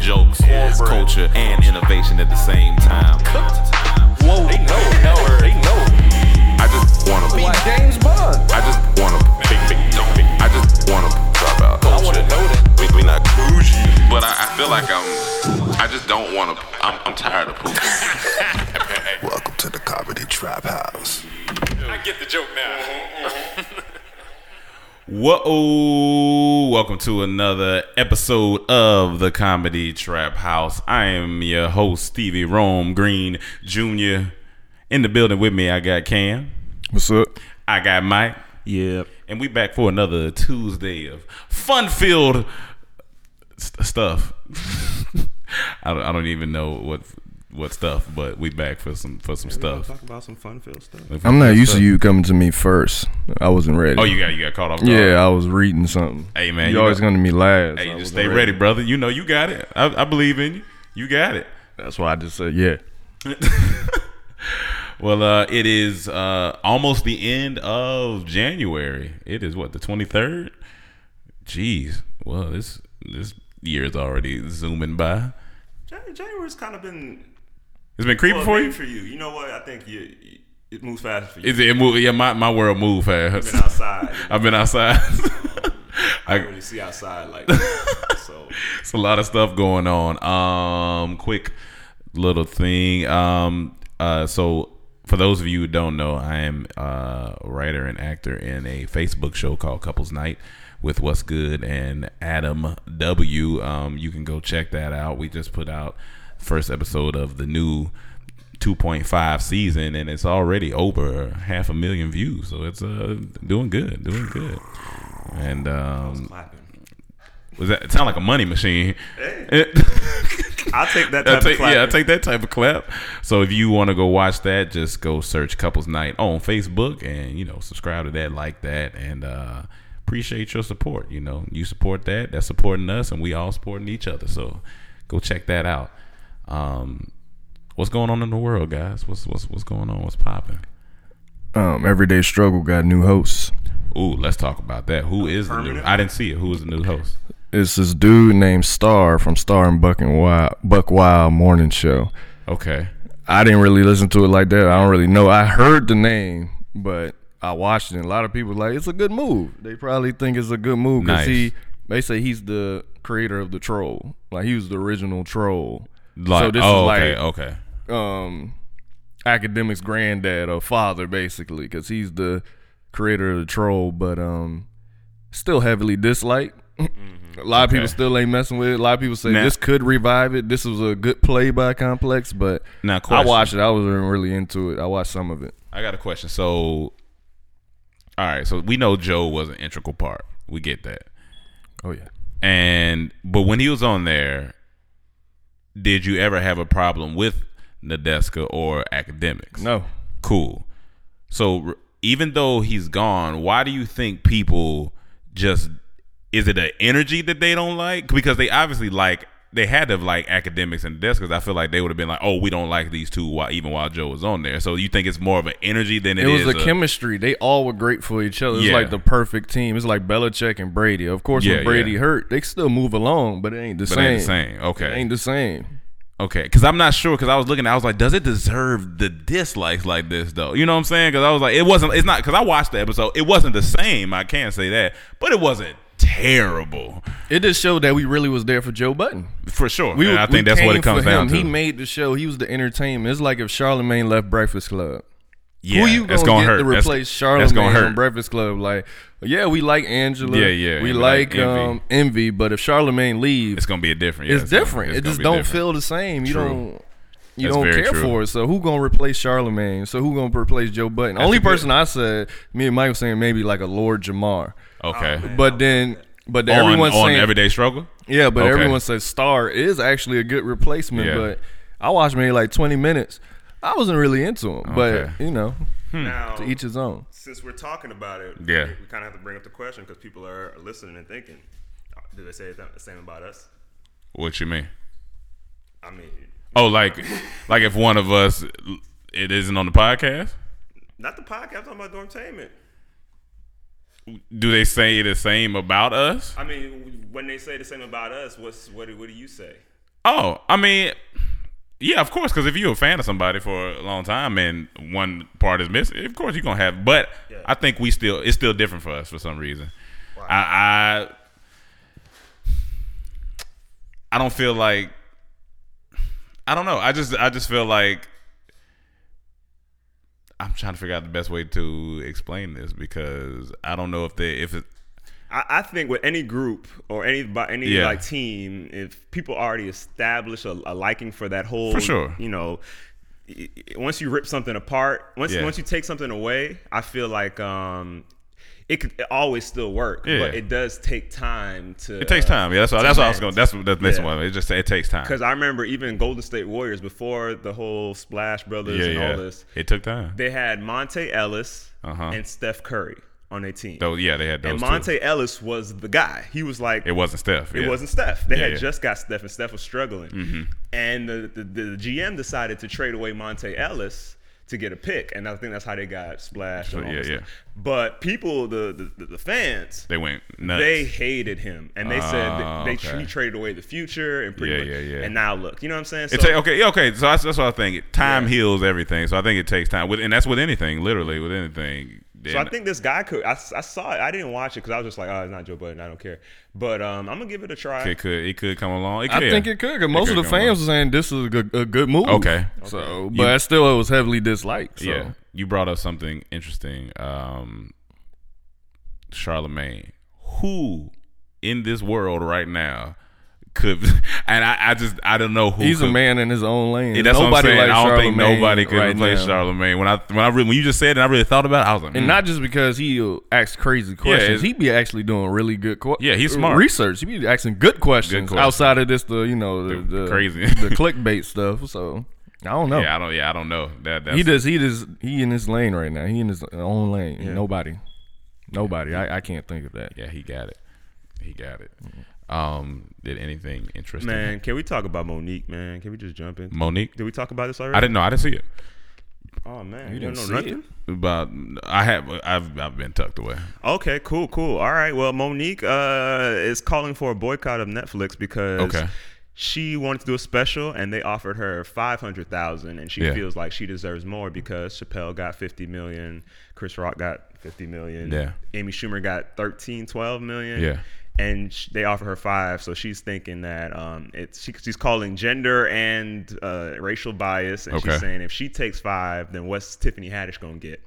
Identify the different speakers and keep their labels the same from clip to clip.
Speaker 1: jokes, it's culture, and innovation at the same time.
Speaker 2: Whoa. They know, know her. They know her.
Speaker 1: I just wanna be.
Speaker 2: Like James Bond.
Speaker 1: I just wanna big big don't big. I just wanna drop out.
Speaker 2: I wanna know that.
Speaker 1: We, we not bougie, but I, I feel like I'm. I just don't wanna. I'm, I'm tired of pooping.
Speaker 3: Welcome to the Comedy Trap House.
Speaker 2: I get the joke now.
Speaker 1: Whoa! Welcome to another episode of the Comedy Trap House. I am your host Stevie Rome Green Jr. In the building with me, I got Cam.
Speaker 3: What's up?
Speaker 1: I got Mike.
Speaker 4: Yeah.
Speaker 1: and we back for another Tuesday of fun-filled st- stuff. I, don't, I don't even know what what stuff, but we back for some for some stuff.
Speaker 4: Talk about some fun filled stuff.
Speaker 3: I'm not used to you coming to me first. I wasn't ready.
Speaker 1: Oh, you got you got caught off guard.
Speaker 3: Yeah, I was reading something.
Speaker 1: Hey, man,
Speaker 3: you
Speaker 1: you
Speaker 3: always
Speaker 1: got-
Speaker 3: going to be last.
Speaker 1: Hey,
Speaker 3: I
Speaker 1: just
Speaker 3: wasn't
Speaker 1: stay ready, brother. You know you got it. I, I believe in you. You got it.
Speaker 3: That's why I just said yeah.
Speaker 1: Well, uh, it is uh, almost the end of January. It is what the twenty third. Jeez, well this this year is already zooming by.
Speaker 4: Jan- January's kind of been
Speaker 1: It's been creeping
Speaker 4: well,
Speaker 1: for
Speaker 4: big
Speaker 1: you.
Speaker 4: for you. You know what? I think you, you- it moves fast for you.
Speaker 1: Is it, it move, yeah, my, my world moved fast.
Speaker 4: been outside.
Speaker 1: I've been outside.
Speaker 4: I
Speaker 1: I,
Speaker 4: really see outside like that. so.
Speaker 1: it's a lot of stuff going on. Um, quick little thing. Um, uh, so for those of you who don't know, I am uh, a writer and actor in a Facebook show called Couples Night with What's Good and Adam W. Um, you can go check that out. We just put out first episode of the new 2.5 season and it's already over half a million views so it's uh doing good doing good and um
Speaker 4: Clapping.
Speaker 1: was that it sound like a money machine?
Speaker 4: I'll take that
Speaker 1: I
Speaker 4: type of
Speaker 1: take,
Speaker 4: clapping.
Speaker 1: yeah, I take that type of clap. So if you want to go watch that, just go search Couples Night on Facebook and you know subscribe to that, like that, and uh, appreciate your support. You know, you support that, that's supporting us, and we all supporting each other. So go check that out. Um, what's going on in the world, guys? What's what's what's going on? What's popping?
Speaker 3: Um, Everyday Struggle got new hosts.
Speaker 1: Ooh, let's talk about that. Who is the new?
Speaker 4: Permanent?
Speaker 1: I didn't see it. Who is the new host?
Speaker 3: It's this dude named Star from Star and Buck and Wild, Buck Wild Morning Show.
Speaker 1: Okay.
Speaker 3: I didn't really listen to it like that. I don't really know. I heard the name, but I watched it. A lot of people like it's a good move. They probably think it's a good move because
Speaker 1: Nice.
Speaker 3: he. They say he's the creator of the troll. Like he was the original troll.
Speaker 1: Like,
Speaker 3: so this
Speaker 1: oh,
Speaker 3: is like
Speaker 1: okay, okay.
Speaker 3: um, academics' granddad or father, basically, because he's the creator of the troll. But um, still heavily disliked. A lot of people
Speaker 1: Mm-hmm. Okay.
Speaker 3: still ain't messing with it. A lot of people say
Speaker 1: Now-
Speaker 3: this could revive it. This was a good play by Complex, but
Speaker 1: Now,
Speaker 3: I
Speaker 1: question.
Speaker 3: watched it. I wasn't really into it. I watched some of it.
Speaker 1: I got a question. So, all right. So we know Joe was an integral part. We get that.
Speaker 3: Oh yeah.
Speaker 1: And but when he was on there, did you ever have a problem with Nadeska or academics?
Speaker 3: No.
Speaker 1: Cool. So r- even though he's gone, why do you think people just is it an energy that they don't like? Because they obviously like they had to like academics and desk because I feel like they would have been like, oh, we don't like these two, while, even while Joe was on there. So you think it's more of an energy than
Speaker 3: It,
Speaker 1: it
Speaker 3: was
Speaker 1: is
Speaker 3: the chemistry. They all were great for each other. It's
Speaker 1: Yeah.
Speaker 3: like the perfect team. It's like Belichick and Brady. Of course,
Speaker 1: Yeah,
Speaker 3: when Brady
Speaker 1: yeah.
Speaker 3: hurt, they still move along, but it ain't the
Speaker 1: but
Speaker 3: same.
Speaker 1: ain't the same.
Speaker 3: It
Speaker 1: Okay,
Speaker 3: ain't the same.
Speaker 1: okay. Because I'm not sure. Because I was looking, I was like, does it deserve the dislikes like this though? You know what I'm saying? Because I was like, it wasn't. It's not. Because I watched the episode, it wasn't the same. I can't say that, but it wasn't terrible
Speaker 3: It just showed that we really was there for Joe Button.
Speaker 1: for sure.
Speaker 3: We,
Speaker 1: and I think that's what
Speaker 3: came
Speaker 1: it comes
Speaker 3: for
Speaker 1: down
Speaker 3: him.
Speaker 1: to.
Speaker 3: He made the show. He was the entertainment. It's like if Charlemagne left Breakfast Club.
Speaker 1: yeah,
Speaker 3: Who you
Speaker 1: that's gonna
Speaker 3: gonna, get
Speaker 1: hurt.
Speaker 3: to
Speaker 1: That's-
Speaker 3: replace
Speaker 1: That's
Speaker 3: Charlemagne
Speaker 1: gonna
Speaker 3: from
Speaker 1: hurt.
Speaker 3: Breakfast Club? Like, yeah, we like Angela.
Speaker 1: Yeah, yeah,
Speaker 3: We
Speaker 1: and
Speaker 3: like,
Speaker 1: like Envy.
Speaker 3: Um, Envy, but if Charlemagne leaves,
Speaker 1: it's gonna be a different. yeah,
Speaker 3: it's
Speaker 1: gonna-
Speaker 3: different.
Speaker 1: it's
Speaker 3: it
Speaker 1: gonna
Speaker 3: just
Speaker 1: be
Speaker 3: don't
Speaker 1: different.
Speaker 3: feel the same. You
Speaker 1: True.
Speaker 3: don't. You
Speaker 1: That's
Speaker 3: don't
Speaker 1: very
Speaker 3: care
Speaker 1: true.
Speaker 3: for it. So who gonna replace Charlemagne? So who gonna replace Joe Button? Only
Speaker 1: a good-
Speaker 3: person I said, me and Mike was saying maybe like a Lord Jamar,
Speaker 1: Okay.
Speaker 3: but then. But then
Speaker 1: on,
Speaker 3: everyone's
Speaker 1: on
Speaker 3: saying
Speaker 1: everyday struggle.
Speaker 3: yeah, but
Speaker 1: Okay.
Speaker 3: everyone says Star is actually a good replacement.
Speaker 1: Yeah.
Speaker 3: But I watched maybe like twenty minutes. I wasn't really into him,
Speaker 1: Okay.
Speaker 3: but you know,
Speaker 4: Now,
Speaker 3: to each his own.
Speaker 4: since we're talking about it,
Speaker 1: Yeah.
Speaker 4: we kind of have to bring up the question because people are listening and thinking, Uh, do they say the same about us?
Speaker 1: What you mean?
Speaker 4: I mean,
Speaker 1: Oh, like, like if one of us it isn't on the podcast,
Speaker 4: not the podcast, I'm talking about dormtainment.
Speaker 1: do they say the same about us?
Speaker 4: I mean, when they say the same about us, what's what, do- what do you say?
Speaker 1: Oh, I mean, yeah, of course. Because if you're a fan of somebody for a long time and one part is missing, of course you're gonna have. But I think we still it's still different for us for some reason. I, I I don't feel like I don't know. I just I just feel like I'm trying to figure out the best way to explain this because I don't know if they if it,
Speaker 4: I, I think with any group or any by any
Speaker 1: Yeah.
Speaker 4: like team, if people already establish a, a liking for that whole,
Speaker 1: For sure.
Speaker 4: you know, i- i- once you rip something apart, once
Speaker 1: Yeah.
Speaker 4: once you take something away, I feel like um, it could it always still work,
Speaker 1: Yeah.
Speaker 4: but it does take time to.
Speaker 1: it takes time. Yeah, that's all. That's what I was going. to That's what- that's the next
Speaker 4: Yeah.
Speaker 1: one. It just it takes time.
Speaker 4: Because I remember even Golden State Warriors before the whole Splash Brothers
Speaker 1: Yeah,
Speaker 4: and
Speaker 1: yeah.
Speaker 4: all this,
Speaker 1: It took time.
Speaker 4: they had Monte Ellis
Speaker 1: Uh-huh.
Speaker 4: and Steph Curry on their team.
Speaker 1: Though, yeah, they had those.
Speaker 4: and
Speaker 1: two.
Speaker 4: Monte Ellis was the guy. He was like
Speaker 1: It wasn't Steph.
Speaker 4: It
Speaker 1: yeah.
Speaker 4: wasn't Steph. They
Speaker 1: Yeah, Mm-hmm.
Speaker 4: had
Speaker 1: yeah.
Speaker 4: just got Steph, and Steph was struggling. And the, the, the GM decided to trade away Monte Ellis to get a pick, and I think that's how they got splashed. and
Speaker 1: So,
Speaker 4: all
Speaker 1: yeah,
Speaker 4: this
Speaker 1: yeah.
Speaker 4: stuff. But people, the the, the fans.
Speaker 1: They went nuts.
Speaker 4: They hated him, and they said
Speaker 1: Ah,
Speaker 4: that they tr-
Speaker 1: okay.
Speaker 4: he traded away the future and pretty
Speaker 1: Yeah,
Speaker 4: much.
Speaker 1: yeah, yeah.
Speaker 4: And now look, you know what I'm saying? So,
Speaker 1: It ta- okay, yeah, okay. So that's, that's what I think. Time heals everything. So I think it takes time, with, and that's with anything, literally with anything.
Speaker 4: so I
Speaker 1: And-
Speaker 4: think this guy could. I, s- I saw it. I didn't watch it because I was just like, oh, it's not Joe Budden. I don't care. But um, I'm gonna give it a try.
Speaker 1: it could it could come along. It
Speaker 3: I
Speaker 1: could,
Speaker 3: think it could because most
Speaker 1: could
Speaker 3: of the
Speaker 1: come
Speaker 3: fans
Speaker 1: along.
Speaker 3: were saying this is a good, a good move.
Speaker 1: Okay.
Speaker 3: So, but I still it was heavily disliked. So.
Speaker 1: Yeah, you brought up something interesting. Um, Charlemagne, who in this world right now could, and I, I just I don't know who
Speaker 3: He's a
Speaker 1: could-
Speaker 3: man in his own lane.
Speaker 1: Yeah, that's what I'm
Speaker 3: Nobody
Speaker 1: saying.
Speaker 3: likes
Speaker 1: I don't think
Speaker 3: Charlemagne
Speaker 1: nobody could
Speaker 3: right
Speaker 1: replace
Speaker 3: now.
Speaker 1: Charlemagne. When I when I really, when you just said it, I really thought about it. I was like,
Speaker 3: And
Speaker 1: mm.
Speaker 3: not just because he asks crazy questions.
Speaker 1: it's-
Speaker 3: he be actually doing really good questions.
Speaker 1: Yeah, he's smart.
Speaker 3: Research. He be asking good questions,
Speaker 1: questions.
Speaker 3: outside of just the, you know, the,
Speaker 1: The
Speaker 3: the,
Speaker 1: crazy.
Speaker 3: the clickbait stuff. So, I don't know.
Speaker 1: yeah, I don't, yeah, I don't know. That that's,
Speaker 3: Oh. he does. He does. He in his lane right now. He in his own lane. Nobody. Nobody. I, I can't think of that.
Speaker 1: Yeah, he got it. He got it. Um, did anything interesting?
Speaker 4: Man, can we talk about Monique? Man, can we just jump in?
Speaker 1: Monique,
Speaker 4: Did we talk about this already?
Speaker 1: I didn't know. I didn't see it.
Speaker 4: Oh man,
Speaker 3: You
Speaker 4: you
Speaker 3: didn't
Speaker 4: don't
Speaker 3: see
Speaker 4: know nothing.
Speaker 1: But I have. I've I've been tucked away.
Speaker 4: Okay, cool, cool. All right. Well, Monique uh, is calling for a boycott of Netflix because
Speaker 1: Okay.
Speaker 4: she wanted to do a special, and they offered her five hundred thousand, and she
Speaker 1: Yeah.
Speaker 4: feels like she deserves more because Chappelle got fifty million, Chris Rock got fifty million,
Speaker 1: Yeah.
Speaker 4: Amy Schumer got 13, 12 million,
Speaker 1: Yeah.
Speaker 4: And sh- they offered her five, so she's thinking that um, it's she, she's calling gender and uh, racial bias, and
Speaker 1: Okay.
Speaker 4: she's saying if she takes five, then what's Tiffany Haddish gonna get?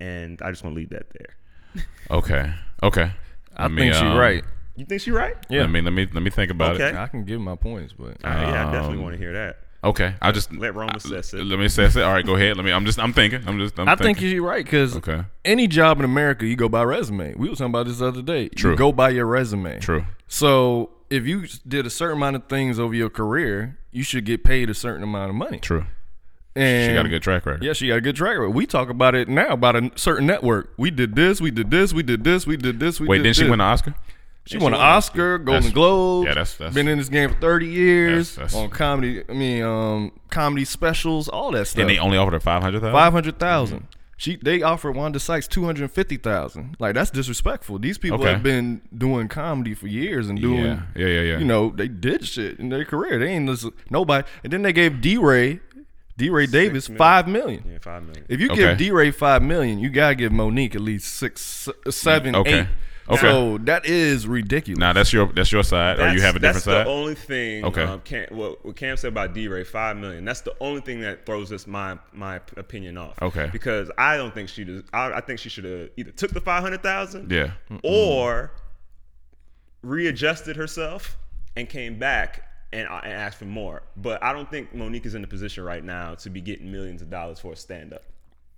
Speaker 4: And I just want to leave that there.
Speaker 1: Okay. Okay.
Speaker 3: I think she's
Speaker 1: um,
Speaker 3: right.
Speaker 4: You think she right?
Speaker 1: Yeah.
Speaker 3: Yeah.
Speaker 1: I mean, let me let me think about it.
Speaker 4: Okay.
Speaker 3: I can give my points, but
Speaker 4: Uh, yeah, I definitely
Speaker 1: Um,
Speaker 4: want to hear that.
Speaker 1: Okay. I just
Speaker 4: Let Rome assess it.
Speaker 1: Let me assess it. All right. Go ahead. Let me. I'm just. I'm thinking. I'm just. I'm
Speaker 3: I think
Speaker 1: thinking.
Speaker 3: you're right because
Speaker 1: Okay.
Speaker 3: any job in America, you go by resume. We were talking about this the other day.
Speaker 1: True.
Speaker 3: You go by your resume.
Speaker 1: True.
Speaker 3: So if you did a certain amount of things over your career, you should get paid a certain amount of money.
Speaker 1: True.
Speaker 3: And
Speaker 1: She got a good track record.
Speaker 3: Yeah, she got a good track record. We talk about it now about a certain network. We did this. We did this. We did this. We did this. We
Speaker 1: Wait.
Speaker 3: did
Speaker 1: Didn't she
Speaker 3: this.
Speaker 1: win an Oscar?
Speaker 3: She won an Oscar, Golden
Speaker 1: That's-
Speaker 3: Globe.
Speaker 1: yeah, that's- that's-
Speaker 3: been in this game for thirty years
Speaker 1: That's- that's-
Speaker 3: on comedy. I mean, um, comedy specials, all that stuff.
Speaker 1: And they Mm-hmm. only offered her five hundred thousand.
Speaker 3: Five hundred thousand. She they offered Wanda Sykes two hundred fifty thousand. Like that's disrespectful. These people
Speaker 1: Okay.
Speaker 3: have been doing comedy for years and doing,
Speaker 1: Yeah. Yeah. Yeah. Yeah.
Speaker 3: you know, they did shit in their career. They ain't listen, nobody. And then they gave D Ray, D Ray Davis
Speaker 4: million.
Speaker 3: five million.
Speaker 4: Yeah, five million.
Speaker 3: If you
Speaker 1: Okay.
Speaker 3: give D Ray five million, you gotta give Monique at least six, s- seven,
Speaker 1: Okay.
Speaker 3: eight.
Speaker 1: Okay.
Speaker 3: So that is ridiculous.
Speaker 1: Now that's your that's your side, or Oh, you have a different
Speaker 4: that's
Speaker 1: side.
Speaker 4: the only thing.
Speaker 1: Okay.
Speaker 4: Um, Cam, what, what Cam said about D-Ray, five million. That's the only thing that throws this my my opinion off.
Speaker 1: Okay.
Speaker 4: Because I don't think she. Does, I, I think she should have either took the five hundred thousand.
Speaker 1: yeah.
Speaker 4: Or readjusted herself and came back. And, uh, and asked for more, but I don't think Monique is in the position right now to be getting millions of dollars for a stand-up.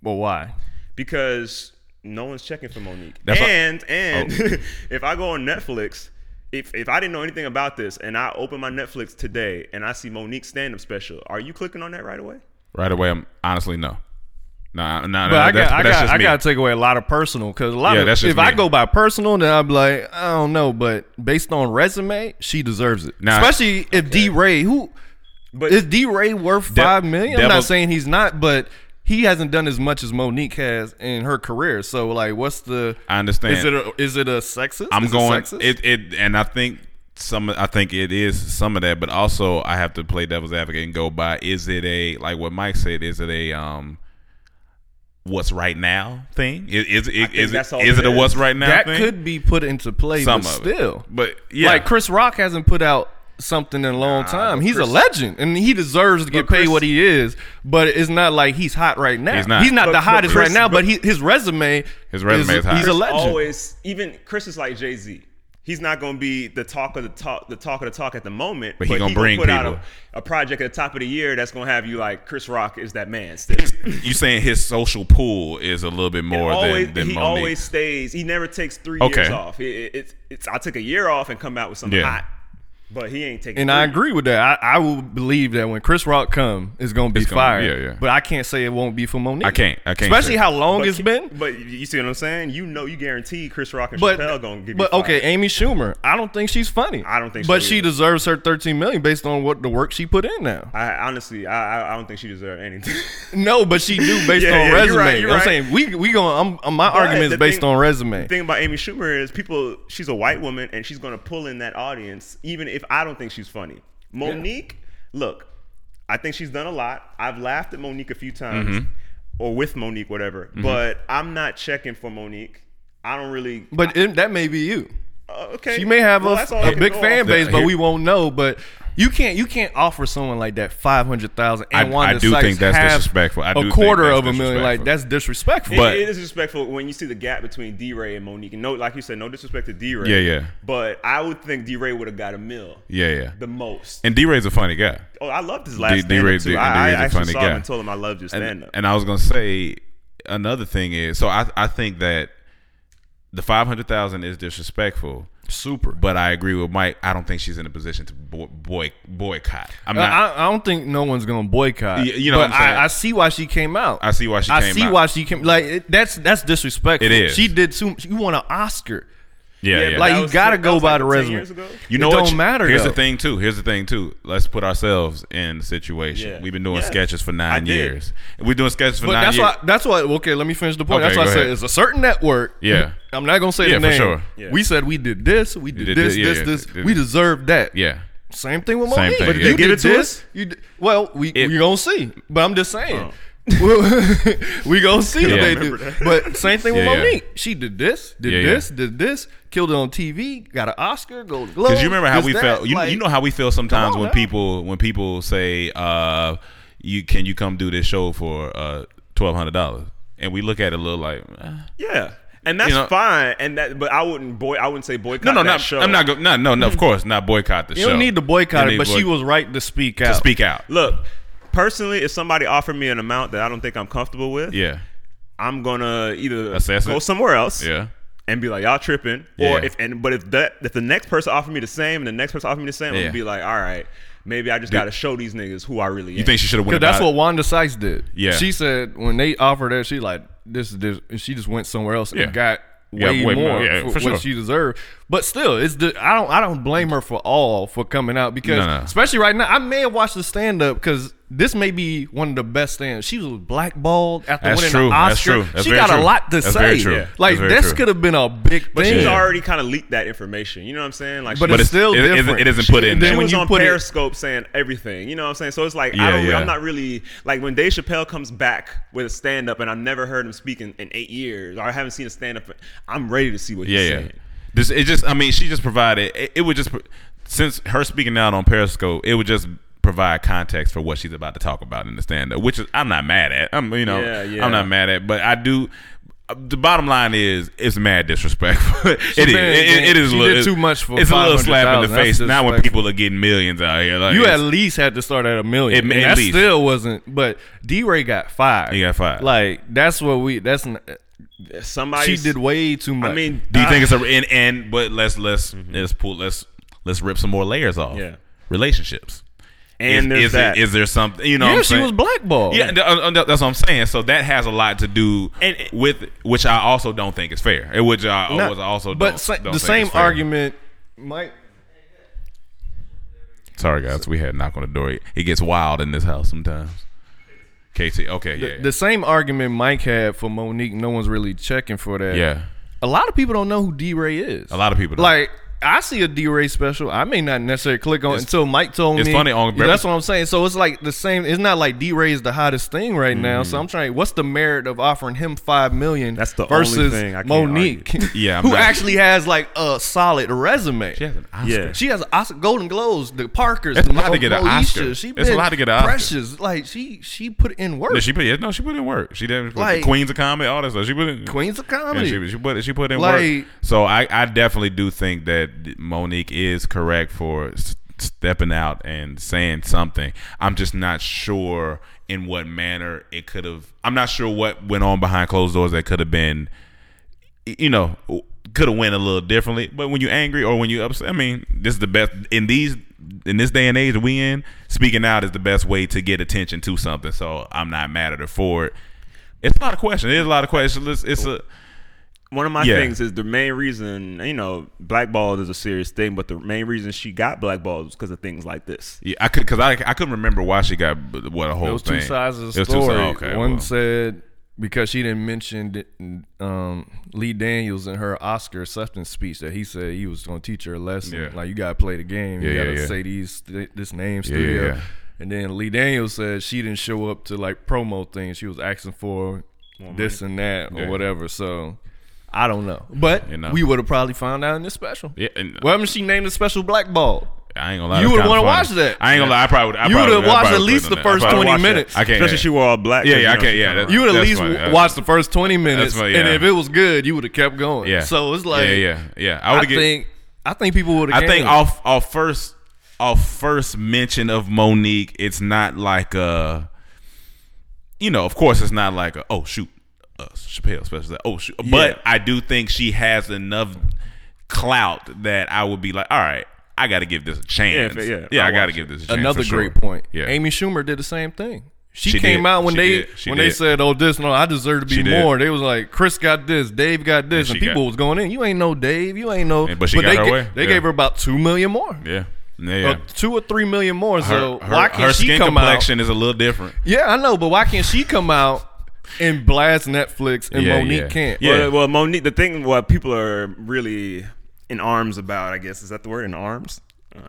Speaker 3: but why?
Speaker 4: because no one's checking for Monique.
Speaker 1: That's why- Oh.
Speaker 4: and and if I go on Netflix, if if I didn't know anything about this and I open my Netflix today and I see Monique stand up special, are you clicking on that right away?
Speaker 1: Right away. I'm honestly no. Nah. Nah.
Speaker 3: But
Speaker 1: nah,
Speaker 3: I
Speaker 1: that's,
Speaker 3: got, I
Speaker 1: that's
Speaker 3: got,
Speaker 1: just
Speaker 3: I
Speaker 1: me.
Speaker 3: got to take away a lot of personal because a lot
Speaker 1: Yeah,
Speaker 3: of
Speaker 1: that's
Speaker 3: if
Speaker 1: just
Speaker 3: I
Speaker 1: me.
Speaker 3: go by personal, then I'm like, I don't know, but based on resume, she deserves it.
Speaker 1: Nah.
Speaker 3: Especially if D Ray, who
Speaker 4: But
Speaker 3: is D Ray worth
Speaker 1: De-
Speaker 3: five million? I'm
Speaker 1: devil-
Speaker 3: not saying he's not, but he hasn't done as much as Monique has in her career. So like, what's the?
Speaker 1: I understand.
Speaker 3: Is it a, is it a sexist?
Speaker 1: I'm
Speaker 3: Is it
Speaker 1: going
Speaker 3: sexist?
Speaker 1: it, it and I think some I think it is some of that, but also I have to play devil's advocate and go by is it a like what Mike said, is it a um what's right now thing? Is is it
Speaker 4: think
Speaker 1: is,
Speaker 4: that's
Speaker 1: it,
Speaker 4: all
Speaker 1: is
Speaker 4: it
Speaker 1: it a
Speaker 4: is.
Speaker 1: what's right now
Speaker 3: that
Speaker 1: thing?
Speaker 3: could be put into play,
Speaker 1: some
Speaker 3: but
Speaker 1: of
Speaker 3: still.
Speaker 1: it. But yeah.
Speaker 3: Like Chris Rock hasn't put out something in a long time. He's a legend, and he deserves to get paid
Speaker 1: Chris-
Speaker 3: what he is. But it's not like he's hot right now.
Speaker 1: He's not.
Speaker 3: the
Speaker 4: But- but
Speaker 3: hottest
Speaker 4: Chris-
Speaker 3: right now. But, he, his resume,
Speaker 1: His resume is hot.
Speaker 3: He's a
Speaker 1: Chris
Speaker 3: legend.
Speaker 4: Always, even Chris is like Jay Z. He's not going to be the talk of the talk, the talk of the talk at the moment.
Speaker 1: But he gonna bring
Speaker 4: put out
Speaker 1: people.
Speaker 4: a, a project at the top of the year that's going to have you like Chris Rock is that man still.
Speaker 1: you saying his social pool is a little bit more
Speaker 4: always,
Speaker 1: than than
Speaker 4: he
Speaker 1: Monique.
Speaker 4: always stays. He never takes three years
Speaker 1: Okay.
Speaker 4: off. It, it, it's, it's I took a year off and come out with something
Speaker 1: Yeah.
Speaker 4: hot, but he ain't taking.
Speaker 3: And
Speaker 4: three.
Speaker 3: I agree with that. I, I will believe that when Chris Rock come, it's gonna be
Speaker 1: It's gonna-
Speaker 3: fire.
Speaker 1: yeah, yeah.
Speaker 3: But I can't say it won't be for Monique.
Speaker 1: I can't- I can't
Speaker 3: Especially
Speaker 1: say.
Speaker 3: how long
Speaker 4: But
Speaker 3: it's
Speaker 4: ki-
Speaker 3: been.
Speaker 4: But you see what I'm saying? You know, you guarantee Chris Rock and
Speaker 3: But
Speaker 4: Chappelle gonna give you.
Speaker 3: but
Speaker 4: fire.
Speaker 3: okay, Amy Schumer. I don't think she's funny.
Speaker 4: I don't think
Speaker 3: But
Speaker 4: so
Speaker 3: she
Speaker 4: either.
Speaker 3: deserves her 13 million based on what the work she put in now.
Speaker 4: I honestly, I, I- I don't think she deserved anything.
Speaker 3: No, but she do based
Speaker 4: Yeah,
Speaker 3: on
Speaker 4: yeah, you're
Speaker 3: resume.
Speaker 4: right, you're
Speaker 3: I'm
Speaker 4: right.
Speaker 3: saying we we going. I'm, my
Speaker 4: But
Speaker 3: argument
Speaker 4: the
Speaker 3: is based
Speaker 4: thing-
Speaker 3: on resume.
Speaker 4: The thing about Amy Schumer is people. She's a white woman, and she's gonna pull in that audience, even if I don't think she's funny. Monique, look, I think she's done a lot. I've laughed at Monique a few times,
Speaker 3: Mm-hmm.
Speaker 4: or with Monique, whatever. But I'm not checking for Monique. I don't really.
Speaker 3: but it, that may be you.
Speaker 4: uh, okay,
Speaker 3: She may have
Speaker 4: Well,
Speaker 3: a,
Speaker 4: that's all I
Speaker 3: a
Speaker 4: can
Speaker 3: big
Speaker 4: go
Speaker 3: fan
Speaker 4: off.
Speaker 3: base, but
Speaker 1: Here-
Speaker 3: we won't know. But you can't you can't offer someone like that five hundred thousand.
Speaker 1: I- I do think that's disrespectful. I do
Speaker 3: a
Speaker 1: think
Speaker 3: quarter
Speaker 1: that's
Speaker 3: of a million, like
Speaker 1: disrespectful.
Speaker 3: that's disrespectful.
Speaker 1: But-
Speaker 4: it is disrespectful when you see the gap between D Ray and Monique. No, like you said, no disrespect to D Ray.
Speaker 1: Yeah, yeah.
Speaker 4: But I would think D Ray would have got a mill
Speaker 1: Yeah, yeah.
Speaker 4: the most.
Speaker 1: And D Ray's a funny guy.
Speaker 4: oh, I loved his
Speaker 1: D-
Speaker 4: last
Speaker 1: D. Ray-
Speaker 4: stand too.
Speaker 1: D-
Speaker 4: I, I
Speaker 1: D. Ray's a
Speaker 4: actually
Speaker 1: funny
Speaker 4: saw him
Speaker 1: guy.
Speaker 4: and told him I loved his stand
Speaker 1: and,
Speaker 4: up.
Speaker 1: and I was gonna say another thing is so I I think that the five hundred thousand is disrespectful.
Speaker 3: super.
Speaker 1: But I agree with Mike. I don't think she's in a position to boy, boy boycott. I'm
Speaker 3: I-
Speaker 1: not.
Speaker 3: I, I don't think no one's gonna boycott.
Speaker 1: Y- you know
Speaker 3: but
Speaker 1: what I'm saying.
Speaker 3: I, I see why she came out.
Speaker 1: I see why she
Speaker 3: I
Speaker 1: came
Speaker 3: see
Speaker 1: out.
Speaker 3: why she came. Like it, that's that's disrespectful.
Speaker 1: It is.
Speaker 3: She did too. You want an Oscar?
Speaker 1: yeah, yeah.
Speaker 4: but
Speaker 3: like
Speaker 4: that
Speaker 3: you
Speaker 4: was-
Speaker 3: gotta
Speaker 4: that
Speaker 3: go
Speaker 4: was
Speaker 3: by
Speaker 4: like
Speaker 3: the
Speaker 4: 10
Speaker 3: resume.
Speaker 4: years ago?
Speaker 1: you
Speaker 3: it
Speaker 1: know
Speaker 3: don't
Speaker 1: what?
Speaker 3: matter,
Speaker 1: Here's
Speaker 3: though.
Speaker 1: the thing too. Here's the thing too. Let's put ourselves in the situation.
Speaker 4: Yeah.
Speaker 1: We've been doing
Speaker 4: Yeah.
Speaker 1: sketches for nine
Speaker 4: did.
Speaker 1: years. We're doing sketches for
Speaker 3: But
Speaker 1: nine
Speaker 3: that's
Speaker 1: years.
Speaker 3: why. That's why. Okay, let me finish the point.
Speaker 1: Okay,
Speaker 3: that's why I
Speaker 1: go
Speaker 3: said
Speaker 1: ahead.
Speaker 3: it's a certain network.
Speaker 1: Yeah.
Speaker 3: I'm not gonna say
Speaker 1: Yeah,
Speaker 3: the
Speaker 1: for
Speaker 3: name.
Speaker 1: sure.
Speaker 4: Yeah.
Speaker 3: We said we did this. We did,
Speaker 1: did
Speaker 3: this.
Speaker 1: thi- yeah,
Speaker 3: this.
Speaker 1: yeah,
Speaker 3: this.
Speaker 1: did-
Speaker 3: we deserve that.
Speaker 1: yeah.
Speaker 3: Same thing with
Speaker 1: Same
Speaker 3: Monique.
Speaker 1: thing,
Speaker 3: But
Speaker 1: yeah.
Speaker 3: you
Speaker 1: They
Speaker 4: give
Speaker 3: did
Speaker 4: it to
Speaker 3: this,
Speaker 4: us?
Speaker 3: You d well, we
Speaker 1: It-
Speaker 3: we gonna see. But I'm just
Speaker 4: Oh.
Speaker 3: saying. we gonna see
Speaker 1: Yeah.
Speaker 3: if they do.
Speaker 4: Remember that.
Speaker 3: But same thing with
Speaker 1: Yeah, yeah.
Speaker 3: Monique. She did this, did
Speaker 1: Yeah, yeah.
Speaker 3: this, did this, killed it on TV, got an Oscar, gold globe.
Speaker 1: Because you remember how
Speaker 3: this,
Speaker 1: we
Speaker 3: that,
Speaker 1: felt. You,
Speaker 3: like-
Speaker 1: you know how we feel sometimes
Speaker 3: on
Speaker 1: when
Speaker 3: now.
Speaker 1: people when people say, uh, "You can you come do this show for uh, twelve hundred dollars?" And we look at it a little like, eh.
Speaker 4: Yeah, and that's
Speaker 1: You know-
Speaker 4: fine. And that, but I wouldn't boy, I wouldn't say boycott.
Speaker 1: "No, no,
Speaker 4: that
Speaker 1: not,
Speaker 4: show.
Speaker 1: I'm not. Go- no, no, no. Of course, not boycott the
Speaker 3: You
Speaker 1: show.
Speaker 3: don't need to boycott
Speaker 1: You
Speaker 3: it,
Speaker 1: need
Speaker 3: but
Speaker 1: to
Speaker 3: she
Speaker 1: boy-
Speaker 3: was right to speak out.
Speaker 1: to speak out.
Speaker 4: Look, personally, if somebody offered me an amount that I don't think I'm comfortable with,
Speaker 1: Yeah,
Speaker 4: I'm gonna either
Speaker 1: Assess
Speaker 4: go
Speaker 1: it.
Speaker 4: somewhere else.
Speaker 1: yeah.
Speaker 4: and be like, y'all tripping.
Speaker 1: Yeah.
Speaker 4: Or if and but if that if the next person offered me the same and the next person offered me the same, I'm
Speaker 1: Yeah.
Speaker 4: gonna be like, all right, maybe I just gotta show these niggas who I really am.
Speaker 1: You think she should have went?
Speaker 3: Because that's
Speaker 1: about
Speaker 3: what Wanda Sykes did.
Speaker 1: Yeah.
Speaker 3: She said when they offered her, she like this is this, and she just went somewhere else
Speaker 1: Yeah.
Speaker 3: and got
Speaker 1: Yeah,
Speaker 3: way,
Speaker 1: way
Speaker 3: more,
Speaker 1: more. Yeah,
Speaker 3: for,
Speaker 1: for sure.
Speaker 3: what she deserved. But still, it's the I don't I don't blame her for all for coming out because
Speaker 1: No, no.
Speaker 3: especially right now I may have watched the stand up because. This may be one of the best stands. She was blackballed after
Speaker 1: That's
Speaker 3: winning
Speaker 1: true.
Speaker 3: the
Speaker 1: That's
Speaker 3: Oscar.
Speaker 1: true. That's
Speaker 3: she
Speaker 1: very
Speaker 3: got a
Speaker 1: true.
Speaker 3: lot to
Speaker 1: That's
Speaker 3: say.
Speaker 1: very true.
Speaker 3: Like
Speaker 1: That's very
Speaker 3: this
Speaker 1: true.
Speaker 3: could have been a big
Speaker 4: but
Speaker 3: thing.
Speaker 4: she's
Speaker 1: Yeah.
Speaker 4: already kind of leaked that information. You know what I'm saying? Like,
Speaker 3: But
Speaker 4: she,
Speaker 3: it's still
Speaker 1: it- it isn't-
Speaker 3: different.
Speaker 1: it isn't
Speaker 3: She-
Speaker 1: put in
Speaker 3: Then
Speaker 1: there.
Speaker 3: when
Speaker 4: was
Speaker 3: you
Speaker 4: on
Speaker 3: put it,
Speaker 4: Periscope saying everything. You know what I'm saying? So it's like
Speaker 1: Yeah,
Speaker 4: I don't,
Speaker 1: yeah.
Speaker 4: I'm not really like when Dave Chappelle comes back with a stand up and I've never heard him speak in, in eight years or I haven't seen a stand up. I'm ready to see what he's
Speaker 1: Yeah, yeah.
Speaker 4: saying.
Speaker 1: This it just. I mean, she just provided. It, it would just pro- since her speaking out on Periscope, it would just provide context for what she's about to talk about in the stand up, which is I'm not mad at. I'm you know
Speaker 4: Yeah, yeah.
Speaker 1: I'm not mad at, but I do. uh, The bottom line is it's mad disrespectful. it is. It, it,
Speaker 3: been-
Speaker 1: it is.
Speaker 3: she
Speaker 1: a little-
Speaker 3: did too much for
Speaker 1: It's a little slap in the
Speaker 3: $500,000.
Speaker 1: face.
Speaker 3: That's
Speaker 1: Now when
Speaker 3: disrespectful.
Speaker 1: people are getting millions out here, like
Speaker 3: You
Speaker 1: it's-
Speaker 3: at least had to start at a million.
Speaker 1: It-
Speaker 3: and
Speaker 1: at
Speaker 3: that
Speaker 1: least.
Speaker 3: still wasn't. But D Ray got fired.
Speaker 1: He got fired.
Speaker 3: Like that's what we. That's n-
Speaker 4: Somebody
Speaker 3: she did way too much.
Speaker 4: I mean,
Speaker 1: do you
Speaker 4: I-
Speaker 1: think it's a and, and but let's let's let's pull let's let's rip some more layers off.
Speaker 4: Yeah.
Speaker 1: relationships.
Speaker 4: And
Speaker 1: is,
Speaker 4: there's
Speaker 1: is
Speaker 4: that.
Speaker 1: It, is there something you know? what
Speaker 3: yeah,
Speaker 1: I'm
Speaker 3: she
Speaker 1: saying?
Speaker 3: was blackballed.
Speaker 1: Yeah, th- uh, uh, that's what I'm saying. So that has a lot to do
Speaker 4: And-
Speaker 1: with which I also don't think is fair. And Which I
Speaker 3: Not-
Speaker 1: always also
Speaker 3: but
Speaker 1: don't,
Speaker 3: sa-
Speaker 1: don't
Speaker 3: the
Speaker 1: think
Speaker 3: same
Speaker 1: is fair.
Speaker 3: argument might.
Speaker 1: Sorry guys, we had a knock on the door. It gets wild in this house sometimes. KT, okay, yeah,
Speaker 3: The same argument Mike had for Monique. No one's really checking for that.
Speaker 1: yeah.
Speaker 3: A lot of people don't know who D Ray is.
Speaker 1: A lot of people don't.
Speaker 3: Like I see a D Ray special. I may not necessarily click on it until Mike told
Speaker 1: it's
Speaker 3: me.
Speaker 1: funny on-
Speaker 3: Yeah, that's what I'm saying. So it's like the same. It's not like D Ray is the hottest thing right now. So I'm trying. What's the merit of offering him five million?
Speaker 4: Mm-hmm. That's the only
Speaker 3: versus
Speaker 4: thing I can't
Speaker 3: Monique,
Speaker 1: Yeah, I'm
Speaker 3: who
Speaker 1: not-
Speaker 3: actually has like a solid resume.
Speaker 1: She has an Oscar.
Speaker 4: Yeah.
Speaker 3: She has Oscar, Golden Globes, the Parkers.
Speaker 1: It's a
Speaker 3: the
Speaker 1: lot to get an
Speaker 3: Moesha.
Speaker 1: Oscar.
Speaker 3: She
Speaker 1: It's a
Speaker 3: been
Speaker 1: lot to get an Oscar.
Speaker 3: Precious, like she she put in work.
Speaker 1: No, she put yeah, no, she put in work. She didn't put
Speaker 3: Like-
Speaker 1: Queens of Comedy, all that stuff. She put in
Speaker 3: Queens of
Speaker 1: Yeah,
Speaker 3: comedy.
Speaker 1: she, she put she put in work.
Speaker 3: Like-
Speaker 1: So I, I definitely do think that Monique is correct for s- stepping out and saying something. I'm just not sure in what manner it could have. I'm not sure what went on behind closed doors that could have been, y- you know, could have went a little differently. But when you're angry or when you upset, I mean, this is the best in these. In this day and age that we in, speaking out is the best way to get attention to something. So I'm not mad at her for it. It's a lot of questions. There's a lot of questions. It's, it's a
Speaker 4: One of my
Speaker 1: Yeah.
Speaker 4: things is the main reason, you know, blackballed is a serious thing, but the main reason she got blackballed was because of things like this.
Speaker 1: Yeah, I could because I, I couldn't remember why she got b- what a whole
Speaker 3: It was
Speaker 1: thing.
Speaker 3: two sides of
Speaker 1: It
Speaker 3: the
Speaker 1: was two
Speaker 3: story.
Speaker 1: sides- okay,
Speaker 3: One
Speaker 1: well.
Speaker 3: said because she didn't mention th- um, Lee Daniels in her Oscar acceptance speech that he said he was going to teach her a lesson.
Speaker 1: Yeah.
Speaker 3: Like you got to play the game. you
Speaker 1: Yeah,
Speaker 3: got
Speaker 1: yeah,
Speaker 3: to
Speaker 1: yeah.
Speaker 3: say these th- this name
Speaker 1: Yeah,
Speaker 3: studio.
Speaker 1: yeah, yeah.
Speaker 3: And then Lee Daniels said she didn't show up to like promo things. She was asking for this and that or
Speaker 1: Yeah.
Speaker 3: whatever. So. I don't know, but
Speaker 1: You know.
Speaker 3: we would have probably found out in this special.
Speaker 1: Yeah, and-
Speaker 3: well, I mean, she named the special Black Ball.
Speaker 1: I ain't gonna lie.
Speaker 3: You
Speaker 1: that's
Speaker 3: would've
Speaker 1: kinda
Speaker 3: wanna
Speaker 1: funny.
Speaker 3: watch that.
Speaker 1: I ain't gonna lie. I probably would- I
Speaker 3: You
Speaker 1: probably
Speaker 3: would've
Speaker 1: I
Speaker 3: watched
Speaker 1: probably
Speaker 3: at
Speaker 1: would've
Speaker 3: least
Speaker 1: put
Speaker 3: the
Speaker 1: on that. I
Speaker 3: first
Speaker 1: probably
Speaker 3: 20
Speaker 1: watched that.
Speaker 3: minutes.
Speaker 1: I can't.
Speaker 4: Especially she wore all black.
Speaker 1: Yeah,
Speaker 4: 'cause,
Speaker 1: yeah, I
Speaker 4: know,
Speaker 1: can't-
Speaker 4: she
Speaker 1: yeah,
Speaker 4: kinda-
Speaker 1: that's-
Speaker 3: you would at
Speaker 1: That's
Speaker 3: least
Speaker 1: funny. That's-
Speaker 3: watched the first 20 minutes
Speaker 1: funny, yeah.
Speaker 3: and if it was good you would have kept going
Speaker 1: Yeah.
Speaker 3: so it's like
Speaker 1: yeah, yeah, yeah. I
Speaker 3: i,
Speaker 1: would get.
Speaker 3: think i think people would have
Speaker 1: I think off off first off first mention of Monique, it's not like a. You know, of course, it's not like a oh shoot, uh, Chappelle special. Oh shoot,
Speaker 3: Yeah.
Speaker 1: but I do think she has enough clout that I would be like, all right, I got to give this a chance.
Speaker 4: Yeah, yeah,
Speaker 1: I
Speaker 4: I'll
Speaker 1: got to
Speaker 4: watch
Speaker 1: give this a chance.
Speaker 3: another
Speaker 1: for sure.
Speaker 3: great point
Speaker 1: Yeah.
Speaker 3: amy schumer did the same thing she,
Speaker 1: She
Speaker 3: came
Speaker 1: did.
Speaker 3: out when
Speaker 1: She
Speaker 3: they
Speaker 1: did. She
Speaker 3: when they
Speaker 1: did.
Speaker 3: said oh this no i deserve to be
Speaker 1: She did.
Speaker 3: more they was like chris got this dave got this
Speaker 1: And
Speaker 3: and,
Speaker 1: she
Speaker 3: people
Speaker 1: got-
Speaker 3: was going in you ain't no dave you ain't no
Speaker 1: And- but she got
Speaker 3: they,
Speaker 1: her
Speaker 3: ga-
Speaker 1: way.
Speaker 3: they
Speaker 1: Yeah.
Speaker 3: gave her about two million more
Speaker 1: Yeah. Yeah. yeah.
Speaker 3: Uh, two or three million more so
Speaker 1: her,
Speaker 3: why
Speaker 1: her-
Speaker 3: can't
Speaker 1: her
Speaker 3: she
Speaker 1: skin
Speaker 3: come out
Speaker 1: complexion is a little different.
Speaker 3: Yeah, I know, but why can't she come out and blast Netflix and
Speaker 1: Yeah,
Speaker 3: Monique
Speaker 1: yeah.
Speaker 3: can't?
Speaker 1: Yeah.
Speaker 4: Well, well, Monique, the thing what people are really in arms about, I guess, is that the word in arms?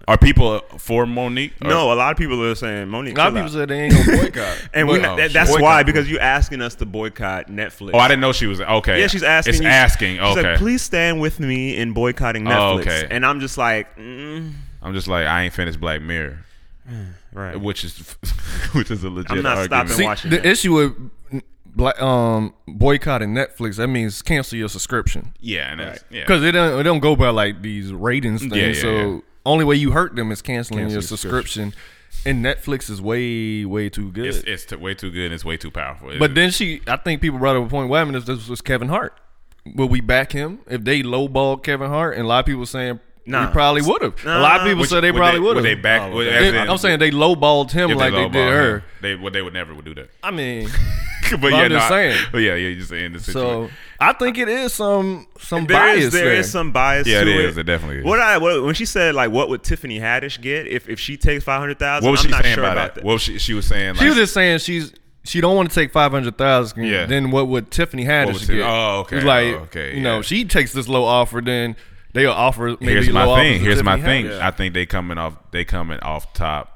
Speaker 1: Are people for Monique? Or-
Speaker 4: No, a lot of people are saying Monique.
Speaker 3: Oh. A lot of people
Speaker 4: chill out.
Speaker 3: said they ain't gonna boycott.
Speaker 4: and we
Speaker 3: But- um,
Speaker 4: not, that, that's
Speaker 1: Oh, boycott.
Speaker 4: why because you're asking us to boycott Netflix.
Speaker 1: Oh, I didn't know she was. Okay.
Speaker 4: yeah, she's asking.
Speaker 1: It's
Speaker 4: you-
Speaker 1: asking.
Speaker 4: She's
Speaker 1: Okay.
Speaker 4: like, please stand with me in boycotting
Speaker 1: Oh,
Speaker 4: Netflix.
Speaker 1: okay.
Speaker 4: And I'm just like, mm,
Speaker 1: I'm just like I ain't finished Black Mirror,
Speaker 4: right.
Speaker 1: which is which is a legit.
Speaker 4: I'm not
Speaker 1: argument.
Speaker 4: stopping.
Speaker 3: See,
Speaker 4: watching
Speaker 3: the
Speaker 4: that.
Speaker 3: issue with n- bla- um, boycotting Netflix that means cancel your subscription
Speaker 1: Yeah, and that's, yeah.
Speaker 3: because it don't it don't go by like these ratings things.
Speaker 1: Yeah, yeah,
Speaker 3: so
Speaker 1: yeah.
Speaker 3: only way you hurt them is canceling
Speaker 1: Cancel
Speaker 3: your
Speaker 1: your
Speaker 3: subscription. And Netflix is way way too good.
Speaker 1: it's, it's t- way too good and it's way too powerful. It-
Speaker 3: But then she, I think people brought up a point. What happened if this was Kevin Hart? Would we back him if they lowballed Kevin Hart? And a lot of people saying
Speaker 4: Nah.
Speaker 3: we probably would have. a
Speaker 4: Nah.
Speaker 3: lot of people said they probably would
Speaker 1: Would
Speaker 3: have.
Speaker 1: they back? would- as in,
Speaker 3: I'm saying they lowballed him
Speaker 1: if
Speaker 3: like they, did
Speaker 1: lowball
Speaker 3: her.
Speaker 1: him, They well, they would never would do that.
Speaker 3: I mean,
Speaker 1: but
Speaker 3: I'm
Speaker 1: yeah,
Speaker 3: just
Speaker 1: no, I-
Speaker 3: saying.
Speaker 1: But yeah, yeah, you're just saying the situation.
Speaker 3: so I think it is some some
Speaker 4: There
Speaker 3: bias
Speaker 4: is there is some bias.
Speaker 1: Yeah, it
Speaker 4: to
Speaker 1: is. It definitely is.
Speaker 4: What I what, when she said like, what would Tiffany Haddish get if, if she takes five hundred thousand?
Speaker 1: what was
Speaker 4: I'm
Speaker 1: she
Speaker 4: not
Speaker 1: saying
Speaker 4: sure
Speaker 1: about,
Speaker 4: about
Speaker 1: that? What was she she was saying? Like,
Speaker 3: she was just saying she's. She don't want to take five hundred thousand.
Speaker 1: Yeah.
Speaker 3: Then what would Tiffany
Speaker 1: What
Speaker 3: Haddish
Speaker 1: would
Speaker 3: get?
Speaker 1: Tiff- oh, okay.
Speaker 3: It's Like
Speaker 1: Oh, okay,
Speaker 3: you know,
Speaker 1: yeah.
Speaker 3: she takes this low offer, then they'll offer maybe
Speaker 1: here's
Speaker 3: low
Speaker 1: my
Speaker 3: offers
Speaker 1: thing.
Speaker 3: to
Speaker 1: Here's my
Speaker 3: Tiffany
Speaker 1: thing.
Speaker 3: Haddish.
Speaker 1: I think they coming off. They coming off top.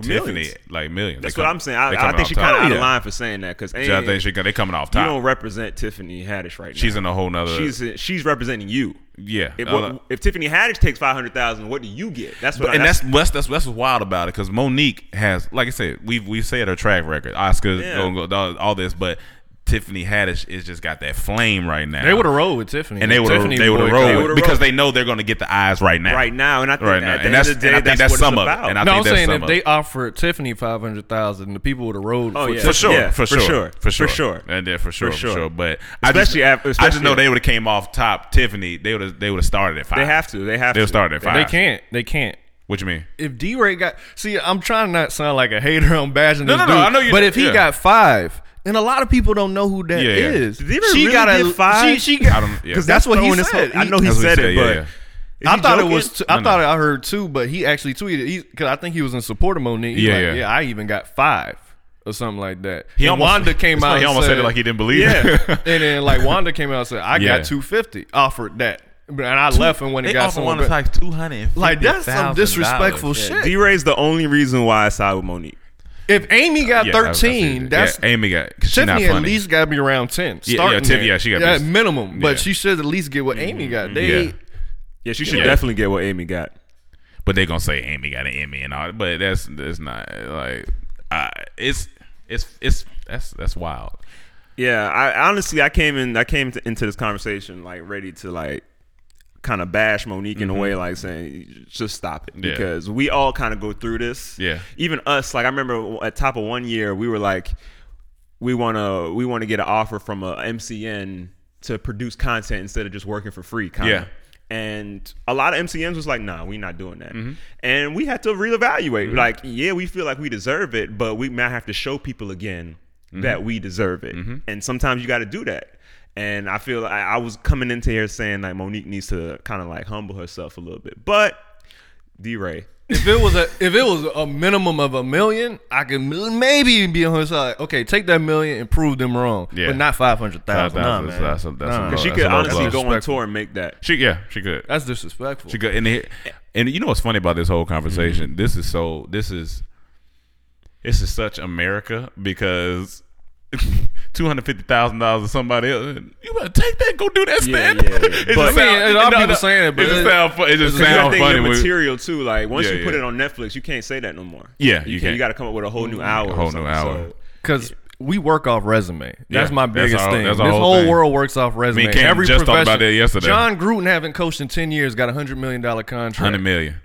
Speaker 1: Tiffany,
Speaker 4: Millions.
Speaker 1: like millions.
Speaker 4: That's
Speaker 1: They
Speaker 4: what
Speaker 1: come-
Speaker 4: I'm saying.
Speaker 1: they
Speaker 4: I, I
Speaker 1: coming
Speaker 4: think
Speaker 1: off
Speaker 4: she
Speaker 1: top.
Speaker 4: kind of out of
Speaker 3: Yeah.
Speaker 4: line for saying that because
Speaker 1: So I think she they coming off top.
Speaker 4: You don't represent Tiffany Haddish right now.
Speaker 1: She's in a whole nother.
Speaker 4: she's she's representing you.
Speaker 1: yeah.
Speaker 4: If,
Speaker 1: Uh,
Speaker 4: what, if Tiffany Haddish takes five hundred thousand, what do you get? That's what. I,
Speaker 1: and that's that's that's, that's what's wild about it because Monique has, like I said, we've we've said her track record, Oscars,
Speaker 4: Yeah.
Speaker 1: Golden Globe, all, all this, but Tiffany Haddish is just got that flame right now.
Speaker 3: They would have rolled with Tiffany,
Speaker 1: and they would have
Speaker 3: Tiffany
Speaker 1: they would have
Speaker 3: boycotted.
Speaker 4: They
Speaker 1: rolled
Speaker 4: would've
Speaker 1: because
Speaker 4: rolled.
Speaker 1: they know they're going to get the eyes right now.
Speaker 4: right now, and I think
Speaker 1: Right
Speaker 4: at
Speaker 1: now.
Speaker 4: the
Speaker 1: And
Speaker 4: end
Speaker 1: that's-
Speaker 4: of the day,
Speaker 1: and I think
Speaker 4: that's,
Speaker 1: that's
Speaker 4: what
Speaker 1: some
Speaker 4: it's
Speaker 1: of it.
Speaker 4: about.
Speaker 1: And I-
Speaker 3: No, I'm
Speaker 1: think that's
Speaker 3: saying
Speaker 1: some
Speaker 3: if
Speaker 1: of
Speaker 3: they
Speaker 1: it.
Speaker 3: offered Tiffany five hundred thousand, the people would have rolled.
Speaker 4: Oh,
Speaker 3: for
Speaker 4: yeah.
Speaker 1: For
Speaker 3: Tiffany.
Speaker 1: sure,
Speaker 4: Yeah,
Speaker 1: for,
Speaker 4: for
Speaker 1: sure,
Speaker 4: sure,
Speaker 1: for
Speaker 4: for
Speaker 1: sure,
Speaker 4: sure.
Speaker 1: and yeah, for sure, for
Speaker 4: For
Speaker 1: sure.
Speaker 4: sure.
Speaker 1: But I
Speaker 4: Especially
Speaker 1: just,
Speaker 4: af-
Speaker 1: I just know
Speaker 4: especially-
Speaker 1: they would have came off top. Tiffany, they would have, they would have started at five.
Speaker 4: They have to. They have.
Speaker 1: They'll
Speaker 4: to.
Speaker 1: start at
Speaker 4: They-
Speaker 1: five.
Speaker 3: They can't. They can't.
Speaker 1: What you mean?
Speaker 3: If D Ray got see, I'm trying not to sound like a hater. I'm bashing
Speaker 1: No,
Speaker 3: this
Speaker 1: no, no,
Speaker 3: dude,
Speaker 1: I know you-
Speaker 3: But if he
Speaker 1: yeah.
Speaker 3: got five, and a lot of people don't know who that
Speaker 1: Yeah, yeah.
Speaker 3: is.
Speaker 4: Did D. Ray
Speaker 3: she
Speaker 4: really
Speaker 3: got a
Speaker 4: get five?
Speaker 3: She, she got
Speaker 1: I don't- yeah.
Speaker 3: because that's what he
Speaker 4: throwing this
Speaker 3: said.
Speaker 4: whole- I
Speaker 3: He-
Speaker 4: know he
Speaker 1: That's what he
Speaker 4: said
Speaker 1: said,
Speaker 4: it,
Speaker 1: yeah,
Speaker 4: but
Speaker 1: yeah.
Speaker 4: is
Speaker 3: I
Speaker 4: he
Speaker 3: thought
Speaker 4: joking?
Speaker 3: it was. T- I thought I heard two, but he actually tweeted. He, Cause I think he was in support of Monique. He's
Speaker 1: Yeah,
Speaker 3: like,
Speaker 1: yeah.
Speaker 3: yeah. I even got five or something like that.
Speaker 1: He
Speaker 3: And
Speaker 1: almost-
Speaker 3: Wanda
Speaker 1: it's
Speaker 3: came
Speaker 1: funny,
Speaker 3: out.
Speaker 1: He
Speaker 3: and
Speaker 1: almost said it like he didn't believe. it.
Speaker 3: and then like Wanda came out and said, "I
Speaker 1: Yeah.
Speaker 3: got 250 offered that." And I left and went and
Speaker 1: They
Speaker 3: got
Speaker 1: also
Speaker 3: someone.
Speaker 1: want us
Speaker 3: back.
Speaker 1: like two hundred.
Speaker 3: Like that's some disrespectful shit.
Speaker 4: D Ray's the only reason why I side with Monique.
Speaker 3: If Amy got
Speaker 1: Yeah, I- I see
Speaker 3: thirteen,
Speaker 1: that.
Speaker 3: that's
Speaker 1: yeah, Amy got. 'cause She not
Speaker 3: Tiffany
Speaker 1: funny.
Speaker 3: at least got to be around ten.
Speaker 1: yeah,
Speaker 3: starting
Speaker 1: Tiff-
Speaker 3: there.
Speaker 1: yeah, she gotta be-
Speaker 3: at minimum, but
Speaker 1: yeah. Mm-hmm.
Speaker 3: she should at least get what Amy got. They
Speaker 1: yeah,
Speaker 4: Yeah, she should
Speaker 1: Yeah.
Speaker 4: definitely get what Amy got.
Speaker 1: but they gonna say Amy got an Emmy and all. that, But that's that's not like. Uh, it's it's it's that's that's wild.
Speaker 4: Yeah, I honestly I came in I came to, into this conversation like ready to like kind of bash Monique in a way like saying just stop it
Speaker 1: Mm-hmm. Yeah.
Speaker 4: because we all kind of go through this.
Speaker 1: Yeah.
Speaker 4: Even us like I remember at top of one year we were like we want to we want to get an offer from a MCN to produce content instead of just working for free kind
Speaker 1: Yeah.
Speaker 4: And a lot of MCNs was like, nah, we're not doing that.
Speaker 1: Mm-hmm.
Speaker 4: And we had to reevaluate. Like, yeah, we feel like we deserve it, but we might have to show people again
Speaker 1: Mm-hmm.
Speaker 4: that we deserve it. And sometimes you got to do that. And I feel I, I was coming into here saying like Monique needs to kind of like humble herself a little bit. But D Ray,
Speaker 3: if it was a if it was a minimum of a million, I could m- maybe be on her side. Okay, take that million and prove them wrong,
Speaker 1: Yeah.
Speaker 3: but not five hundred
Speaker 1: 500,000,
Speaker 3: thousand. Nah,
Speaker 1: that's-
Speaker 3: man.
Speaker 1: that's a- that's a
Speaker 3: Nah.
Speaker 1: low.
Speaker 4: she
Speaker 1: that's
Speaker 4: could
Speaker 1: a low
Speaker 4: honestly
Speaker 1: blow.
Speaker 4: go on tour and make that.
Speaker 1: She yeah she could.
Speaker 3: That's disrespectful.
Speaker 1: She good. And the, and you know what's funny about this whole conversation?
Speaker 3: Mm-hmm.
Speaker 1: This is so. This is. This is such America because. Two hundred fifty thousand dollars to somebody else. You better take that. and Go do that
Speaker 4: Yeah,
Speaker 1: stand.
Speaker 4: yeah, yeah.
Speaker 1: It just
Speaker 4: But- I mean,
Speaker 3: a lot of
Speaker 1: no,
Speaker 3: people
Speaker 1: no,
Speaker 3: saying it, but
Speaker 1: it just
Speaker 3: it-
Speaker 1: sound fu- It just
Speaker 4: Because I
Speaker 1: sound
Speaker 4: think
Speaker 1: funny.
Speaker 4: your
Speaker 1: when-
Speaker 4: material too. Like once
Speaker 1: Yeah,
Speaker 4: you put
Speaker 1: yeah.
Speaker 4: it on Netflix, you can't say that no more.
Speaker 1: Yeah,
Speaker 4: you,
Speaker 1: you
Speaker 4: can,
Speaker 1: can't. Mm-hmm.
Speaker 4: You got to come up with a whole new hour. or
Speaker 1: whole new
Speaker 4: something,
Speaker 1: hour.
Speaker 4: so-
Speaker 3: because we work off resume. That's
Speaker 1: Yeah,
Speaker 3: my
Speaker 1: that's
Speaker 3: biggest
Speaker 1: our-
Speaker 3: thing.
Speaker 1: that's
Speaker 3: This
Speaker 1: our
Speaker 3: whole,
Speaker 1: whole thing.
Speaker 3: world works off resume.
Speaker 1: Cam
Speaker 3: Every
Speaker 1: just talked about
Speaker 3: profession-
Speaker 1: that yesterday.
Speaker 3: John Gruden haven't coached in ten years, got a hundred million dollar contract.
Speaker 1: Hundred million.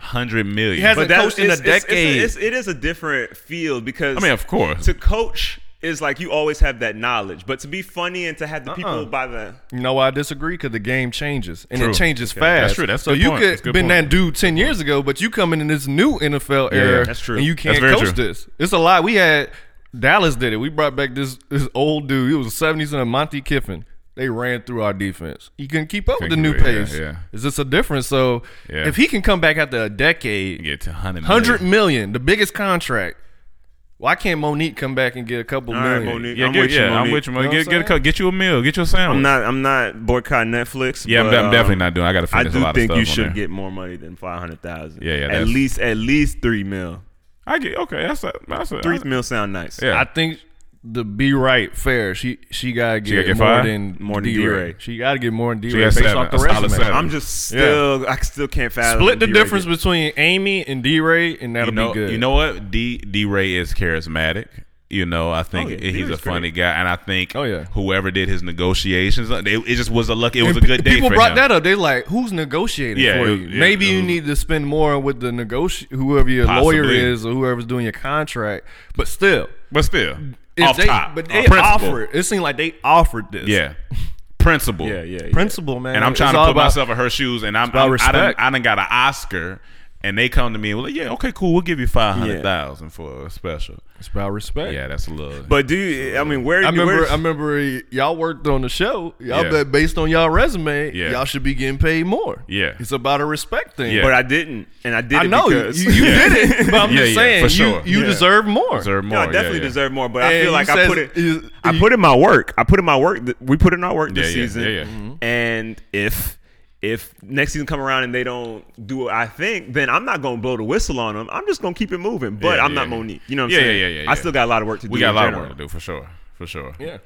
Speaker 1: Hundred million.
Speaker 3: He hasn't
Speaker 4: but that's
Speaker 3: coached in a decade.
Speaker 4: It's, it's, it is a different field because
Speaker 1: I mean, of course.
Speaker 4: to coach is like you always have that knowledge, but to be funny and to have the
Speaker 3: Uh-uh.
Speaker 4: people by the
Speaker 3: You know why I disagree? Because the game changes and
Speaker 1: True.
Speaker 3: it changes
Speaker 1: Okay.
Speaker 3: fast.
Speaker 1: That's true. That's a
Speaker 3: so
Speaker 1: good
Speaker 3: you
Speaker 1: point. That's a
Speaker 3: could
Speaker 1: good
Speaker 3: been
Speaker 1: point.
Speaker 3: that dude ten years ago, but you coming in this new NFL
Speaker 1: Yeah,
Speaker 3: era.
Speaker 1: that's true.
Speaker 3: And you
Speaker 1: That's
Speaker 3: can't
Speaker 1: very
Speaker 3: coach
Speaker 1: true.
Speaker 3: this. It's a lot. We had Dallas did it. We brought back this this old dude. He was a seventies and a Monty Kiffin. They ran through our defense. He couldn't keep up with the
Speaker 1: Couldn't
Speaker 3: new
Speaker 1: keep it, yeah,
Speaker 3: pace.
Speaker 1: yeah.
Speaker 3: Is this a difference? So
Speaker 1: Yeah.
Speaker 3: if he can come back after a decade,
Speaker 1: Get to hundred.
Speaker 3: hundred million, the biggest contract. Why can't Monique come back and get a couple
Speaker 4: All right,
Speaker 3: million?
Speaker 4: Monique.
Speaker 1: Yeah,
Speaker 4: I'm
Speaker 1: get,
Speaker 4: with you,
Speaker 1: yeah. I'm
Speaker 4: Monique.
Speaker 1: with you.
Speaker 4: You
Speaker 1: Monique.
Speaker 3: know
Speaker 1: Get
Speaker 3: what
Speaker 1: get a,
Speaker 3: I'm
Speaker 1: cu- get you a meal. Get you a sandwich.
Speaker 4: I'm not I'm not boycotting Netflix.
Speaker 1: yeah, I'm,
Speaker 4: but,
Speaker 1: I'm
Speaker 4: um,
Speaker 1: definitely not doing. I got to
Speaker 4: I
Speaker 1: finish a
Speaker 4: do
Speaker 1: lot
Speaker 4: think
Speaker 1: of stuff
Speaker 4: you
Speaker 1: on
Speaker 4: should
Speaker 1: there.
Speaker 4: get more money than five hundred thousand.
Speaker 1: Yeah, yeah,
Speaker 4: At
Speaker 1: that's-
Speaker 4: least at least three mil.
Speaker 1: I get okay. That's a, that's a,
Speaker 4: Three
Speaker 1: that's-
Speaker 4: mil sound nice.
Speaker 1: Uh, Yeah.
Speaker 3: I think the be right fair. She she gotta get,
Speaker 1: gotta get
Speaker 3: more
Speaker 1: five?
Speaker 3: than
Speaker 4: More than
Speaker 3: D-Ray.
Speaker 4: D-Ray.
Speaker 3: She gotta get more than D
Speaker 1: She
Speaker 3: Ray
Speaker 1: got
Speaker 3: based
Speaker 1: seven,
Speaker 3: off the
Speaker 1: a solid
Speaker 3: resume.
Speaker 1: seven.
Speaker 4: I'm just still I still can't fathom.
Speaker 3: Split the
Speaker 4: D-Ray
Speaker 3: difference
Speaker 4: getting-
Speaker 3: between Amy and D Ray, and that'll
Speaker 1: you know,
Speaker 3: be good.
Speaker 1: You know what? D D Ray is charismatic. You know, I think
Speaker 4: Oh, yeah.
Speaker 1: he's a
Speaker 4: D-Ray's
Speaker 1: funny guy, and I think
Speaker 3: Oh, yeah.
Speaker 1: whoever did his negotiations, it, it just was a luck. It was
Speaker 3: And
Speaker 1: a good
Speaker 3: pe-
Speaker 1: day.
Speaker 3: People
Speaker 1: for
Speaker 3: brought
Speaker 1: him.
Speaker 3: that up. They like, who's negotiating
Speaker 1: Yeah,
Speaker 3: for
Speaker 1: it
Speaker 3: you?
Speaker 1: was- yeah,
Speaker 3: Maybe
Speaker 1: it
Speaker 3: you
Speaker 1: was-
Speaker 3: need to spend more with the negoti whoever your lawyer
Speaker 1: Possibly.
Speaker 3: is or whoever's doing your contract. But still,
Speaker 1: but still,
Speaker 3: if
Speaker 1: off
Speaker 3: they,
Speaker 1: top,
Speaker 3: but
Speaker 1: off
Speaker 3: they
Speaker 1: principle.
Speaker 3: offered. It seemed like they offered this.
Speaker 1: yeah, principle,
Speaker 4: Yeah, yeah, yeah.
Speaker 3: principle, man.
Speaker 1: And I'm
Speaker 3: It's
Speaker 1: trying
Speaker 3: all
Speaker 1: to put
Speaker 3: about-
Speaker 1: myself in her shoes, and I'm,
Speaker 3: about
Speaker 1: I'm I, done,
Speaker 3: respect.
Speaker 1: I done got an Oscar, and they come to me, well, yeah, okay, cool, we'll give you five hundred
Speaker 4: Yeah.
Speaker 1: thousand for a special.
Speaker 3: It's about respect.
Speaker 1: Yeah, that's a little.
Speaker 4: But do you, I mean where?
Speaker 3: I remember,
Speaker 4: where's-
Speaker 3: I remember y- y'all worked on the show. Y'all
Speaker 1: Yeah.
Speaker 3: bet based on y'all resume,
Speaker 1: Yeah.
Speaker 3: y'all should be getting paid more.
Speaker 1: Yeah.
Speaker 3: it's about a respect thing.
Speaker 1: Yeah.
Speaker 4: but I didn't, and I did.
Speaker 3: I
Speaker 4: it
Speaker 3: know you,
Speaker 4: because,
Speaker 3: you you
Speaker 1: Yeah.
Speaker 3: did it, but I'm
Speaker 1: Yeah,
Speaker 3: just
Speaker 1: yeah,
Speaker 3: saying
Speaker 1: for sure.
Speaker 3: you, you
Speaker 1: Yeah.
Speaker 3: deserve more.
Speaker 1: deserve more.
Speaker 4: No, I
Speaker 1: Yeah,
Speaker 4: definitely
Speaker 1: yeah.
Speaker 4: deserve more, but I
Speaker 3: And
Speaker 4: feel like
Speaker 3: you
Speaker 4: I
Speaker 3: says-
Speaker 4: put it.
Speaker 3: you-
Speaker 4: I put in my work. I put in my work. th- We put in our work this
Speaker 1: Yeah, yeah,
Speaker 4: season.
Speaker 1: yeah, yeah. Mhm.
Speaker 4: And if if next season come around and they don't do what I think, then I'm not gonna blow the whistle on them. I'm just gonna keep it moving. But
Speaker 1: Yeah,
Speaker 4: I'm
Speaker 1: yeah,
Speaker 4: not
Speaker 1: yeah.
Speaker 4: Monique. You know what I'm
Speaker 1: Yeah,
Speaker 4: saying?
Speaker 1: yeah, yeah, yeah,
Speaker 4: I
Speaker 1: yeah.
Speaker 4: still got a lot of work to do.
Speaker 1: we got
Speaker 4: in
Speaker 1: a lot of
Speaker 4: general.
Speaker 1: work to do for sure, for sure.
Speaker 3: Yeah,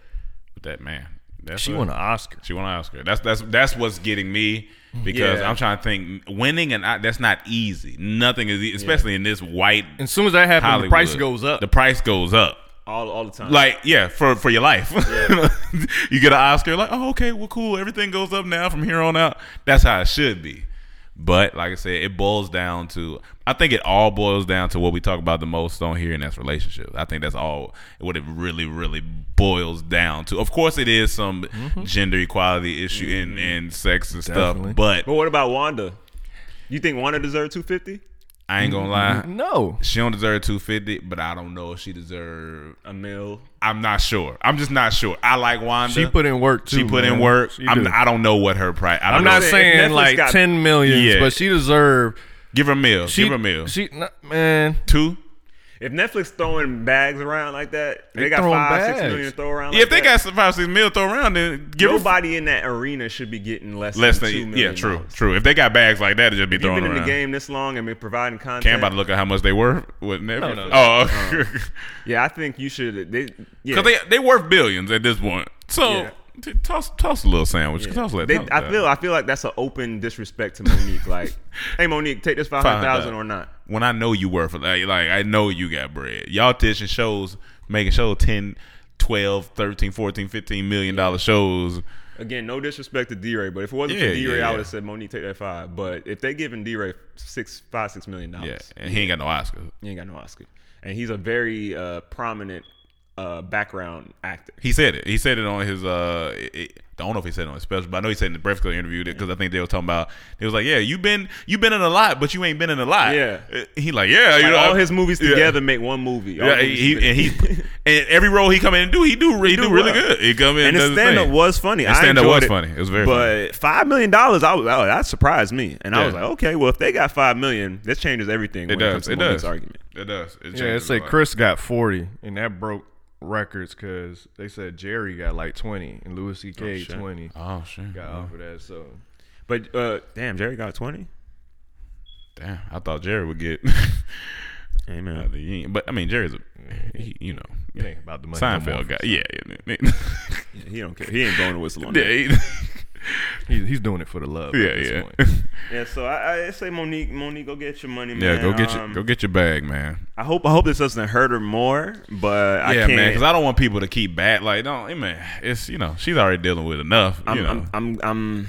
Speaker 1: But that man, that's
Speaker 3: she
Speaker 1: a-
Speaker 3: won an Oscar.
Speaker 1: She won an Oscar. That's that's that's what's getting me
Speaker 3: Mm-hmm.
Speaker 1: because
Speaker 4: Yeah.
Speaker 1: I'm trying to think winning and I, that's not easy. Nothing is, e- especially in this white.
Speaker 3: And as soon as that happens,
Speaker 1: Hollywood,
Speaker 3: the price goes up.
Speaker 1: The price goes up.
Speaker 4: all all the time.
Speaker 1: Like yeah, for for your life, you get an Oscar. Like oh okay, well cool. Everything goes up now from here on out. That's how it should be. But like I said, it boils down to I think it all boils down to what we talk about the most on here, and that's relationships. I think that's all what it really, really boils down to. Of course, it is some gender equality issue and, and sex and
Speaker 3: Mm-hmm. Definitely.
Speaker 1: stuff, but
Speaker 4: but what about Wanda? You think Wanda deserved 250?
Speaker 1: I ain't gonna
Speaker 3: Mm-hmm.
Speaker 1: lie,
Speaker 3: no,
Speaker 1: she don't deserve two fifty, but I don't know if she deserve.
Speaker 4: A mil.
Speaker 1: I'm not sure. I'm just not sure. I like Wanda.
Speaker 3: she put in work too.
Speaker 1: She put in
Speaker 3: man.
Speaker 1: work.
Speaker 3: She
Speaker 1: I'm,
Speaker 3: did.
Speaker 1: I don't know what her price. I don't
Speaker 3: I'm
Speaker 1: know.
Speaker 3: not
Speaker 4: If
Speaker 3: saying
Speaker 4: Netflix
Speaker 3: like
Speaker 4: got-
Speaker 3: ten millions,
Speaker 1: Yeah.
Speaker 3: but she deserved.
Speaker 1: give her a meal.
Speaker 3: She,
Speaker 1: give her a meal.
Speaker 3: She not, man.
Speaker 1: two.
Speaker 4: If Netflix throwing bags around like that, they,
Speaker 3: They
Speaker 4: got
Speaker 3: throwing
Speaker 4: five, six
Speaker 3: bags.
Speaker 4: million to throw around.
Speaker 1: Yeah,
Speaker 4: like
Speaker 1: if they
Speaker 4: that,
Speaker 1: got some five six mil throw around, then give a
Speaker 4: nobody in that arena should be getting less,
Speaker 1: f- less
Speaker 4: than, two
Speaker 1: than
Speaker 4: million.
Speaker 1: yeah, true,
Speaker 4: dollars.
Speaker 1: true. If they got bags like that, it just be
Speaker 4: You've
Speaker 1: thrown
Speaker 4: been in the
Speaker 1: around.
Speaker 4: game this long and been providing content.
Speaker 1: Can't about to look at how much they were. With never.
Speaker 3: no, no.
Speaker 1: oh,
Speaker 4: Uh-uh. yeah, I think you should. They, yeah,
Speaker 1: because they they worth billions at this point. So
Speaker 4: Yeah.
Speaker 1: t- toss toss a little sandwich. Toss that.
Speaker 4: They,
Speaker 1: toss
Speaker 4: I
Speaker 1: that.
Speaker 4: feel I feel like that's an open disrespect to Monique. Like, hey Monique, take this five hundred thousand or not.
Speaker 1: when I know you worth like, like I know you got bread. Y'all dishing shows, making shows 10, 12, 13, 14, 15 million dollar shows.
Speaker 4: Again, no disrespect to D-Ray, but if it wasn't
Speaker 1: Yeah,
Speaker 4: for D-Ray,
Speaker 1: yeah,
Speaker 4: I
Speaker 1: yeah.
Speaker 4: would have said Monique take that five. But if they giving D-Ray six five six million dollars,
Speaker 1: Yeah, and he ain't got no Oscar.
Speaker 4: he ain't got no Oscar, and he's a very uh, prominent uh, background actor.
Speaker 1: He said it. He said it on his. uh it- it- I don't know if he said it on his special, but I know he said in the Breakfast Club interview because I think they were talking about. They was like, "Yeah, you been you been in a lot, but you ain't been in a lot."
Speaker 4: Yeah.
Speaker 1: Uh, he like, yeah, you
Speaker 4: Like,
Speaker 1: know,
Speaker 4: all
Speaker 1: I-
Speaker 4: his movies
Speaker 1: yeah.
Speaker 4: together make one movie. All
Speaker 1: Yeah,
Speaker 4: movies
Speaker 1: he,
Speaker 4: together.
Speaker 1: and he and every role he come in and do, he do he, do,
Speaker 4: do
Speaker 1: really
Speaker 4: well.
Speaker 1: good. He come in and
Speaker 4: and his stand up
Speaker 1: was
Speaker 4: was funny.
Speaker 1: His
Speaker 4: I
Speaker 1: stand-up
Speaker 4: enjoyed
Speaker 1: was
Speaker 4: it,
Speaker 1: funny. It was very
Speaker 4: But five million dollars, I was oh, that surprised me, and I
Speaker 1: Yeah.
Speaker 4: was like, okay, well, if they got five million, this changes everything.
Speaker 1: it
Speaker 4: when comes
Speaker 1: does
Speaker 4: to
Speaker 1: it
Speaker 4: Monique's
Speaker 1: does
Speaker 4: Argument.
Speaker 1: it does it
Speaker 3: Yeah, it
Speaker 1: changes a
Speaker 3: said
Speaker 1: lot.
Speaker 3: Chris got 40, and that broke records because they said Jerry got like 20 and Louis C.K. 20
Speaker 1: Oh shit!
Speaker 3: got offered that. So
Speaker 4: But uh, damn, Jerry got twenty.
Speaker 1: Damn, I thought Jerry would get.
Speaker 4: Amen.
Speaker 1: but I mean, Jerry's a, he, you know,
Speaker 3: it ain't about the money. no more.
Speaker 1: Seinfeld guy. Yeah, yeah, yeah.
Speaker 4: He don't care. He ain't going to whistle on
Speaker 1: yeah,
Speaker 4: that.
Speaker 1: he-
Speaker 3: He, he's doing it for the love. at
Speaker 1: yeah.
Speaker 3: this
Speaker 1: yeah.
Speaker 3: point.
Speaker 4: Yeah. So I, I say, Monique, Monique, go get your money, man.
Speaker 1: Yeah, go get
Speaker 4: Um,
Speaker 1: your go get your bag, man.
Speaker 4: I hope I hope this doesn't hurt her more, but I
Speaker 1: Yeah,
Speaker 4: can't.
Speaker 1: man, because I don't want people to keep bad. Like, don't, hey, man, it's you know, she's already dealing with enough.
Speaker 4: I'm,
Speaker 1: you know,
Speaker 4: I'm, I'm, I'm,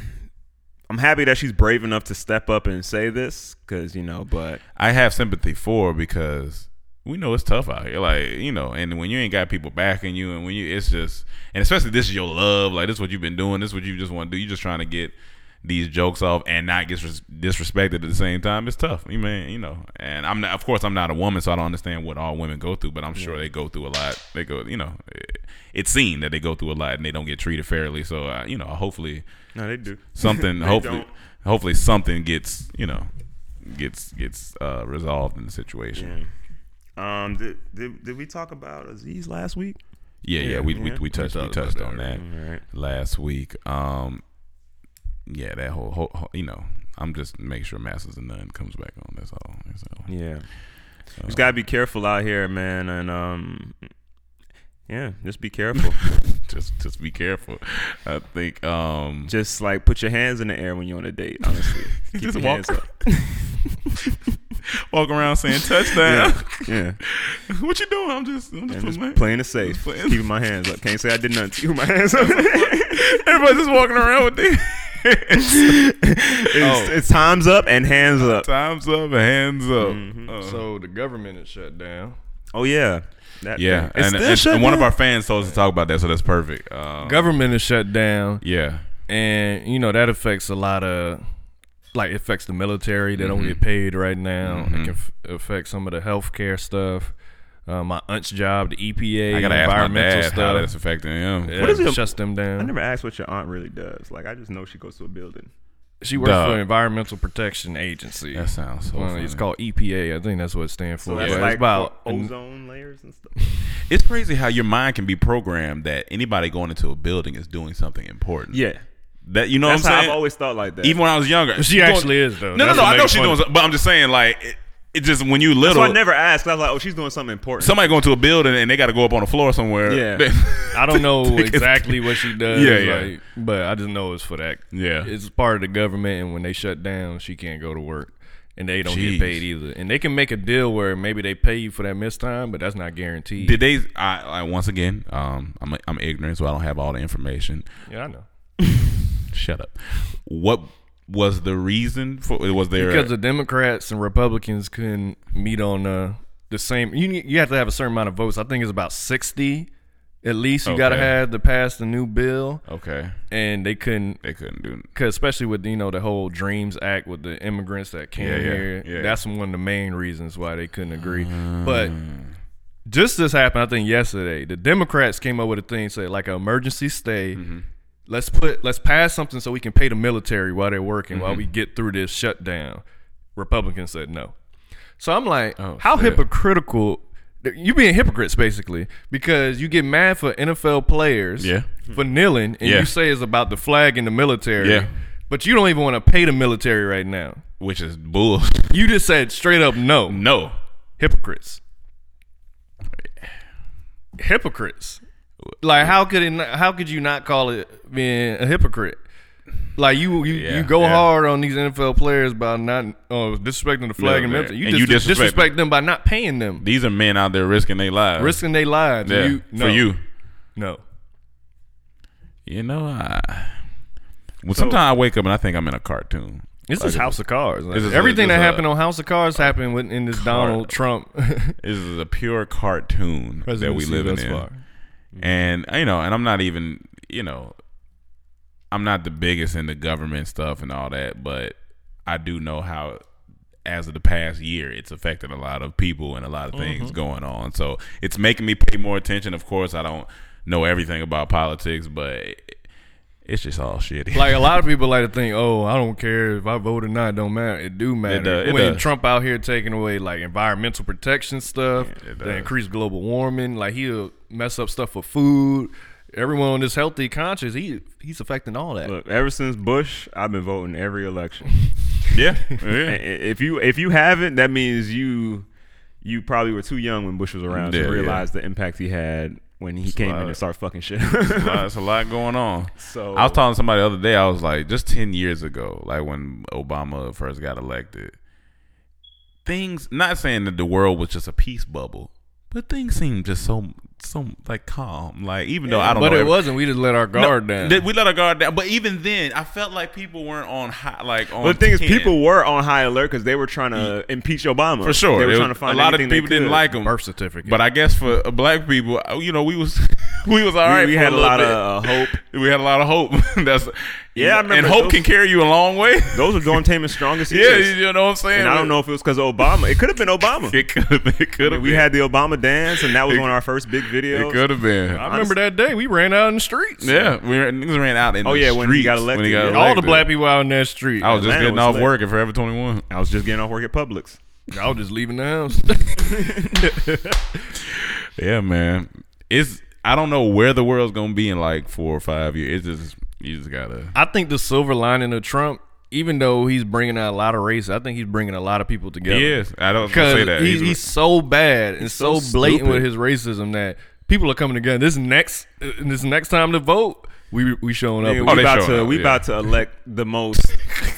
Speaker 4: I'm happy that she's brave enough to step up and say this, because you know, but
Speaker 1: I have sympathy for because we know it's tough out here. Like, you know, and when you ain't got people backing you and when you it's just and especially this is your love, like this is what you've been doing, this is what you just want to do. you just trying to get these jokes off and not get res- disrespected at the same time. It's tough. You mean, you know. And I'm not of course I'm not a woman, so I don't understand what all women go through, but I'm sure they go through a lot. They go, you know, it, it's seen that they go through a lot and they don't get treated fairly. So, uh, you know, hopefully
Speaker 4: no, they do.
Speaker 1: something hopefully
Speaker 4: don't.
Speaker 1: hopefully something gets you know gets gets uh resolved in the situation
Speaker 4: Um, did, did did we talk about Aziz last week?
Speaker 1: yeah yeah, we, we
Speaker 4: yeah.
Speaker 1: we touched we
Speaker 3: talked about
Speaker 1: touched
Speaker 3: that
Speaker 1: on that
Speaker 4: Right.
Speaker 1: last week um yeah that whole, whole, whole- you know i'm just making sure masters of none comes back on that's all that's all
Speaker 4: Yeah. Just gotta be careful out here, man, and um, yeah, just be careful.
Speaker 1: just just be careful i think um
Speaker 4: just like put your hands in the air when you're on a date. Honestly, keep
Speaker 1: Just
Speaker 4: your
Speaker 1: walk-
Speaker 4: hands up.
Speaker 1: walk around saying touchdown
Speaker 4: Yeah, yeah.
Speaker 1: what you doing i'm just i'm just, putting
Speaker 4: And just
Speaker 1: my
Speaker 4: playing it safe,
Speaker 1: playing-
Speaker 4: keeping my hands up. Can't say I did nothing to you. with My hands up. it's,
Speaker 1: everybody's just walking around with these Oh.
Speaker 4: it's times up and hands up.
Speaker 1: time's up hands up Uh,
Speaker 3: So the government is shut down.
Speaker 4: Oh yeah, that,
Speaker 1: Yeah, and,
Speaker 4: It's still
Speaker 1: and,
Speaker 4: shut
Speaker 1: and one of
Speaker 4: down.
Speaker 1: our fans told us to talk about that, so that's perfect. Um,
Speaker 3: Government is shut down,
Speaker 1: yeah,
Speaker 3: and you know that affects a lot of, like, it affects the military. They
Speaker 1: Mm-hmm.
Speaker 3: don't get paid right now. It can f- affect some of the healthcare stuff. Uh, my aunt's job, the EPA,
Speaker 1: I gotta ask my
Speaker 3: environmental
Speaker 1: dad
Speaker 3: stuff.
Speaker 1: how that's affecting him.
Speaker 3: yeah,
Speaker 4: What is it-
Speaker 3: shuts them down.
Speaker 4: I never asked what your aunt really does. Like I just know she goes to a building.
Speaker 3: She works
Speaker 1: Dog.
Speaker 3: for an Environmental Protection Agency.
Speaker 1: That sounds so
Speaker 3: Well,
Speaker 1: funny.
Speaker 3: it's called EPA. I think that's what it stands for.
Speaker 4: So that's
Speaker 3: But
Speaker 4: like
Speaker 3: it's about
Speaker 4: for ozone layers and stuff.
Speaker 1: It's crazy how your mind can be programmed that anybody going into a building is doing something important.
Speaker 4: Yeah,
Speaker 1: that you know
Speaker 4: that's
Speaker 1: what
Speaker 4: how
Speaker 1: I'm
Speaker 4: I've
Speaker 1: saying.
Speaker 4: always thought like that.
Speaker 1: Even when I was younger,
Speaker 3: She
Speaker 1: going-
Speaker 3: actually is, though.
Speaker 1: No,
Speaker 3: That's
Speaker 1: no, no.
Speaker 3: what
Speaker 1: I know
Speaker 3: makes
Speaker 1: she
Speaker 3: it
Speaker 1: doing,
Speaker 3: funny.
Speaker 1: something, but I'm just saying, like, it, it just when you
Speaker 4: so
Speaker 1: little,
Speaker 4: I never asked. I was like, oh, she's doing something important.
Speaker 1: somebody going to a building and they got to go up on the floor somewhere.
Speaker 4: Yeah.
Speaker 1: They-
Speaker 3: I don't know exactly what she does.
Speaker 1: Yeah, yeah.
Speaker 3: like, but I just know it's for that.
Speaker 1: Yeah.
Speaker 3: It's part of the government, and when they shut down, she can't go to work, and they don't
Speaker 1: Jeez.
Speaker 3: get paid either. And they can make a deal where maybe they pay you for that missed time, but that's not guaranteed.
Speaker 1: Did they? I, I once again, um, I'm I'm ignorant, so I don't have all the information.
Speaker 3: yeah, I know.
Speaker 1: Shut up. What was the reason for? Was there
Speaker 3: Because the Democrats and Republicans couldn't meet on uh, the same. You need- you have to have a certain amount of votes. I think it's about sixty. At least you got to
Speaker 1: Okay. Oh.
Speaker 3: have to pass the new bill,
Speaker 1: okay?
Speaker 3: and they couldn't
Speaker 1: They couldn't do.
Speaker 3: Cause especially with you know the whole Dreams Act with the immigrants that came
Speaker 1: Yeah, yeah,
Speaker 3: here,
Speaker 1: yeah. Mm.
Speaker 3: that's one of the main reasons why they couldn't agree. but just this happened, I think yesterday. The Democrats came up with a thing, say like an emergency stay.
Speaker 1: Mm-hmm.
Speaker 3: Let's put let's pass something so we can pay the military while they're working
Speaker 1: Mm-hmm.
Speaker 3: while we get through this shutdown. Republicans said no. So I'm like,
Speaker 1: Oh,
Speaker 3: how
Speaker 1: shit.
Speaker 3: hypocritical you being hypocrites basically because you get mad for NFL players
Speaker 1: Yeah.
Speaker 3: for kneeling, and
Speaker 1: Yeah.
Speaker 3: you say it's about the flag and the military,
Speaker 1: Yeah.
Speaker 3: but you don't even want to pay the military right now.
Speaker 1: which is bull.
Speaker 3: You just said straight up no,
Speaker 1: no,
Speaker 3: hypocrites, hypocrites. Like how could it? Not, how could you not call it being a hypocrite? Like you, you,
Speaker 1: Yeah,
Speaker 3: you go
Speaker 1: yeah.
Speaker 3: hard on these NFL players by not oh, disrespecting the flag and
Speaker 1: Military.
Speaker 3: military. You,
Speaker 1: And
Speaker 3: dis-
Speaker 1: you
Speaker 3: disrespect,
Speaker 1: disrespect
Speaker 3: them by not paying them,
Speaker 1: these are men out there risking their lives.
Speaker 3: risking their lives.
Speaker 1: yeah,
Speaker 3: You- no.
Speaker 1: for you.
Speaker 3: no.
Speaker 1: You know, I. Well, sometimes I wake up and I think I'm in a cartoon.
Speaker 3: This is House of Cards. Like,
Speaker 1: This is a-
Speaker 3: everything
Speaker 1: this
Speaker 3: that
Speaker 1: is a-
Speaker 3: happened on House of Cards happened with, in this Donald Trump
Speaker 1: This is a pure cartoon that we
Speaker 3: presidency
Speaker 1: live in.
Speaker 3: thus far.
Speaker 1: and you know, and I'm not even, you know, I'm not the biggest in the government stuff and all that, but I do know how, as of the past year, it's affected a lot of people and a lot of things going on. So it's making me pay more attention. Of course, I don't know everything about politics, but it's just all shitty.
Speaker 3: Like a lot of people like to think, oh, I don't care if I vote or not, it don't matter. It do matter.
Speaker 1: does- it
Speaker 3: when
Speaker 1: does.
Speaker 3: Trump out here taking away like environmental protection stuff,
Speaker 1: Yeah, it
Speaker 3: the
Speaker 1: does.
Speaker 3: increased global warming, like he'll mess up stuff for food. Everyone on this healthy conscience, he he's affecting all that.
Speaker 4: Look, ever since Bush, I've been voting every election.
Speaker 1: yeah,
Speaker 4: I- I-
Speaker 1: yeah.
Speaker 4: if you if you haven't, that means you you probably were too young when Bush was around
Speaker 1: Yeah,
Speaker 4: to
Speaker 1: yeah.
Speaker 4: realize the impact he had when he came
Speaker 1: lot.
Speaker 4: in and started fucking shit.
Speaker 1: Uh, it's a lot going on.
Speaker 4: So-
Speaker 1: I was talking to somebody the other day. I was like, just ten years ago, like when Obama first got elected, things. Not saying that the world was just a peace bubble, but things seemed just so so like calm. Like even though I don't
Speaker 3: but
Speaker 1: know,
Speaker 3: it
Speaker 1: every-
Speaker 3: wasn't. We just let our
Speaker 1: No,
Speaker 3: guard down.
Speaker 1: th- we let our guard down. But even then, I felt like people weren't on high. Like on.
Speaker 4: But the thing is,
Speaker 1: 10.
Speaker 4: people were on high alert because they were trying to impeach Obama.
Speaker 1: for sure
Speaker 4: they were
Speaker 1: It
Speaker 4: trying
Speaker 1: was-
Speaker 4: to find
Speaker 1: a lot of
Speaker 4: anything they
Speaker 1: people didn't
Speaker 4: could.
Speaker 1: like him.
Speaker 3: Birth certificate.
Speaker 1: But I guess for uh, black people, uh, you know, we was we was all
Speaker 4: We,
Speaker 1: right.
Speaker 4: we
Speaker 1: for
Speaker 4: had a
Speaker 1: little
Speaker 4: lot
Speaker 1: bit.
Speaker 4: of uh, hope.
Speaker 1: We had a lot of hope. That's
Speaker 4: Yeah, I remember
Speaker 1: and hope
Speaker 4: those-
Speaker 1: can carry you a long way.
Speaker 4: Those were Norm Tamer's strongest
Speaker 1: yeah,
Speaker 4: years.
Speaker 1: you, you know what I'm saying.
Speaker 4: and I don't know if it was because of Obama. It could have been Obama.
Speaker 1: It could have. It could have.
Speaker 4: we
Speaker 1: been.
Speaker 4: had the Obama dance, and that was
Speaker 1: It-
Speaker 4: one of our first big
Speaker 1: It
Speaker 4: videos.
Speaker 1: could have been.
Speaker 3: I remember that day we ran out in the streets.
Speaker 1: yeah, we were, niggas ran out in
Speaker 4: Oh,
Speaker 1: the
Speaker 4: yeah,
Speaker 1: streets
Speaker 4: when he got
Speaker 1: When he
Speaker 4: elected,
Speaker 1: got
Speaker 4: yeah.
Speaker 1: elected.
Speaker 3: All the black people out in that street.
Speaker 1: I was just
Speaker 4: Atlanta
Speaker 1: getting
Speaker 4: was
Speaker 1: off
Speaker 4: lit.
Speaker 1: work at Forever 21.
Speaker 4: I was just getting off work at Publix.
Speaker 3: I was just leaving the house.
Speaker 1: Yeah, man. It's I don't know where the world's gonna be in like four or five years. It's just you just gotta.
Speaker 3: I think the silver lining of Trump, even though he's bringing out a lot of race, I think he's bringing a lot of people together.
Speaker 1: Yes, I don't say
Speaker 3: because
Speaker 1: that.
Speaker 3: he's, he's so bad and so,
Speaker 1: so
Speaker 3: blatant
Speaker 1: stupid.
Speaker 3: with his racism that people are coming together. This next, uh, this next time to vote, we we showing up.
Speaker 4: Yeah,
Speaker 1: Oh,
Speaker 4: we
Speaker 1: they
Speaker 4: about
Speaker 1: showing
Speaker 4: to
Speaker 1: up,
Speaker 4: we
Speaker 1: yeah.
Speaker 4: about to elect the most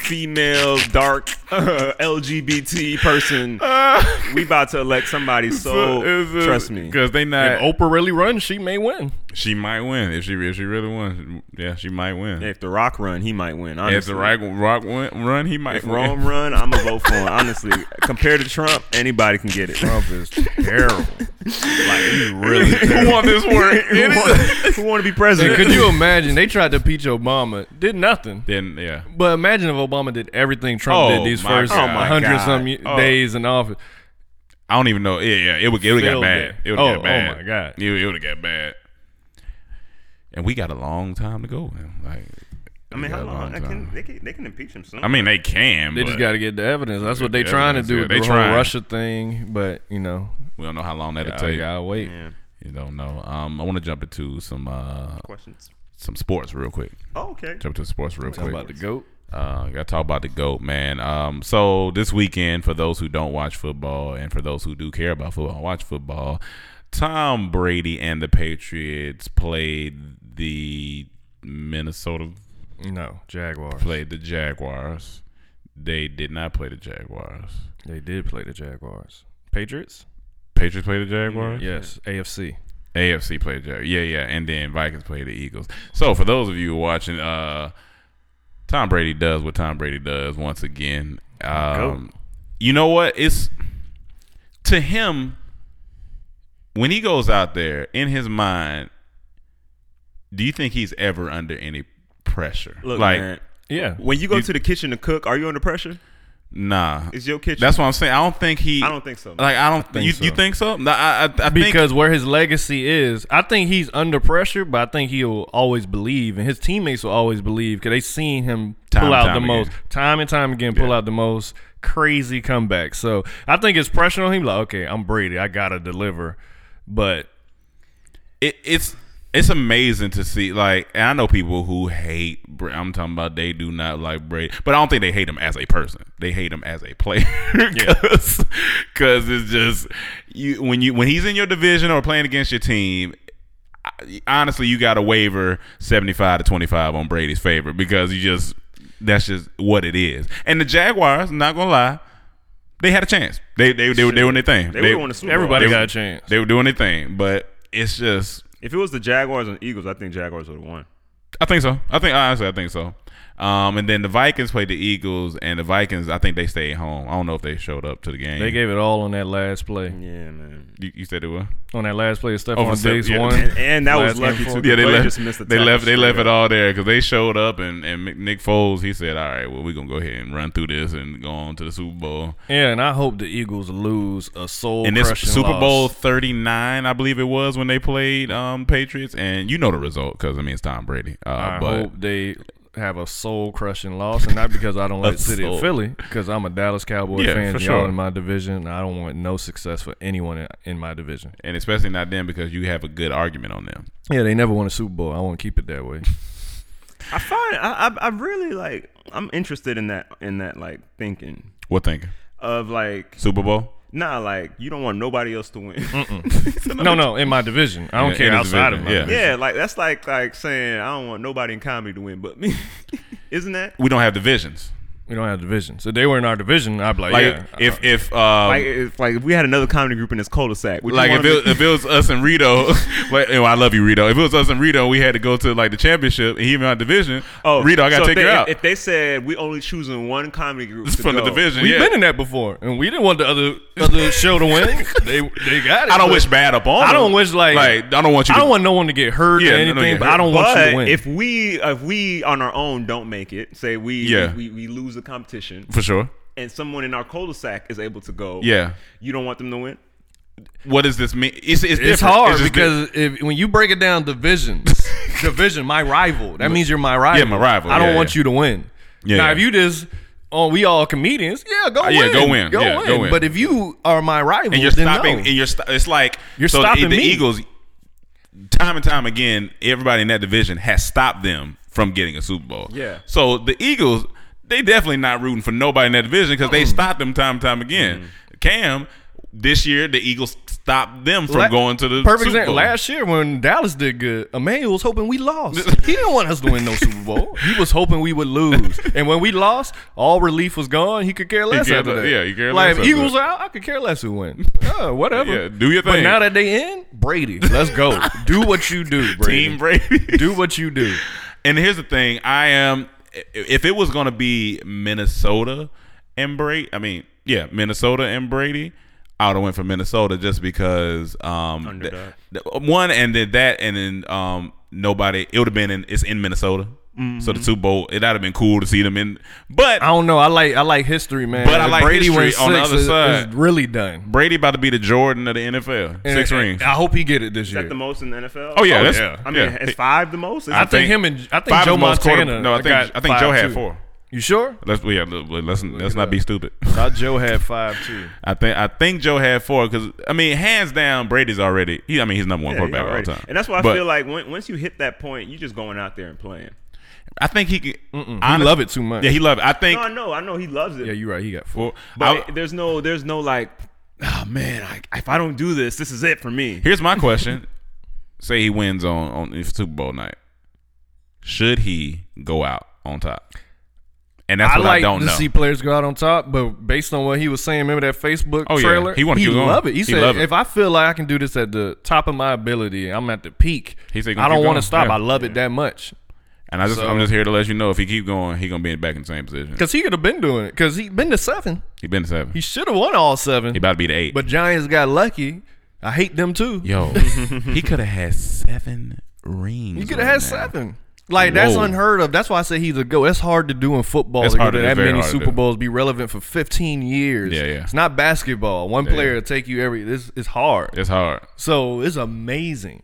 Speaker 4: female dark uh, LGBT person. we about to elect somebody. So trust me.
Speaker 1: because they
Speaker 3: if
Speaker 1: not.
Speaker 3: Oprah really runs, she may win.
Speaker 1: She might win if she if she really won. Yeah, she might win.
Speaker 4: If the Rock run, he might win. Honestly.
Speaker 1: If the right rock win, run, he might
Speaker 4: If
Speaker 1: win.
Speaker 4: Rome run, I'm gonna vote for him. Honestly, compared to Trump, anybody can get it.
Speaker 3: Trump is terrible.
Speaker 4: Like he really.
Speaker 1: Who want this work?
Speaker 4: who, want, who want to be
Speaker 3: and
Speaker 4: president?
Speaker 3: could you imagine? They tried to impeach Obama, did nothing.
Speaker 1: then yeah,
Speaker 3: But imagine if Obama did everything Trump
Speaker 1: Oh,
Speaker 3: did these
Speaker 1: my
Speaker 3: first
Speaker 1: God. Oh, my
Speaker 3: hundred
Speaker 4: God.
Speaker 3: some y-
Speaker 1: Oh.
Speaker 3: days in office.
Speaker 1: I don't even know. Yeah, yeah, it would it would got
Speaker 3: Filled
Speaker 1: bad.
Speaker 3: it.
Speaker 1: It would
Speaker 3: Oh,
Speaker 1: got
Speaker 3: oh
Speaker 1: bad.
Speaker 3: my God.
Speaker 1: it, it would have got bad. And we got a long time to go. Man. Like,
Speaker 4: I mean,
Speaker 1: we
Speaker 4: how
Speaker 1: got a
Speaker 4: long? I can,
Speaker 1: time.
Speaker 4: they, can, they can impeach him soon.
Speaker 1: I mean, they can.
Speaker 3: They
Speaker 1: but
Speaker 3: just got to get the evidence. That's what they
Speaker 1: Yeah,
Speaker 3: trying to
Speaker 1: that's
Speaker 3: do
Speaker 1: it.
Speaker 3: with
Speaker 1: They
Speaker 3: the
Speaker 1: trying. Oh,
Speaker 3: whole Russia thing. But you know,
Speaker 1: we don't know how long that'll
Speaker 3: I
Speaker 1: take.
Speaker 3: gotta wait.
Speaker 4: yeah.
Speaker 1: You don't know. Um, I want to jump into some uh
Speaker 4: Questions.
Speaker 1: some sports real quick.
Speaker 4: Oh, okay.
Speaker 1: Jump to sports real
Speaker 3: I'm
Speaker 1: quick.
Speaker 3: about to go.
Speaker 1: Uh, gotta talk about the goat, man. Um, so this weekend, for those who don't watch football, and for those who do care about football, and watch football. Tom Brady and the Patriots played the Minnesota,
Speaker 3: No, Jaguars.
Speaker 1: played the Jaguars. They did not play the Jaguars.
Speaker 3: They did play the Jaguars. Patriots?
Speaker 1: Patriots played the Jaguars.
Speaker 3: Yes. AFC.
Speaker 1: AFC played the Jaguars. Yeah, yeah. And then Vikings played the Eagles. So for those of you watching, uh, Tom Brady does what Tom Brady does once again. Um, you know what? It's to him when he goes out there in his mind. Do you think he's ever under any pressure?
Speaker 4: Look,
Speaker 1: like
Speaker 4: man,
Speaker 3: Yeah.
Speaker 4: when you go to the kitchen to cook, are you under pressure?
Speaker 1: Nah,
Speaker 4: It's your kitchen.
Speaker 1: That's what I'm saying. I don't think he.
Speaker 4: I don't think so, man.
Speaker 1: Like I don't.
Speaker 3: think
Speaker 1: you
Speaker 3: so.
Speaker 1: you think so? No, I I, I think
Speaker 3: because where his legacy is, I think he's under pressure, but I think he'll always believe, and his teammates will always believe because they seen him
Speaker 1: Time and
Speaker 3: pull out
Speaker 1: time
Speaker 3: the most
Speaker 1: again.
Speaker 3: time and time again, pull out the most crazy comebacks. So I think it's pressure on him. Like, okay, I'm Brady, I gotta deliver, but
Speaker 1: it, it's it's amazing to see. Like, and I know people who hate. Bra- I'm talking about they do not like Brady, but I don't think they hate him as a person. They hate him as a player because it's just you when you when he's in your division or playing against your team. I- Honestly, you got to waiver seventy five to twenty five on Brady's favor because you just that's just what it is. And the Jaguars, not gonna lie, they had a chance. They they they were doing their thing.
Speaker 4: They would've won the Super Bowl.
Speaker 3: everybody
Speaker 1: they-
Speaker 3: got a chance.
Speaker 1: They were doing their thing, but it's just
Speaker 4: If it was the Jaguars and Eagles, I think Jaguars would have won.
Speaker 1: I think so. I think honestly, I think so. Um, and then the Vikings played the Eagles, and the Vikings. I think they stayed home. I don't know if they showed up to the game.
Speaker 3: They gave it all on that last play.
Speaker 4: Yeah, man.
Speaker 1: you, you said they were.
Speaker 3: On that last play,
Speaker 1: Mm.
Speaker 3: Stephon
Speaker 1: Over
Speaker 3: on
Speaker 1: the-
Speaker 3: Diggs
Speaker 1: yeah.
Speaker 3: one.
Speaker 4: And, and that was
Speaker 3: Last
Speaker 4: lucky
Speaker 3: game
Speaker 4: too.
Speaker 3: for-
Speaker 4: The
Speaker 1: yeah, they
Speaker 4: player
Speaker 1: left.
Speaker 4: just missed the
Speaker 1: they
Speaker 4: tackle
Speaker 1: left. They
Speaker 4: straight
Speaker 1: left it
Speaker 4: up.
Speaker 1: all there because they showed up, and and Mc- Nick Foles. He said, "All right, well, we're gonna go ahead and run through this and go on to the Super Bowl."
Speaker 3: Yeah, and I hope the Eagles lose a soul.
Speaker 1: And this
Speaker 3: crushing
Speaker 1: Super
Speaker 3: loss.
Speaker 1: Bowl thirty nine, I believe it was when they played um, Patriots, and you know the result because I mean it's Tom Brady. Uh,
Speaker 3: I
Speaker 1: but
Speaker 3: hope they have a soul crushing loss, and not because I don't like the city
Speaker 1: soul.
Speaker 3: of Philly, because I'm a Dallas Cowboy
Speaker 1: Yeah,
Speaker 3: fan.
Speaker 1: for
Speaker 3: Y'all
Speaker 1: sure.
Speaker 3: in my division, and I don't want no success for anyone in, in my division.
Speaker 1: and especially not them because you have a good argument on them.
Speaker 3: Yeah, they never won a Super Bowl. I want to keep it that way.
Speaker 4: I find I, I I really like I'm interested in that in that like thinking
Speaker 1: What thinking?
Speaker 4: of like
Speaker 1: Super Bowl.
Speaker 4: nah like you don't want nobody else to win.
Speaker 3: no, no, in my division, I don't
Speaker 1: Yeah, in
Speaker 3: care
Speaker 1: the
Speaker 3: outside
Speaker 1: division,
Speaker 3: of my
Speaker 1: yeah.
Speaker 3: division.
Speaker 4: yeah, like that's like like saying I don't want nobody in comedy to win but me. Isn't that?
Speaker 1: We don't have divisions.
Speaker 3: We don't have divisions. If they were in our division, I'd be like,
Speaker 1: Like
Speaker 3: yeah, uh,
Speaker 1: if
Speaker 3: I-
Speaker 1: if um, like,
Speaker 4: Like if, like if we had another comedy group in this cul-de-sac, would you
Speaker 1: if
Speaker 4: want
Speaker 1: it,
Speaker 4: them
Speaker 1: if it was us and Rito, like, oh, I love you, Rito. If it was us and Rito, we had to go to like the championship, and he even our division. Oh, Rito, I
Speaker 4: so
Speaker 1: gotta
Speaker 4: if
Speaker 1: take
Speaker 4: they,
Speaker 1: you out
Speaker 4: If, if they said we only choosing one comedy group to
Speaker 1: from the
Speaker 4: go,
Speaker 1: division.
Speaker 3: we've
Speaker 1: yeah.
Speaker 3: been in that before, and we didn't want the other other show to win. they they got it.
Speaker 1: I don't
Speaker 3: but
Speaker 1: wish bad upon.
Speaker 3: I don't
Speaker 1: them.
Speaker 3: wish, like-
Speaker 1: like I don't want you.
Speaker 3: I
Speaker 1: to,
Speaker 3: don't want no one to get hurt
Speaker 1: Yeah,
Speaker 3: or
Speaker 1: no, no,
Speaker 3: anything,
Speaker 1: get
Speaker 3: but
Speaker 1: hurt.
Speaker 3: I don't want you to
Speaker 4: But
Speaker 3: win.
Speaker 4: if we if we on our own don't make it, say we
Speaker 1: Yeah.
Speaker 4: we, we lose the competition
Speaker 1: for sure.
Speaker 4: and someone in our cul-de-sac is able to go,
Speaker 1: Yeah.
Speaker 4: you don't want them to win.
Speaker 1: What does this mean? It's it's,
Speaker 3: It's
Speaker 1: different.
Speaker 3: hard
Speaker 1: just
Speaker 3: because if, when you break it down, divisions, division, my rival. That means you're my rival.
Speaker 1: my rival,
Speaker 3: I don't
Speaker 1: yeah,
Speaker 3: want
Speaker 1: yeah.
Speaker 3: you to win.
Speaker 1: Yeah,
Speaker 3: now,
Speaker 1: yeah. Uh,
Speaker 3: if you just, oh, we all comedians. Yeah, go
Speaker 1: yeah,
Speaker 3: win.
Speaker 1: go win.
Speaker 3: Go,
Speaker 1: Yeah,
Speaker 3: win.
Speaker 1: go win.
Speaker 3: But if you are my rival,
Speaker 1: and you're
Speaker 3: then
Speaker 1: stopping
Speaker 3: no.
Speaker 1: and you're st- it's like
Speaker 3: You're
Speaker 1: so the-
Speaker 3: stopping
Speaker 1: the
Speaker 3: me.
Speaker 1: Eagles time and time again everybody in that division has stopped them from getting a Super Bowl.
Speaker 4: Yeah.
Speaker 1: So the Eagles they definitely not rooting for nobody in that division cuz they stopped them time and time again. Cam this year the Eagles stopped them from
Speaker 3: La-
Speaker 1: going to the
Speaker 3: perfect
Speaker 1: Super
Speaker 3: example.
Speaker 1: Bowl.
Speaker 3: Last year when Dallas did good, Emmanuel was hoping we lost. he didn't want us to win no Super Bowl. He was hoping we would lose. And when we lost, all relief was gone. He could care less
Speaker 1: cared
Speaker 3: after
Speaker 1: le-
Speaker 3: that.
Speaker 1: yeah, he cared
Speaker 3: like,
Speaker 1: less
Speaker 3: If
Speaker 1: after
Speaker 3: Eagles
Speaker 1: that.
Speaker 3: are out, I could care less who win. Oh, whatever.
Speaker 1: Yeah, do your
Speaker 3: But
Speaker 1: thing.
Speaker 3: now that they in, Brady, let's go. do what you do, Brady.
Speaker 1: Team Brady.
Speaker 3: Do what you do.
Speaker 1: And here's the thing: I am. If it was going to be Minnesota and Brady, I mean, yeah, Minnesota and Brady, I would have went for Minnesota just because um, th-
Speaker 4: Underdog.
Speaker 1: th- one, and then that, and then um, nobody. It would have been in. It's in Minnesota, so
Speaker 3: Mm-hmm.
Speaker 1: the Super Bowl. It would have been cool to see them in, but.
Speaker 3: I don't know. I like I like history, man.
Speaker 1: But I
Speaker 3: If
Speaker 1: like
Speaker 3: Brady
Speaker 1: history
Speaker 3: wins
Speaker 1: on the
Speaker 3: six,
Speaker 1: other
Speaker 3: it's-
Speaker 1: side.
Speaker 3: It's really done.
Speaker 1: Brady about to be the Jordan of the NFL.
Speaker 3: And-
Speaker 1: Six
Speaker 3: and
Speaker 1: rings.
Speaker 3: I hope he get it this
Speaker 4: Is
Speaker 3: year.
Speaker 4: that the most in the NFL?
Speaker 1: Oh, yeah,
Speaker 4: I
Speaker 1: that's-
Speaker 4: I mean,
Speaker 1: yeah.
Speaker 4: is five the most? Is
Speaker 1: I
Speaker 3: I think
Speaker 4: it-
Speaker 1: think
Speaker 3: him and I think
Speaker 1: five
Speaker 3: Joe
Speaker 1: is the most quarter-
Speaker 3: Montana.
Speaker 1: no, I think-
Speaker 3: got
Speaker 1: I think Joe
Speaker 3: five,
Speaker 1: had
Speaker 3: too.
Speaker 1: four.
Speaker 3: You sure?
Speaker 1: Let's yeah, look, look, let's let's not be stupid.
Speaker 3: Thought Joe had five too.
Speaker 1: I think I think Joe had four because I mean, hands down, Brady's already. He, I mean, he's number one
Speaker 4: yeah,
Speaker 1: quarterback
Speaker 4: you're
Speaker 1: of all
Speaker 4: right.
Speaker 1: time.
Speaker 4: And that's why I
Speaker 1: But
Speaker 4: feel like when, once you hit that point, you're just going out there and playing.
Speaker 1: I think he can.
Speaker 3: I
Speaker 1: honest-
Speaker 3: love it too much.
Speaker 1: Yeah, he loved. It. I think.
Speaker 4: No, I know, I know he loves it.
Speaker 3: yeah, you're right. He got four.
Speaker 1: well,
Speaker 4: but
Speaker 1: I-
Speaker 4: there's no there's no like oh man, I, if I don't do this, this is it for me.
Speaker 1: here's my question: Say he wins on on Super Bowl night, should he go out on top? And that's
Speaker 3: I
Speaker 1: what
Speaker 3: like
Speaker 1: I don't
Speaker 3: to
Speaker 1: know.
Speaker 3: see players go out on top, but based on what he was saying, remember that Facebook
Speaker 1: Oh, yeah.
Speaker 3: trailer?
Speaker 1: He wanna
Speaker 3: he
Speaker 1: keep going.
Speaker 3: love it. He,
Speaker 1: He
Speaker 3: said,
Speaker 1: love it.
Speaker 3: "If I feel like I can do this at the top of my ability, I'm at the peak.
Speaker 1: He said,
Speaker 3: I
Speaker 1: gonna
Speaker 3: don't
Speaker 1: keep
Speaker 3: want
Speaker 1: going.
Speaker 3: to stop.
Speaker 1: Yeah.
Speaker 3: I love it that much
Speaker 1: and I just
Speaker 3: So-
Speaker 1: I'm just here to let you know if he keep going, he gonna be back in the same position.
Speaker 3: because he could have been doing it because he been to seven.
Speaker 1: He been to seven.
Speaker 3: He
Speaker 1: He,
Speaker 3: should have won all seven.
Speaker 1: about to be the eight.
Speaker 3: but Giants got lucky. I hate them too.
Speaker 1: yo, he could have had seven rings.
Speaker 3: he could have
Speaker 1: right
Speaker 3: had
Speaker 1: now.
Speaker 3: seven. Like that's
Speaker 1: Whoa.
Speaker 3: unheard of. That's why I say he's a go. It's hard to do in football.
Speaker 1: It's
Speaker 3: to
Speaker 1: hard
Speaker 3: go
Speaker 1: to-
Speaker 3: to
Speaker 1: it's
Speaker 3: that
Speaker 1: very
Speaker 3: many
Speaker 1: hard to do.
Speaker 3: Super Bowls, be relevant for 15 years.
Speaker 1: Yeah, yeah.
Speaker 3: It's not basketball. One player
Speaker 1: yeah.
Speaker 3: will take you every. This is hard.
Speaker 1: It's hard.
Speaker 3: So it's amazing.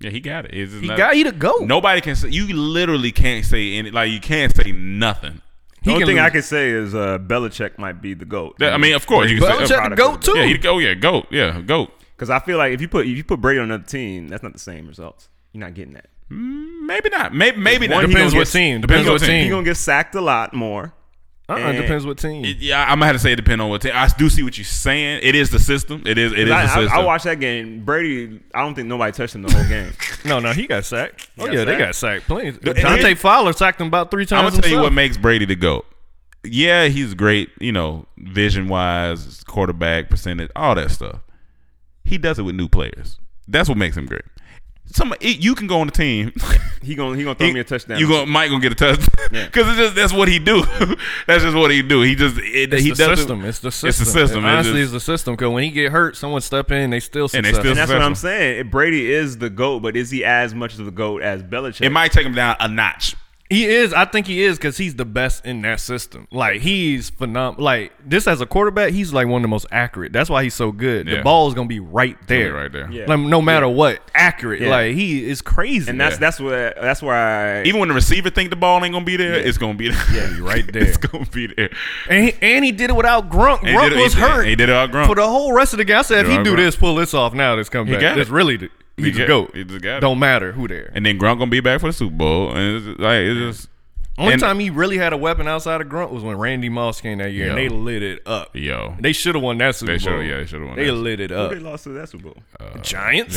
Speaker 1: Yeah, he got it. It's just
Speaker 3: He
Speaker 1: not-
Speaker 3: got you to go.
Speaker 1: Nobody can say. You literally can't say any. Like you can't say nothing.
Speaker 4: The
Speaker 3: he
Speaker 4: only
Speaker 3: can
Speaker 4: thing
Speaker 3: lose.
Speaker 4: I could say is uh, Belichick might be the goat.
Speaker 1: That- I
Speaker 3: Mm.
Speaker 1: mean, of course you can say. uh,
Speaker 3: Belichick the goat too.
Speaker 1: Yeah, he go. Yeah, goat. Yeah, goat.
Speaker 4: because I feel like if you put if you put Brady on another team, that's not the same results. You're not getting that.
Speaker 1: Maybe not. Maybe maybe not.
Speaker 4: One, he
Speaker 3: depends
Speaker 4: gonna
Speaker 3: what
Speaker 4: get-
Speaker 3: team. Depends
Speaker 1: he
Speaker 3: what
Speaker 1: gonna
Speaker 3: team.
Speaker 1: get-
Speaker 4: You're gonna get sacked a lot more.
Speaker 3: uh-uh,
Speaker 4: And-
Speaker 3: depends what team.
Speaker 1: It- yeah, I'm gonna have to say it depend on what team. I do see what you're saying. It is the system. It is. It is
Speaker 4: I,
Speaker 1: the
Speaker 4: I,
Speaker 1: system.
Speaker 4: I watched that game. Brady, I don't think nobody touched him the whole game.
Speaker 3: no, no, he got sacked. Oh
Speaker 4: got
Speaker 3: yeah, they
Speaker 4: sacked.
Speaker 3: got sacked. Plenty.
Speaker 1: and
Speaker 3: Dante
Speaker 1: here-
Speaker 3: Fowler sacked him about three
Speaker 1: I'm
Speaker 3: times.
Speaker 1: gonna tell you what
Speaker 3: himself.
Speaker 1: makes Brady the goat. Yeah, he's great. You know, vision wise, quarterback percentage, all that stuff. He does it with new players. That's what makes him great. Some it, you can go on the team.
Speaker 4: he gonna he gonna throw
Speaker 1: He-
Speaker 4: me a touchdown.
Speaker 1: You gonna Mike gonna get a touchdown
Speaker 4: Yeah.
Speaker 1: because it's just that's what he do. that's just what he do. He just it,
Speaker 3: It's
Speaker 1: he
Speaker 3: the
Speaker 1: does it-
Speaker 3: system. It's the system.
Speaker 1: It's the system.
Speaker 3: It honestly,
Speaker 1: just-
Speaker 3: it's the system. Because when he get hurt, someone step in. They still
Speaker 1: And they
Speaker 3: successful.
Speaker 1: still-
Speaker 4: and that's what I'm
Speaker 1: Successful.
Speaker 4: saying. If Brady is the goat, but is he as much of the goat as Belichick?
Speaker 1: it might take him down a notch.
Speaker 3: He is. I think he is because he's the best in that system. Like he's phenomenal. Like this as a quarterback, he's like one of the most accurate. That's why he's so good.
Speaker 1: Yeah.
Speaker 3: The ball is gonna be right there,
Speaker 1: right there.
Speaker 4: Yeah.
Speaker 3: Like, no matter what, accurate.
Speaker 4: Yeah.
Speaker 3: Like he is crazy.
Speaker 4: and that's that's where that's where I
Speaker 1: Even when the receiver think the ball ain't gonna be there, it's gonna be there.
Speaker 3: Yeah, you're right there.
Speaker 1: it's gonna be there.
Speaker 3: and he, and he did it without Grunk.
Speaker 1: And he
Speaker 3: Grunk
Speaker 1: did it-
Speaker 3: was
Speaker 1: he did-
Speaker 3: hurt.
Speaker 1: He did it all grunt.
Speaker 3: for the whole rest of the game. I said, if
Speaker 1: You're
Speaker 3: he
Speaker 1: all
Speaker 3: do
Speaker 1: right.
Speaker 3: this, pull this off now, this come back.
Speaker 1: got
Speaker 3: It's
Speaker 1: it.
Speaker 3: really the,
Speaker 1: He got
Speaker 3: he's the
Speaker 1: it.
Speaker 3: goat.
Speaker 1: He just got it.
Speaker 3: Don't matter who there.
Speaker 1: and then Grunt gonna be back for the Super Bowl, and it's just, like it's just
Speaker 3: Only
Speaker 1: and-
Speaker 3: time he really had a weapon outside of Grunt was when Randy Moss came that year, and
Speaker 1: Yo.
Speaker 3: they lit it up.
Speaker 1: yo.
Speaker 3: They should have won that Super
Speaker 1: They shoulda-
Speaker 3: Bowl.
Speaker 1: yeah, they shoulda won
Speaker 3: They
Speaker 1: that.
Speaker 3: lit it up.
Speaker 4: they lost to that Super Bowl.
Speaker 3: Giants,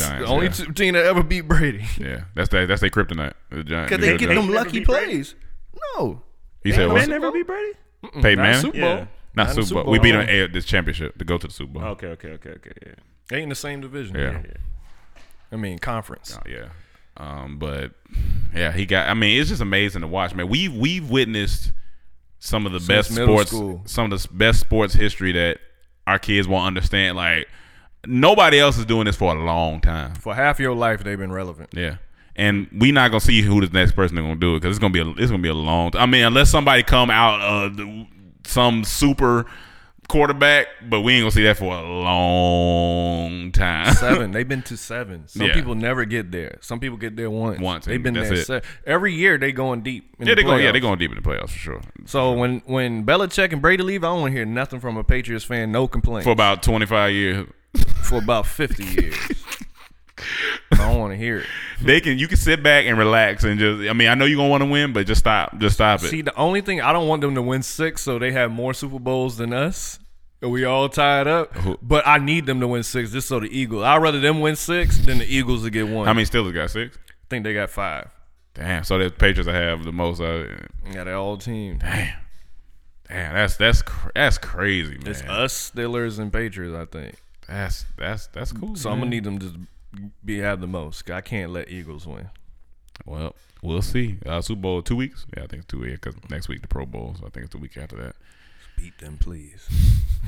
Speaker 1: Giants,
Speaker 3: the only
Speaker 1: yeah.
Speaker 3: two team that ever beat Brady
Speaker 1: yeah, that's that. That's their kryptonite. The Giants.
Speaker 3: because they get them
Speaker 4: never
Speaker 3: lucky
Speaker 4: beat Brady.
Speaker 3: plays. No,
Speaker 1: He said,
Speaker 4: Man,
Speaker 1: "What?
Speaker 4: never beat Brady.
Speaker 1: Peyton
Speaker 3: not
Speaker 1: Manning?
Speaker 3: Super Bowl.
Speaker 4: Yeah.
Speaker 1: Not,
Speaker 3: Not a
Speaker 1: Super,
Speaker 3: Super
Speaker 1: Bowl. We beat
Speaker 3: Bowl.
Speaker 1: them at this championship to go to the Super Bowl.
Speaker 4: Okay, okay, okay, okay. Yeah.
Speaker 3: They in the same division.
Speaker 1: yeah.
Speaker 3: I mean conference.
Speaker 1: Yeah. Um, but yeah, he got. I mean, it's just amazing to watch, man. We've we've witnessed some of the best
Speaker 3: middle
Speaker 1: sports,
Speaker 3: school.
Speaker 1: some of the best sports history that our kids won't understand. Like nobody else is doing this for a long time.
Speaker 3: For half your life, they've been relevant.
Speaker 1: Yeah. And we not gonna see who the next person is gonna do it because it's gonna be a, it's gonna be a long. I mean, unless somebody come out uh, the- some super quarterback, but we ain't gonna see that for a long time.
Speaker 3: Seven. They've been to seven. Some
Speaker 1: Yeah.
Speaker 3: people never get there. Some people get there once.
Speaker 1: Once,
Speaker 3: They've
Speaker 1: and
Speaker 3: been
Speaker 1: that's
Speaker 3: there.
Speaker 1: it.
Speaker 3: se- Every year they going deep. in
Speaker 1: yeah,
Speaker 3: the
Speaker 1: they going yeah
Speaker 3: playoffs.
Speaker 1: they going deep in the playoffs for sure.
Speaker 3: So when when Belichick and Brady leave, I don't want to hear nothing from a Patriots fan. No complaint
Speaker 1: For
Speaker 3: for,
Speaker 1: about twenty five years,
Speaker 3: about fifty years. I don't want to hear it.
Speaker 1: they can you can sit back and relax and just. I mean, I know you are gonna want to win, but just stop, just stop it.
Speaker 3: See, the only thing I don't want them to win six, so they have more Super Bowls than us. and We all tied up, but I need them to win six just so the Eagles. I'd rather them win six than the Eagles to get one.
Speaker 1: I
Speaker 3: I mean,
Speaker 1: mean, Steelers got six.
Speaker 3: I think they got five.
Speaker 1: Damn, so the Patriots have the most. Uh,
Speaker 3: Yeah, they're all team.
Speaker 1: damn, damn, that's that's cr- that's crazy, man.
Speaker 3: It's uh, us, Steelers, and Patriots. I think
Speaker 1: That's that's that's cool.
Speaker 3: so. I'm gonna need them to be have the most. 'cause I can't let Eagles win.
Speaker 1: Well, we'll see. Uh, Super Bowl two weeks. Yeah, I think it's two weeks because next week the Pro Bowl. So I think it's the week after that.
Speaker 3: Beat them, please.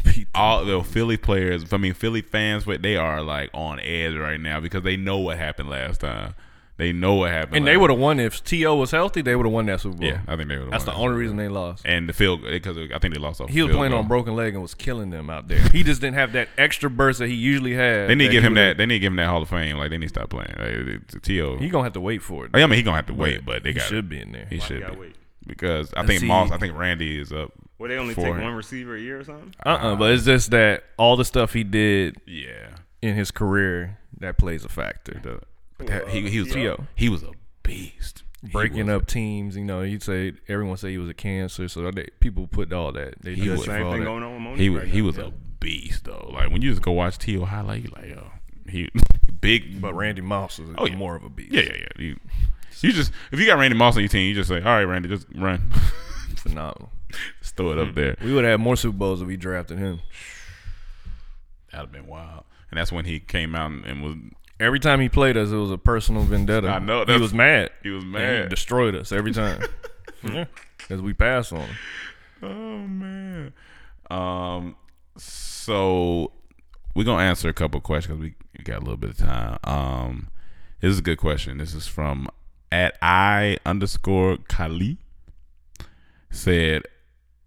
Speaker 3: Beat them.
Speaker 1: All the Philly players, I mean Philly fans, but they are like on edge right now because they know what happened last time. They know what happened,
Speaker 3: And
Speaker 1: last
Speaker 3: they would have won if To was healthy. They would have won that Super Bowl.
Speaker 1: Yeah, I think they would.
Speaker 3: that's the only reason they lost.
Speaker 1: And the field because I think they lost off.
Speaker 3: He was
Speaker 1: field
Speaker 3: playing
Speaker 1: goal.
Speaker 3: on a broken leg and was killing them out there. He just didn't have that extra burst that he usually had.
Speaker 1: They need to give
Speaker 3: he
Speaker 1: him
Speaker 3: would've-
Speaker 1: that. They need to give him that Hall of Fame. Like they need to stop playing. Like, it- T.O.
Speaker 3: He gonna have to wait for it.
Speaker 1: Oh, I mean, he gonna have to wait, but they
Speaker 3: he
Speaker 1: got.
Speaker 3: should be in there.
Speaker 1: He should
Speaker 4: gotta
Speaker 1: be
Speaker 4: wait?
Speaker 1: because I think
Speaker 3: see-
Speaker 1: Moss. I think Randy is up.
Speaker 4: Well, they only
Speaker 1: for
Speaker 4: take
Speaker 1: him.
Speaker 4: one receiver a year or something.
Speaker 3: Uh uh But it's just that all the stuff he did
Speaker 1: Yeah.
Speaker 3: in his career that plays a factor.
Speaker 1: The- but that- he, he was
Speaker 3: T.O.
Speaker 1: He was a beast. He
Speaker 3: Breaking
Speaker 1: was-
Speaker 3: up teams, you know, he'd say everyone say he was a cancer, so they, people put all that. They
Speaker 1: He
Speaker 3: judge
Speaker 1: was-
Speaker 3: for
Speaker 1: Same
Speaker 3: all
Speaker 4: Anything
Speaker 3: that.
Speaker 4: going on with Monique
Speaker 1: He
Speaker 4: right
Speaker 1: was he
Speaker 4: now?
Speaker 1: was a beast though. Like when you just go watch T.O. highlight, you like yo, he big.
Speaker 3: But Randy Moss is
Speaker 1: Oh, yeah.
Speaker 3: more of a beast.
Speaker 1: yeah, yeah, yeah. You, you just if you got Randy Moss on your team, you just say, all right, Randy, just run,
Speaker 3: phenomenal.
Speaker 1: just throw it up there.
Speaker 3: We would have had more Super Bowls if we drafted him.
Speaker 1: That'd have been wild. And that's when he came out and, and was
Speaker 3: Every time he played us, it was a personal vendetta.
Speaker 1: I know,
Speaker 3: he
Speaker 1: that's-
Speaker 3: was mad.
Speaker 1: he was
Speaker 3: And He
Speaker 1: mad.
Speaker 3: destroyed us every time. As we pass on. him.
Speaker 1: Oh man. Um. So we're gonna answer a couple questions because we, we got a little bit of time. Um. This is a good question. This is from at I underscore Kali said,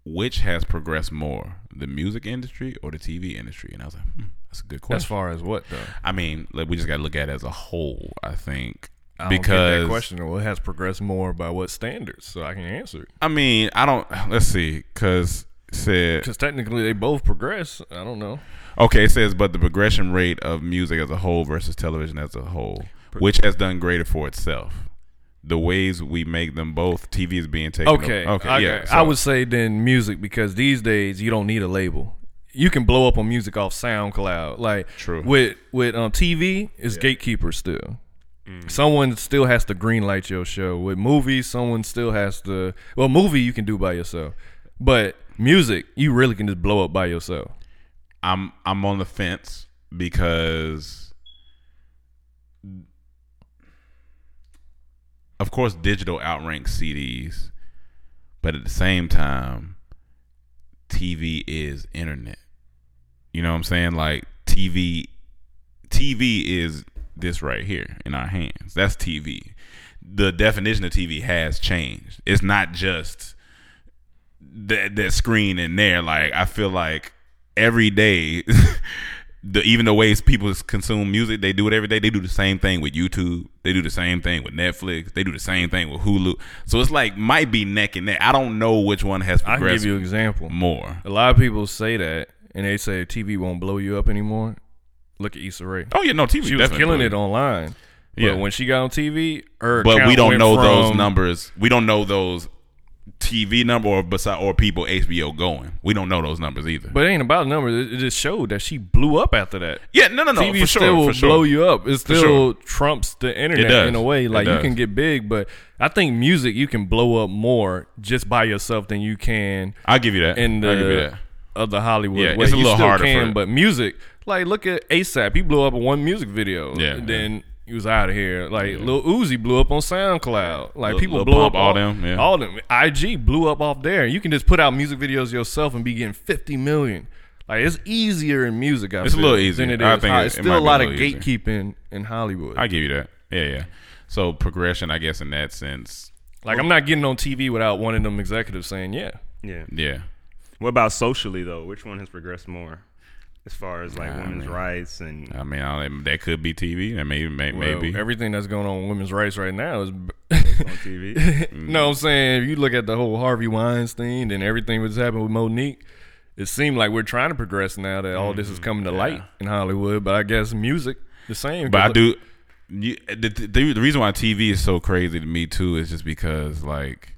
Speaker 1: which has progressed more, the music industry or the TV industry? And I was like, hmm, that's a good
Speaker 3: As
Speaker 1: question.
Speaker 3: far as what though?
Speaker 1: I mean, like, we just got to look at it as a whole, I think.
Speaker 3: I don't get
Speaker 1: because
Speaker 3: that question well, it has progressed more by what standards, so I can answer it.
Speaker 1: I mean, I don't. Let's see, because said
Speaker 3: Because technically, they both progress. I don't know.
Speaker 1: okay, it says, but the progression rate of music as a whole versus television as a whole, which has done greater for itself. The ways we make them both, TV is being taken. over-
Speaker 3: Okay.
Speaker 1: okay, yeah. so-
Speaker 3: I would say then music because these days you don't need a label. You can blow up on music off SoundCloud. Like
Speaker 1: True.
Speaker 3: with with um, TV is gatekeeper still. Mm-hmm. Someone still has to greenlight your show. With movies, someone still has to. Well, movie you can do by yourself, but music you really can just blow up by yourself.
Speaker 1: I'm I'm on the fence because of course digital outranks CDs, but at the same time, TV is internet. You know what I'm saying? Like TV TV is this right here in our hands. That's TV. The definition of TV has changed. It's not just that that screen in there. Like I feel like every day, the even the ways people consume music, they do it every day. They do the same thing with YouTube. They do the same thing with Netflix. They do the same thing with Hulu. So it's like might be neck and neck. I don't know which one has
Speaker 3: I can
Speaker 1: progressed
Speaker 3: give you an example.
Speaker 1: more.
Speaker 3: A lot of people say that, and they say TV won't blow you up anymore. Look at Issa Rae.
Speaker 1: Oh yeah, no TV.
Speaker 3: she was
Speaker 1: definitely.
Speaker 3: killing it online. But
Speaker 1: Yeah.
Speaker 3: when she got on TV, her
Speaker 1: but we
Speaker 3: account
Speaker 1: don't
Speaker 3: went
Speaker 1: know those
Speaker 3: from-
Speaker 1: numbers. We don't know those TV number or beside or people HBO going. We don't know those numbers either.
Speaker 3: But it ain't about numbers. It, it just showed that she blew up after that.
Speaker 1: yeah, no, no, no,
Speaker 3: TV
Speaker 1: for sure,
Speaker 3: still will
Speaker 1: for sure.
Speaker 3: blow you up. It still
Speaker 1: sure.
Speaker 3: trumps the internet
Speaker 1: does.
Speaker 3: in a way.
Speaker 1: It
Speaker 3: Like you
Speaker 1: does.
Speaker 3: can get big, but I think music you can blow up more just by yourself than you can
Speaker 1: I'll give you that.
Speaker 3: in
Speaker 1: I'll give you
Speaker 3: the
Speaker 1: that.
Speaker 3: other Hollywood.
Speaker 1: Yeah,
Speaker 3: way.
Speaker 1: it's a
Speaker 3: You
Speaker 1: little
Speaker 3: still
Speaker 1: harder for
Speaker 3: Can,
Speaker 1: it.
Speaker 3: But music, like look at ASAP, he blew up in one music video.
Speaker 1: Yeah.
Speaker 3: and then he was out of here. Like Lil Uzi blew up on SoundCloud. Like
Speaker 1: Lil-
Speaker 3: people
Speaker 1: Lil
Speaker 3: blow
Speaker 1: Pump,
Speaker 3: up
Speaker 1: all
Speaker 3: off-
Speaker 1: them, yeah.
Speaker 3: All them. IG blew up off there. You can just put out music videos yourself and be getting fifty million. Like it's easier in music. I
Speaker 1: It's a
Speaker 3: feel,
Speaker 1: little
Speaker 3: than
Speaker 1: easier.
Speaker 3: it is.
Speaker 1: I think
Speaker 3: Uh,
Speaker 1: it-
Speaker 3: it's
Speaker 1: it
Speaker 3: still
Speaker 1: might
Speaker 3: a
Speaker 1: be
Speaker 3: lot
Speaker 1: a
Speaker 3: of
Speaker 1: little easier.
Speaker 3: gatekeeping in Hollywood.
Speaker 1: I give you that. Yeah, yeah. So progression, I guess, in that sense.
Speaker 3: like I'm not getting on TV without one of them executives saying yeah.
Speaker 4: Yeah.
Speaker 1: Yeah.
Speaker 4: What about socially though? Which one has progressed more, as far as like women's rights and
Speaker 1: I mean, I, that could be TV. That may, may,
Speaker 3: Well,
Speaker 1: maybe.
Speaker 3: everything that's going on with women's rights right now is
Speaker 4: on TV?
Speaker 3: No, I'm saying if you look at the whole Harvey Weinstein and everything that's happened with Monique, it seemed like we're trying to progress now that all this
Speaker 1: Mm-hmm.
Speaker 3: is coming to light in Hollywood. But I guess music the same.
Speaker 1: but I
Speaker 3: 'cause
Speaker 1: do. You, the, the, the reason why TV is so crazy to me too is just because like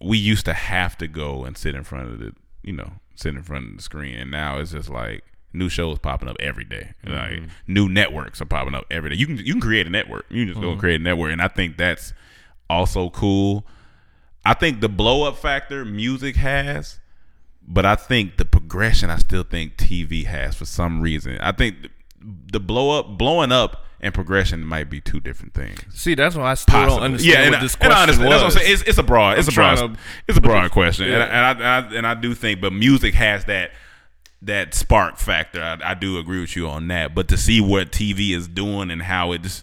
Speaker 1: we used to have to go and sit in front of the you know sit in front of the screen, and now it's just like new shows popping up every day. Like new networks are popping up every day. You can you can create a network. You can just go and create a network, and I think that's also cool. I think the blow up factor music has but I think the progression I still think TV has for some reason. I think th- the blow up, blowing up, and progression might be two different things.
Speaker 3: See, that's why I still don't
Speaker 1: Possibly.
Speaker 3: understand
Speaker 1: and
Speaker 3: what
Speaker 1: I-
Speaker 3: this
Speaker 1: and
Speaker 3: question
Speaker 1: I understand.
Speaker 3: was.
Speaker 1: That's what I'm saying. It's, it's a broad. It's a broad.
Speaker 3: trying to-
Speaker 1: it's a broad question,
Speaker 3: Yeah.
Speaker 1: and, I, and I and I do think, but music has that that spark factor. I, I do agree with you on that. But to see what TV is doing and how it's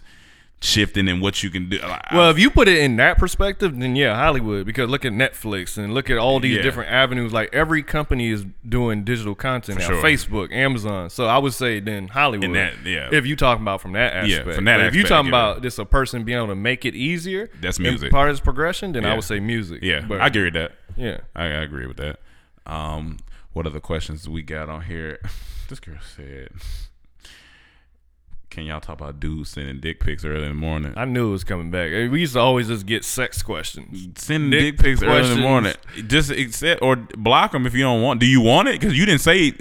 Speaker 1: shifting and what you can do, I- I-
Speaker 3: Well, if you put it in that perspective, then yeah, Hollywood. Because look at Netflix and look at all these
Speaker 1: Yeah.
Speaker 3: different avenues. Like every company is doing digital content now.
Speaker 1: sure.
Speaker 3: Facebook, Amazon. So I would say then Hollywood.
Speaker 1: In that- yeah.
Speaker 3: If you talking about from that
Speaker 1: Yeah,
Speaker 3: aspect.
Speaker 1: from that
Speaker 3: But if you
Speaker 1: aspect,
Speaker 3: talking
Speaker 1: yeah.
Speaker 3: about just a person being able to make it easier,
Speaker 1: That's
Speaker 3: and
Speaker 1: music.
Speaker 3: Part of its progression, then I
Speaker 1: Yeah.
Speaker 3: would say music.
Speaker 1: yeah,
Speaker 3: But,
Speaker 1: I agree with that.
Speaker 3: Yeah.
Speaker 1: I, I agree with that. Um, what other questions we got on here? This girl said, "Can y'all talk about dudes sending dick pics early in the morning?
Speaker 3: I knew it was coming back. Hey, We used to always just get sex questions.
Speaker 1: sending
Speaker 3: dick
Speaker 1: dick, pics early in
Speaker 3: questions.
Speaker 1: the morning. Just accept or block them if you don't want. Do you want it? Because you didn't say.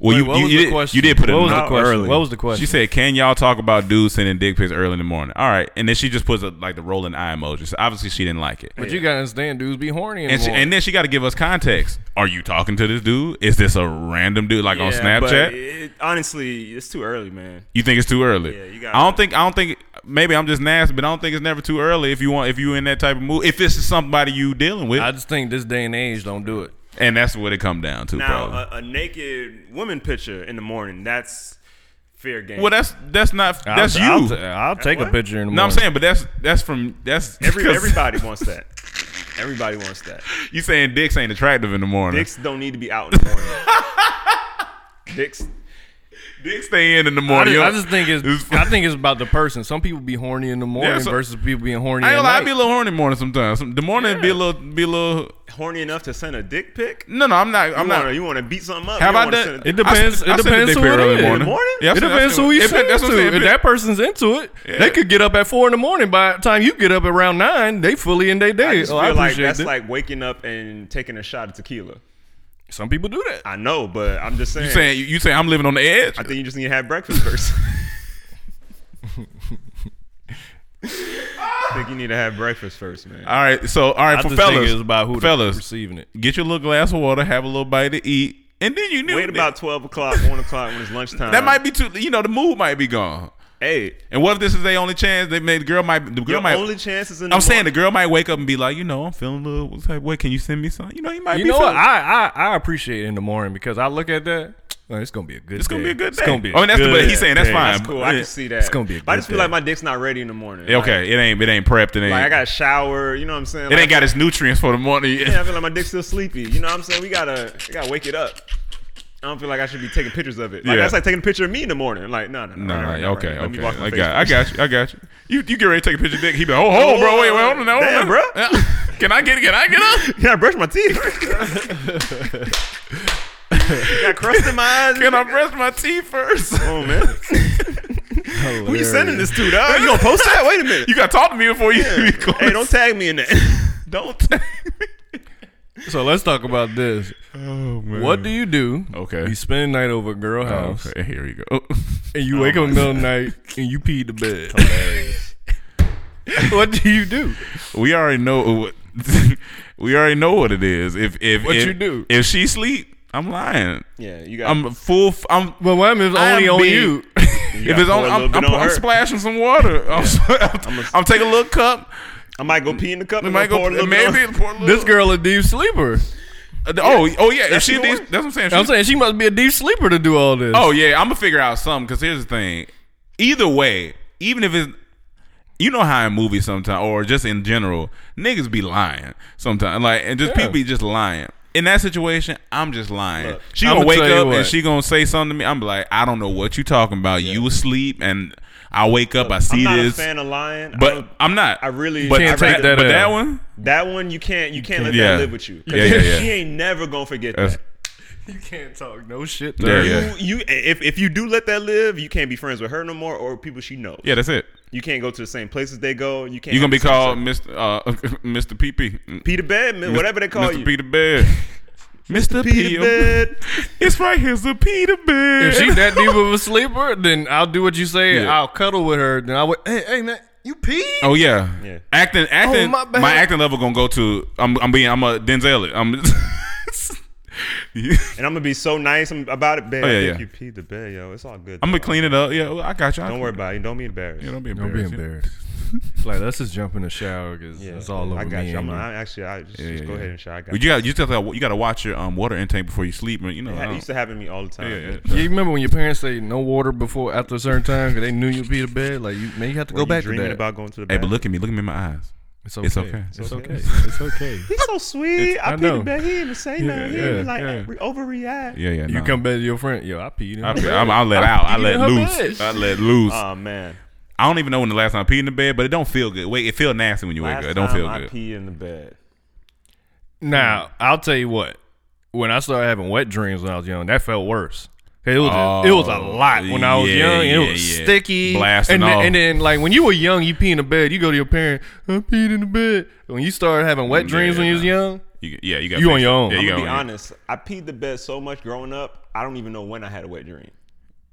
Speaker 1: Well, you
Speaker 3: Wait, what
Speaker 1: you,
Speaker 3: was
Speaker 1: you
Speaker 3: the
Speaker 1: did,
Speaker 3: question?
Speaker 1: you did put a
Speaker 3: what was
Speaker 1: no
Speaker 3: the question?
Speaker 1: early.
Speaker 3: What was the question?
Speaker 1: She said, "Can y'all talk about dudes sending dick pics early in the morning?" All right, and then she just puts a, like the rolling eye emoji. So obviously she didn't like it.
Speaker 3: but you gotta understand, dudes be horny.
Speaker 1: And, she,
Speaker 3: anymore.
Speaker 1: and then she got to give us context. Are you talking to this dude? Is this a random dude like on
Speaker 4: Yeah, but
Speaker 1: Snapchat?
Speaker 4: it- honestly, it's too early, man.
Speaker 1: You think it's too early?
Speaker 4: Yeah, you
Speaker 1: I
Speaker 4: gotta-
Speaker 1: don't think. I don't think. Maybe I'm just nasty, but I don't think it's never too early if you want. If you in that type of mood, if this is somebody you dealing with,
Speaker 3: I just think this day and age don't do it.
Speaker 1: and that's what it come down to.
Speaker 4: Now, uh,
Speaker 1: probably.
Speaker 4: a, a naked woman picture in the morning, that's fair game.
Speaker 1: Well, that's that's not that's
Speaker 3: I'll,
Speaker 1: you.
Speaker 3: I'll, ta- I'll take a
Speaker 4: What?
Speaker 3: picture in the
Speaker 1: no, I'm
Speaker 3: morning.
Speaker 1: saying, but that's that's from that's
Speaker 4: Every,
Speaker 1: 'cause
Speaker 4: everybody wants that. Everybody wants that.
Speaker 1: You saying dicks ain't attractive in the morning? Dicks,
Speaker 4: Dicks don't need to be out in the morning. Dicks.
Speaker 1: stay in in the
Speaker 3: I
Speaker 1: morning.
Speaker 3: just,
Speaker 1: Yo,
Speaker 3: I just think
Speaker 1: it's
Speaker 3: it's. I think it's about the person. Some people be horny in the morning
Speaker 1: so-
Speaker 3: versus people being horny.
Speaker 1: I ain't
Speaker 3: at
Speaker 1: gonna lie, I
Speaker 3: night.
Speaker 1: be a little horny morning sometimes. Some- The morning be a
Speaker 4: Yeah.
Speaker 1: little be a little.
Speaker 4: Horny enough to send a dick pic?
Speaker 1: No, no, I'm not. I'm
Speaker 4: You
Speaker 1: not.
Speaker 4: wanna, you wanna beat something up?
Speaker 1: Have
Speaker 4: you
Speaker 1: I
Speaker 4: don't wanna
Speaker 1: done-
Speaker 4: send a-
Speaker 3: It depends.
Speaker 1: I
Speaker 3: it
Speaker 1: sent a
Speaker 3: depends
Speaker 1: dick
Speaker 3: who
Speaker 1: pic
Speaker 3: it
Speaker 1: early in the
Speaker 3: is.
Speaker 4: In the
Speaker 1: morning.
Speaker 4: morning?
Speaker 1: Yeah, I
Speaker 3: It
Speaker 1: sent- I
Speaker 3: depends
Speaker 1: sent-
Speaker 3: who you
Speaker 1: it-
Speaker 3: send it
Speaker 1: that's what I'm saying.
Speaker 3: to. If
Speaker 1: It-
Speaker 3: that person's into it,
Speaker 1: Yeah.
Speaker 3: they could get up at four in the morning. By the time you get up around nine, they fully in their
Speaker 4: I
Speaker 3: day.
Speaker 4: just
Speaker 3: So
Speaker 1: Oh,
Speaker 4: feel
Speaker 3: I
Speaker 4: like
Speaker 3: appreciate
Speaker 4: that's
Speaker 3: that.
Speaker 4: like waking up and taking a shot of tequila.
Speaker 3: Some people do that.
Speaker 4: I know, but I'm just saying.
Speaker 1: You saying you- you saying I'm living on the edge?
Speaker 4: I think you just need to have breakfast first. I think you need to have breakfast first, man.
Speaker 1: All right, so all right
Speaker 3: I
Speaker 1: for
Speaker 3: just think
Speaker 1: fellas,
Speaker 3: it's about who the
Speaker 1: fellas,
Speaker 3: receiving it.
Speaker 1: get your little glass of water, have a little bite to eat, and then you knew
Speaker 4: Wait about twelve o'clock, one o'clock when it's lunchtime.
Speaker 1: that might be too. You know, the mood might be gone.
Speaker 4: Hey,
Speaker 1: And what if this is their only chance? They made the girl might the girl
Speaker 4: your
Speaker 1: might.
Speaker 4: only chance is in. The
Speaker 1: I'm saying the
Speaker 4: morning.
Speaker 1: girl might wake up and be like, you know, I'm feeling a little what type way. Can you send me some? You know, you might
Speaker 3: You
Speaker 1: be.
Speaker 3: know what?
Speaker 1: feeling-
Speaker 3: I, I I appreciate it in the morning because I look at that. "Oh, it's gonna be a good.
Speaker 1: it's gonna be
Speaker 3: day.
Speaker 1: a good day.
Speaker 3: It's gonna be.
Speaker 1: I mean, that's the way
Speaker 3: good
Speaker 1: he's saying. That's
Speaker 3: day.
Speaker 1: fine.
Speaker 4: That's cool. I
Speaker 1: Yeah.
Speaker 4: can see that.
Speaker 3: It's gonna be a
Speaker 4: But I just
Speaker 3: good
Speaker 4: feel like
Speaker 3: day.
Speaker 4: my dick's not ready in the morning.
Speaker 1: Yeah, Okay, it ain't it ain't prepped. It ain't.
Speaker 4: Like, like, I got to shower. You know what I'm saying?
Speaker 1: it
Speaker 4: Like,
Speaker 1: ain't got its nutrients for the morning.
Speaker 4: Yeah,
Speaker 1: Yet.
Speaker 4: I feel like my dick's still sleepy. You know what I'm saying? We gotta, we gotta wake it up. I don't feel like I should be taking pictures of it. Like,
Speaker 1: Yeah.
Speaker 4: That's like taking a picture of me in the morning. Like, no, no, no.
Speaker 1: Nah,
Speaker 4: right, right, right,
Speaker 1: okay,
Speaker 4: right. Let me
Speaker 1: okay.
Speaker 4: walk my
Speaker 1: I
Speaker 4: face
Speaker 1: got, I
Speaker 4: first.
Speaker 1: got you, I got you. You, you get ready to take a picture of dick. He be, oh, hold on, bro, wait, wait, hold on, hold on.
Speaker 4: Damn, bro.
Speaker 1: Can I get, can I get up?
Speaker 4: Can I brush my teeth? got crust in my eyes.
Speaker 1: Can I brush my teeth first?
Speaker 4: Oh man. Who you sending this to, dog? You gonna post that? Wait a minute.
Speaker 1: You got to talk to me before you. be close.
Speaker 4: hey, don't tag me in that.
Speaker 1: don't. Tell me.
Speaker 3: So let's talk about this. What do you do?
Speaker 1: Oh, Okay. Oh,
Speaker 3: You spend the night over a girl house,
Speaker 1: Okay, here we go.
Speaker 3: and you wake up in the middle of the night and you pee the bed. what do you do?
Speaker 1: we already know what we already know what it is. If if
Speaker 3: What
Speaker 1: if-
Speaker 3: you do?
Speaker 1: if she sleep, I'm lying.
Speaker 4: Yeah, you got.
Speaker 1: I'm full. f- I'm
Speaker 3: Well, what if it's
Speaker 1: I
Speaker 3: only
Speaker 1: am
Speaker 3: on
Speaker 1: big.
Speaker 3: you?
Speaker 1: if it's on,
Speaker 4: pour a
Speaker 1: I'm,
Speaker 4: little
Speaker 1: I'm,
Speaker 4: bit on
Speaker 1: I'm
Speaker 4: her.
Speaker 1: splashing some water. I'm, I'm, I'm taking a little cup.
Speaker 4: I might go pee in the cup.
Speaker 1: I
Speaker 4: and
Speaker 1: might go
Speaker 4: pour a little bit on-
Speaker 1: maybe pour a little.
Speaker 3: this girl a deep sleeper.
Speaker 1: Uh, Oh oh yeah. If
Speaker 4: That's
Speaker 1: she
Speaker 4: yours?
Speaker 1: did, that's what I'm saying. She-
Speaker 3: I'm saying she must be a deep sleeper to do all this.
Speaker 1: oh yeah. I'm gonna figure out something because here's the thing. Either way, even if it's you know how in movies sometimes or just in general, niggas be lying sometimes. Like and just
Speaker 3: Yeah.
Speaker 1: people be just lying. In that situation, I'm just lying.
Speaker 4: Look,
Speaker 1: she
Speaker 3: I'ma
Speaker 1: gonna wake
Speaker 3: tell you
Speaker 1: up
Speaker 3: what.
Speaker 1: and she gonna say something to me. I'm like, I don't know what you talking about. You asleep and I wake up. I
Speaker 4: I'm
Speaker 1: see
Speaker 4: not
Speaker 1: this.
Speaker 4: a fan of lying, I
Speaker 1: But
Speaker 4: don't-
Speaker 1: I'm not.
Speaker 4: I really-
Speaker 1: but,
Speaker 4: Can't
Speaker 1: that,
Speaker 4: take that
Speaker 1: but
Speaker 3: out.
Speaker 1: that one.
Speaker 4: that one you can't. You can't let
Speaker 1: Yeah.
Speaker 4: that live with you. 'Cause
Speaker 1: Yeah, yeah, yeah.
Speaker 4: She ain't never gonna forget
Speaker 1: That's-
Speaker 4: that.
Speaker 3: you can't talk no shit.
Speaker 1: Yeah,
Speaker 3: though.
Speaker 1: yeah,
Speaker 4: You, you- if, if you do let that live, you can't be friends with her no more, or people she knows.
Speaker 1: yeah. That's it.
Speaker 4: You can't go to the same places they go. You can't.
Speaker 1: You are gonna be
Speaker 4: have the same
Speaker 1: called
Speaker 4: circle.
Speaker 1: Mister uh, Mister PP,
Speaker 4: Peter Bed, whatever they call
Speaker 1: Mr.
Speaker 4: you.
Speaker 1: Peter Bed, Mister
Speaker 4: Peter
Speaker 1: Peter
Speaker 4: Bed.
Speaker 1: It's right here's a Peter Bed.
Speaker 3: If she that deep of a sleeper, then I'll do what you say.
Speaker 1: Yeah.
Speaker 3: I'll cuddle with her. Then I would. Hey, hey, man, you pee?
Speaker 1: oh yeah,
Speaker 4: Yeah.
Speaker 1: acting, acting.
Speaker 3: Oh, my
Speaker 1: my,
Speaker 3: bad.
Speaker 1: acting level gonna go to. I'm, I'm being. I'm a Denzel. it. I'm.
Speaker 4: And I'm gonna be so nice about it, babe.
Speaker 1: Oh, yeah,
Speaker 4: I
Speaker 1: yeah.
Speaker 4: think you peed the bed, yo. It's all good.
Speaker 1: I'm gonna
Speaker 4: dog.
Speaker 1: clean it up. Yeah, well, I got you. I-
Speaker 4: Don't worry about it. Don't be embarrassed.
Speaker 1: Yeah, don't be
Speaker 3: Don't
Speaker 1: embarrassed.
Speaker 3: be embarrassed. like let's just jump in the shower because it's all over
Speaker 4: I got
Speaker 3: me.
Speaker 4: you.
Speaker 3: and
Speaker 4: I'm,
Speaker 3: you.
Speaker 4: I actually, I just,
Speaker 1: Yeah,
Speaker 4: just
Speaker 1: yeah,
Speaker 4: go
Speaker 1: yeah.
Speaker 4: ahead and shower. I got
Speaker 1: But you got you got you got to watch your um water intake before you sleep. and You know. I
Speaker 4: It
Speaker 1: don't-
Speaker 4: used to happen to me all the time.
Speaker 1: Oh. Yeah, yeah.
Speaker 4: man.
Speaker 3: You remember when your parents say no water before after a certain time because they knew you'd be to bed? Like you, man, you have to go
Speaker 4: You
Speaker 3: back to
Speaker 4: dreaming
Speaker 3: that.
Speaker 4: about going to the
Speaker 1: Hey,
Speaker 4: bathroom.
Speaker 1: but look at me. Look at me in my eyes.
Speaker 3: it's
Speaker 1: it's okay.
Speaker 3: It's
Speaker 4: okay.
Speaker 3: okay. It's okay.
Speaker 4: He's so sweet. I,
Speaker 3: I
Speaker 4: peed
Speaker 3: know.
Speaker 4: the bed. He didn't say nothing. He
Speaker 3: yeah,
Speaker 4: didn't like
Speaker 1: yeah.
Speaker 4: re- overreact.
Speaker 1: Yeah, yeah.
Speaker 3: You
Speaker 1: nah.
Speaker 3: come back to your friend, yo, I peed. In
Speaker 1: uh, I,
Speaker 3: her bed.
Speaker 1: am I let out. I
Speaker 3: peed
Speaker 1: let
Speaker 3: in her
Speaker 1: loose.
Speaker 3: bed.
Speaker 1: I let loose.
Speaker 4: Oh man.
Speaker 1: I don't even know when the last time I peed in the bed, but it don't feel good. Wait, it feel nasty when you wake up.
Speaker 4: Last
Speaker 1: It don't
Speaker 4: time
Speaker 1: feel
Speaker 4: I
Speaker 1: good.
Speaker 4: pee in the bed.
Speaker 3: Now I'll tell you what. When I started having wet dreams when I was young, that felt worse. It was
Speaker 1: Oh,
Speaker 3: it was a lot when I was
Speaker 1: yeah,
Speaker 3: young. and
Speaker 1: yeah,
Speaker 3: it was
Speaker 1: yeah.
Speaker 3: sticky,
Speaker 1: Blast
Speaker 3: and
Speaker 1: and
Speaker 3: then,
Speaker 1: all.
Speaker 3: and then like when you were young, you pee in the bed. You go to your parent, I peed in the bed. When you started having wet dreams when you was
Speaker 1: nah.
Speaker 3: young,
Speaker 1: You, yeah, you got
Speaker 3: You on your own.
Speaker 1: Yeah,
Speaker 3: I'ma
Speaker 1: you
Speaker 4: To
Speaker 1: got on
Speaker 4: be honest, I peed the bed so much growing up. I don't even know when I had a wet dream.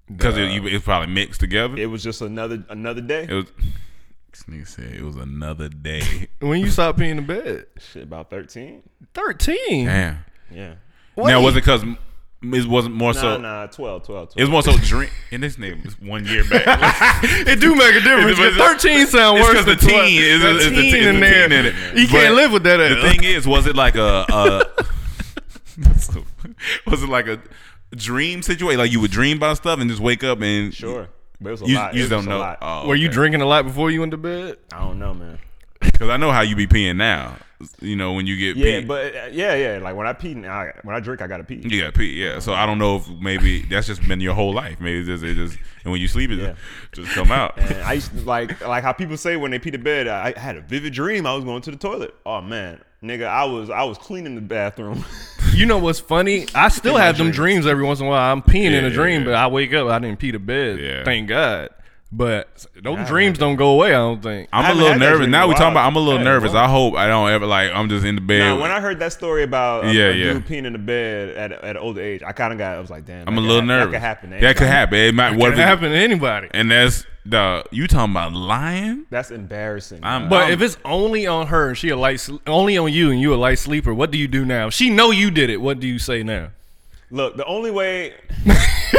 Speaker 1: because it, you- it's probably mixed together.
Speaker 4: It was just another another day.
Speaker 1: It was. This nigga said it was another day.
Speaker 3: when you stopped peeing in the bed,
Speaker 4: Shit, about thirteen.
Speaker 3: thirteen.
Speaker 1: Damn.
Speaker 4: Yeah.
Speaker 1: Now was it because it wasn't more
Speaker 4: Nah,
Speaker 1: so?
Speaker 4: nah, 12, 12, 12.
Speaker 1: It was more so drink. And this nigga was one year back.
Speaker 3: It do make a difference.
Speaker 1: It's-
Speaker 3: 'cause Thirteen sound
Speaker 1: it's
Speaker 3: worse
Speaker 1: 'cause
Speaker 3: than
Speaker 1: the teen
Speaker 3: 12.
Speaker 1: is-
Speaker 3: The
Speaker 1: is the
Speaker 3: teen
Speaker 1: teen-
Speaker 3: in
Speaker 1: the
Speaker 3: there.
Speaker 1: teen in it.
Speaker 3: You
Speaker 1: But
Speaker 3: can't live with that.
Speaker 1: the
Speaker 3: uh,
Speaker 1: thing is, was it like a? Uh, was it like a? dream situation? Like you would dream about stuff and just wake up and
Speaker 4: Sure. But it was a
Speaker 1: You,
Speaker 4: lot.
Speaker 1: you
Speaker 4: it was
Speaker 1: don't
Speaker 4: a
Speaker 1: know.
Speaker 4: lot.
Speaker 1: Oh,
Speaker 3: Were you
Speaker 1: okay.
Speaker 3: drinking a lot before you went to bed?
Speaker 4: I don't know, man.
Speaker 1: Because I know how you be peeing now. You know when you get
Speaker 4: Yeah,
Speaker 1: pee,
Speaker 4: but uh, yeah, yeah. Like when I pee, now, I, when I drink, I gotta pee.
Speaker 1: you got pee. Yeah, so I don't know if maybe that's just been your whole life. Maybe it just, it just and when you sleep, it
Speaker 4: Yeah.
Speaker 1: just, just come out.
Speaker 4: And I used to, like like how people say when they pee the bed. I, I had a vivid dream. I was going to the toilet. Oh man, nigga, I was I was cleaning the bathroom.
Speaker 3: You know what's funny? I still have them dreams every once in a while. I'm peeing in
Speaker 1: Yeah,
Speaker 3: a dream,
Speaker 1: yeah.
Speaker 3: but I wake up. I didn't pee to bed.
Speaker 1: Yeah.
Speaker 3: Thank God. But those dreams don't go away. I don't think.
Speaker 1: I'm
Speaker 4: haven't
Speaker 1: a little
Speaker 4: had that
Speaker 1: nervous.
Speaker 4: dream
Speaker 1: Now
Speaker 4: in a
Speaker 1: we talking
Speaker 4: while.
Speaker 1: about. I'm a little
Speaker 4: Hey,
Speaker 1: nervous.
Speaker 4: what?
Speaker 1: I hope I don't ever like. I'm just in the bed.
Speaker 4: Now, when I heard that story about a,
Speaker 1: Yeah,
Speaker 4: a
Speaker 1: yeah.
Speaker 4: dude peeing in the bed at at an older age, I kind of got I was like, damn,
Speaker 1: I'm
Speaker 4: that
Speaker 1: a
Speaker 4: could
Speaker 1: little
Speaker 4: hap-
Speaker 1: nervous.
Speaker 4: That could happen. to
Speaker 1: That could
Speaker 4: anybody.
Speaker 1: happen. It might. What
Speaker 3: It
Speaker 1: if it-
Speaker 3: happen to anybody.
Speaker 1: And that's the you talking about lying.
Speaker 4: That's embarrassing.
Speaker 1: I'm-
Speaker 4: man.
Speaker 3: But if it's only on her and she a light, sl- only on you and you a light sleeper, what do you do now? She know you did it. What do you say now?
Speaker 4: Look, the only way.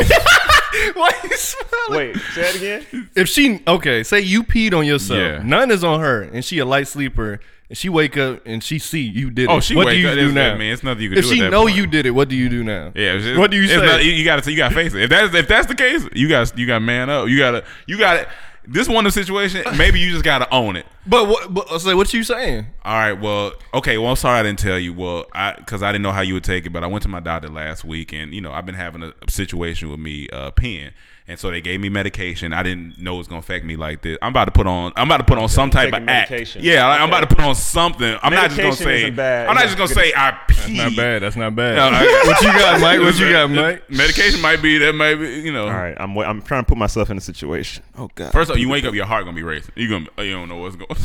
Speaker 3: Why you smiling?
Speaker 4: Wait, say that again.
Speaker 3: If she okay, say you peed on yourself,
Speaker 1: Yeah.
Speaker 3: none is on her, and she a light sleeper, and she wake up and she see you did it.
Speaker 1: Oh, she
Speaker 3: what
Speaker 1: wake
Speaker 3: do you
Speaker 1: up,
Speaker 3: do
Speaker 1: it's-
Speaker 3: now?
Speaker 1: I mean, it's nothing you can
Speaker 3: if
Speaker 1: do at
Speaker 3: she
Speaker 1: that
Speaker 3: know
Speaker 1: point.
Speaker 3: you did it, what do you do now?
Speaker 1: Yeah, it's just-
Speaker 3: what do you
Speaker 1: it's
Speaker 3: say?
Speaker 1: not- you got to you got to face it. If that's if that's the case, you got you got to man up. You got to you got to This one of the situation. Maybe you just got to own it.
Speaker 3: but what? But, say what you saying?
Speaker 1: All right. Well, okay. Well, I'm sorry I didn't tell you. Well, I because I didn't know how you would take it, but I went to my doctor last week, and you know I've been having a situation with me uh, peeing, and so they gave me medication. I didn't know it was gonna affect me like this. I'm about to put on. I'm about to put on some type of
Speaker 4: taking
Speaker 1: act.
Speaker 4: medication.
Speaker 1: Yeah, like, I'm
Speaker 4: Okay.
Speaker 1: about to put on something. I'm not just gonna
Speaker 4: Medication
Speaker 1: say.
Speaker 4: isn't bad.
Speaker 1: I'm not
Speaker 4: Yeah,
Speaker 1: just gonna
Speaker 4: good.
Speaker 1: say I pee.
Speaker 3: Not bad. That's not bad.
Speaker 1: No, I-
Speaker 3: what you got, Mike? What you got, Mike?
Speaker 1: Medication might be that. Might be you know.
Speaker 4: All right, I'm wa- I'm trying to put myself in a situation. Oh God.
Speaker 1: First of all, you wake up, your heart gonna be racing. You gonna you don't know what's going. on.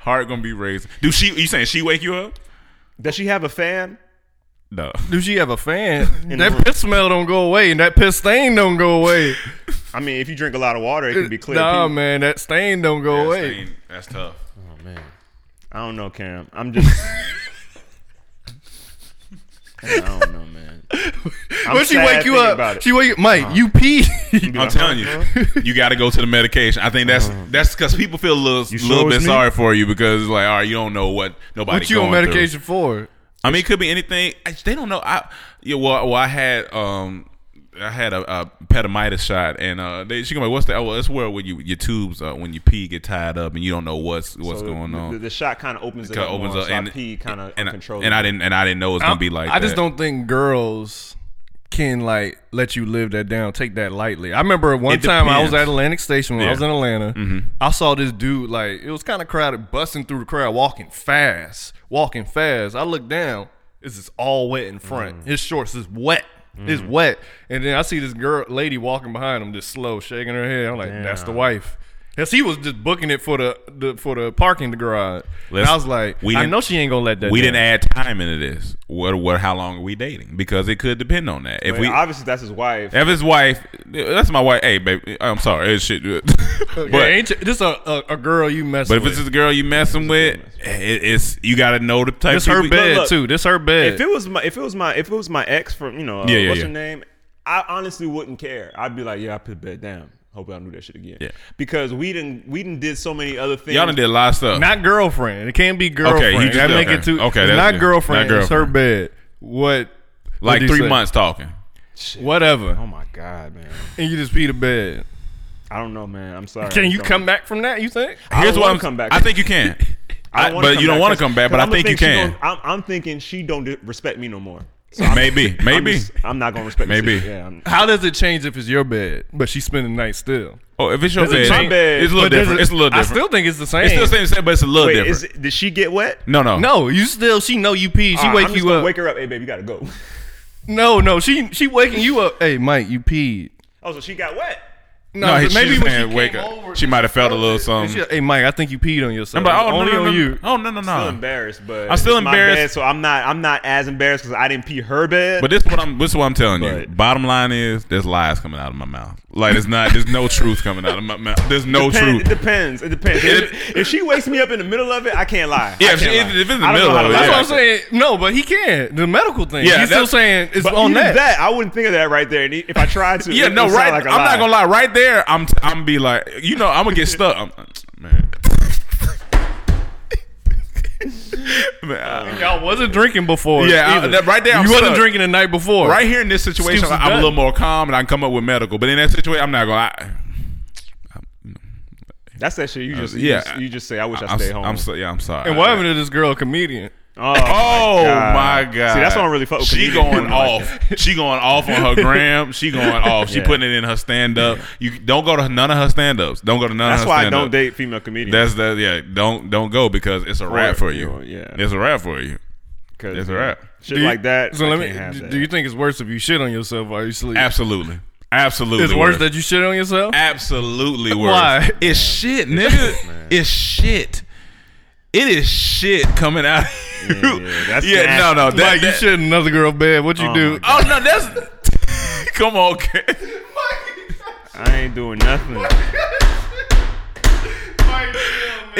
Speaker 1: heart gonna be racing. Do she? You saying she wake you up?
Speaker 4: Does she have a fan?
Speaker 1: No.
Speaker 3: Do she have a fan?
Speaker 4: In the
Speaker 3: that
Speaker 4: room.
Speaker 3: piss smell don't go away, and that piss stain don't go away.
Speaker 4: I mean, if you drink a lot of water, it can be clear.
Speaker 3: Nah,
Speaker 4: pee.
Speaker 3: man, that stain don't go
Speaker 1: That's,
Speaker 3: away.
Speaker 1: ain't- that's tough.
Speaker 4: I don't know, Cam. I'm just. I don't know, man. I'm
Speaker 3: When she
Speaker 4: sad
Speaker 3: wake you
Speaker 4: thinking about
Speaker 3: up,
Speaker 4: it.
Speaker 3: she wake Mike. You pee.
Speaker 1: I'm telling you, you got to go to the medication. I think that's that's because people feel a little
Speaker 4: sure
Speaker 1: little bit
Speaker 4: it's me?
Speaker 1: sorry for you because it's like, all right, you don't know what nobody.
Speaker 3: what you on
Speaker 1: going through.
Speaker 3: medication for?
Speaker 1: I mean, it could be anything. I, they don't know. I yeah. Well, well I had um. I had a, a pedomitis shot, and uh, they, she going, "What's that? Oh, well, that's where when you your tubes uh, when you pee get tied up, and you don't know what's what's
Speaker 4: So
Speaker 1: going
Speaker 4: the-
Speaker 1: on."
Speaker 4: The, uh, the shot kind of opens it
Speaker 1: Kinda
Speaker 4: up.
Speaker 1: opens
Speaker 4: more,
Speaker 1: up
Speaker 4: so
Speaker 1: and
Speaker 4: I pee kind of
Speaker 1: and,
Speaker 4: uncontrollable.
Speaker 1: and I didn't and I didn't know it was gonna be like
Speaker 3: I just
Speaker 1: that.
Speaker 3: don't think girls can like let you live that down, take that lightly. I remember one
Speaker 1: It
Speaker 3: time I was
Speaker 1: depends.
Speaker 3: at Atlantic Station when I
Speaker 1: Yeah. Mm-hmm.
Speaker 3: was in Atlanta. I saw this dude like it was kind of crowded, busting through the crowd, walking fast, walking fast. I looked down, it's just all wet in
Speaker 1: Mm.
Speaker 3: front. His shorts is wet. It's wet, and then I see this girl, lady walking behind him, just slow, shaking her head. I'm like, "That's the wife." Cause he was just booking it for the, the for the parking garage. And
Speaker 1: Let's-
Speaker 3: I was like,
Speaker 1: we
Speaker 3: "I
Speaker 1: didn't-
Speaker 3: know she ain't gonna let that."
Speaker 1: we
Speaker 3: down.
Speaker 1: didn't add time into this. What what how long are we dating? Because it could depend on that. If
Speaker 4: But
Speaker 1: we
Speaker 4: obviously, that's his wife.
Speaker 1: if his wife that's my wife. Hey baby, I'm sorry. It's shit. but
Speaker 3: yeah, ain't you- this a, a, a girl you mess
Speaker 1: but if
Speaker 3: with.
Speaker 1: it's just a girl you messing with, it, it's you gotta know the type
Speaker 3: this
Speaker 1: of
Speaker 3: her
Speaker 1: people-
Speaker 3: bed
Speaker 4: look,
Speaker 3: too. This her bed.
Speaker 4: If it was my, if it was my, if it was my ex from, you know, uh,
Speaker 1: Yeah, yeah,
Speaker 4: what's
Speaker 1: yeah.
Speaker 4: her name? I honestly wouldn't care. I'd be like, yeah, I put bed down. Hope y'all do that shit again.
Speaker 1: Yeah.
Speaker 4: Because we didn't, we didn't did so many other things.
Speaker 1: Y'all done did a lot of stuff.
Speaker 3: not girlfriend. It can't be girlfriend.
Speaker 1: Okay, you just-
Speaker 3: that make
Speaker 1: okay.
Speaker 3: it too.
Speaker 1: Okay,
Speaker 3: it's
Speaker 1: that's-
Speaker 3: not
Speaker 1: yeah,
Speaker 3: girlfriend.
Speaker 1: not
Speaker 3: It's her bed. What? what
Speaker 1: like
Speaker 3: do you
Speaker 1: three
Speaker 3: say?
Speaker 1: months talking.
Speaker 4: Oh
Speaker 3: Whatever.
Speaker 4: my god, man.
Speaker 3: And you just pee the bed.
Speaker 4: I don't know, man. I'm sorry.
Speaker 3: Can you
Speaker 4: Don't-
Speaker 3: come back from that? You think?
Speaker 4: I
Speaker 1: Here's
Speaker 4: don't
Speaker 1: what
Speaker 4: wanna
Speaker 1: I'm
Speaker 4: come back.
Speaker 1: I think you can. I,
Speaker 4: don't wanna
Speaker 1: but
Speaker 4: come
Speaker 1: you don't
Speaker 4: back
Speaker 1: want to
Speaker 4: 'cause-
Speaker 1: come back. But I
Speaker 4: 'cause I'ma
Speaker 1: think you
Speaker 4: she
Speaker 1: can.
Speaker 4: gon- I'm, I'm thinking she don't di- respect me no more.
Speaker 1: Maybe, maybe.
Speaker 4: I'm, just- I'm not gonna respect. this
Speaker 1: Maybe.
Speaker 4: shit. Yeah, I'm-
Speaker 3: How does it change if it's your bed, but she's spending the night still?
Speaker 1: oh, if it's your
Speaker 3: Does it
Speaker 1: bed,
Speaker 3: change-
Speaker 1: it's a little
Speaker 3: But does
Speaker 1: different.
Speaker 3: it-
Speaker 1: it's a little
Speaker 3: I
Speaker 1: different.
Speaker 3: still think it's the same.
Speaker 1: it's still the same, same, but it's a little
Speaker 4: Wait,
Speaker 1: different.
Speaker 4: is it, did she get wet?
Speaker 1: no, no,
Speaker 3: No, you still. She know you pee. She
Speaker 4: All right,
Speaker 3: wake
Speaker 4: I'm just
Speaker 3: you
Speaker 4: gonna
Speaker 3: up.
Speaker 4: Wake her up. Hey, baby, you gotta go.
Speaker 3: no, no, she she waking you up. Hey, Mike, you peed.
Speaker 4: Oh, so she got wet.
Speaker 1: No,
Speaker 3: but
Speaker 1: she was saying wake up. She might have felt a little something.
Speaker 3: She- hey, Mike, I think you peed on yourself.
Speaker 1: I'm like, oh,
Speaker 3: only
Speaker 1: no, no,
Speaker 3: on
Speaker 1: no,
Speaker 3: you.
Speaker 1: Oh no, no,
Speaker 4: I'm still
Speaker 1: no.
Speaker 4: embarrassed, but
Speaker 1: I'm still
Speaker 4: it's my
Speaker 1: embarrassed.
Speaker 4: bed, so I'm not. I'm not as embarrassed because I didn't pee her bed.
Speaker 1: But this what I'm this is what I'm telling you.
Speaker 4: But-
Speaker 1: Bottom line is there's lies coming out of my mouth. Like it's not there's no truth coming out of my mouth. There's no
Speaker 4: Depend- It
Speaker 1: truth.
Speaker 4: depends. It depends. if, if she wakes me up in the middle of it, I can't lie.
Speaker 1: Yeah,
Speaker 4: I
Speaker 1: if she-
Speaker 4: can't
Speaker 1: if-
Speaker 4: lie.
Speaker 1: if it's in the
Speaker 4: I don't
Speaker 1: middle
Speaker 4: know how
Speaker 1: of it,
Speaker 4: to lie
Speaker 3: That's
Speaker 1: yeah.
Speaker 3: what
Speaker 4: about
Speaker 3: I'm saying. No, but he can't. The medical thing.
Speaker 1: Yeah,
Speaker 3: Yeah, He's still
Speaker 1: that's-
Speaker 3: saying it's
Speaker 4: But
Speaker 3: on
Speaker 4: even
Speaker 3: that.
Speaker 4: that. I wouldn't think of that right there. And if I tried to,
Speaker 1: Yeah,
Speaker 4: it
Speaker 1: no,
Speaker 4: would
Speaker 1: right.
Speaker 4: sound Like a
Speaker 1: I'm
Speaker 4: lie.
Speaker 1: not gonna lie. Right there, I'm t- I'm be like, you know, I'm gonna get stuck. I'm, man.
Speaker 3: Y'all wasn't drinking before.
Speaker 1: Yeah, I-
Speaker 3: either.
Speaker 1: that- right there,
Speaker 3: You
Speaker 1: I'm
Speaker 3: wasn't
Speaker 1: stuck.
Speaker 3: drinking the night before.
Speaker 1: right here in this situation,
Speaker 3: Excuses
Speaker 1: I'm a
Speaker 3: done.
Speaker 1: little more calm and I can come up with medical. But in that situation, I'm not gonna.
Speaker 4: That's that shit. You just you
Speaker 1: yeah.
Speaker 4: just, you just say I wish
Speaker 1: I,
Speaker 4: I,
Speaker 1: I'm,
Speaker 4: stayed home.
Speaker 1: I'm so, yeah, I'm sorry.
Speaker 3: And what happened to this girl comedian?
Speaker 4: oh,
Speaker 1: Oh my god!
Speaker 4: See, that's why I don't really fuck with
Speaker 1: She
Speaker 4: comedians
Speaker 1: going
Speaker 4: doing it like
Speaker 1: off. she going off on her gram. She going off. She
Speaker 4: Yeah.
Speaker 1: putting it in her stand up. You don't go to none of her stand ups. Don't go to none
Speaker 4: That's
Speaker 1: of her
Speaker 4: why I
Speaker 1: stand-ups.
Speaker 4: don't date female comedians.
Speaker 1: That's that. Yeah, don't don't go because it's a wrap for you.
Speaker 4: you, yeah.
Speaker 1: it's a wrap for you.
Speaker 4: Cause
Speaker 1: That's a wrap.
Speaker 4: Shit
Speaker 3: Do you-
Speaker 4: like that.
Speaker 3: So
Speaker 4: I
Speaker 3: let
Speaker 4: can't have
Speaker 3: me. d-
Speaker 4: that.
Speaker 3: Do you think it's worse if you shit on yourself while you sleep?
Speaker 1: Absolutely, absolutely.
Speaker 3: It's worse that you shit on yourself.
Speaker 1: absolutely worse.
Speaker 3: Why?
Speaker 1: It's shit, nigga. it's shit. It is shit coming out. of you.
Speaker 4: yeah, that's
Speaker 1: yeah no, no. That,
Speaker 3: like you
Speaker 1: that-
Speaker 3: shit in another girl bed. What you
Speaker 4: Oh
Speaker 3: do?
Speaker 4: my
Speaker 1: Oh no, that's. Come on, Ken.
Speaker 4: I ain't doing nothing.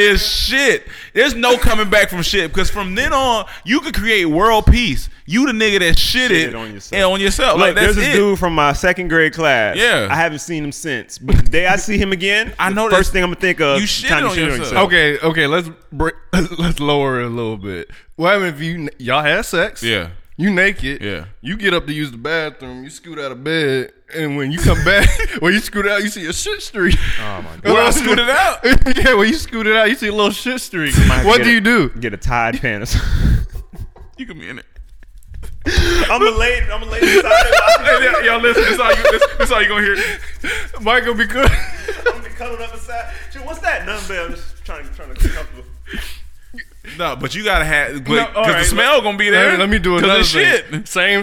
Speaker 1: It's shit. There's no coming back from shit because from then on, you could create world peace. You the nigga that shitted,
Speaker 4: Shitted on yourself.
Speaker 1: and on yourself. like
Speaker 4: Look,
Speaker 1: that's
Speaker 4: there's this
Speaker 1: it.
Speaker 4: dude from my second grade class.
Speaker 1: Yeah.
Speaker 4: I haven't seen him since. But the day I see him again,
Speaker 1: I know
Speaker 4: the
Speaker 1: that's-
Speaker 4: first thing I'm gonna think of
Speaker 1: You
Speaker 4: is
Speaker 1: shitted
Speaker 4: time to
Speaker 1: on
Speaker 4: shit
Speaker 1: yourself.
Speaker 4: yourself.
Speaker 3: Okay, okay. Let's break, let's lower it a little bit. What happened if you y'all had sex?
Speaker 1: Yeah.
Speaker 3: You naked.
Speaker 1: Yeah.
Speaker 3: You get up to use the bathroom. You scoot out of bed, and when you come back, when you scoot out, you see a shit streak. Oh my god!
Speaker 1: Well, I scooted out.
Speaker 3: yeah, when you scoot it out, you see a little shit streak.
Speaker 4: Might
Speaker 3: What
Speaker 4: get
Speaker 3: do
Speaker 4: a-
Speaker 3: you do?
Speaker 4: Get a Tide pan or something.
Speaker 1: You can be in it.
Speaker 4: I'm a lady. I'm a lady. I'm
Speaker 1: Y'all listen. This all you. This, this all you gonna hear.
Speaker 3: Michael be good.
Speaker 4: gonna be cuddled up inside. Dude, what's that dumbbell? I'm just trying to trying to get comfortable.
Speaker 1: No, but you gotta have because
Speaker 3: all
Speaker 1: the
Speaker 3: right,
Speaker 1: smell gonna be there.
Speaker 3: Let me, let me do another
Speaker 1: Because
Speaker 3: shit.
Speaker 1: shit.
Speaker 3: Same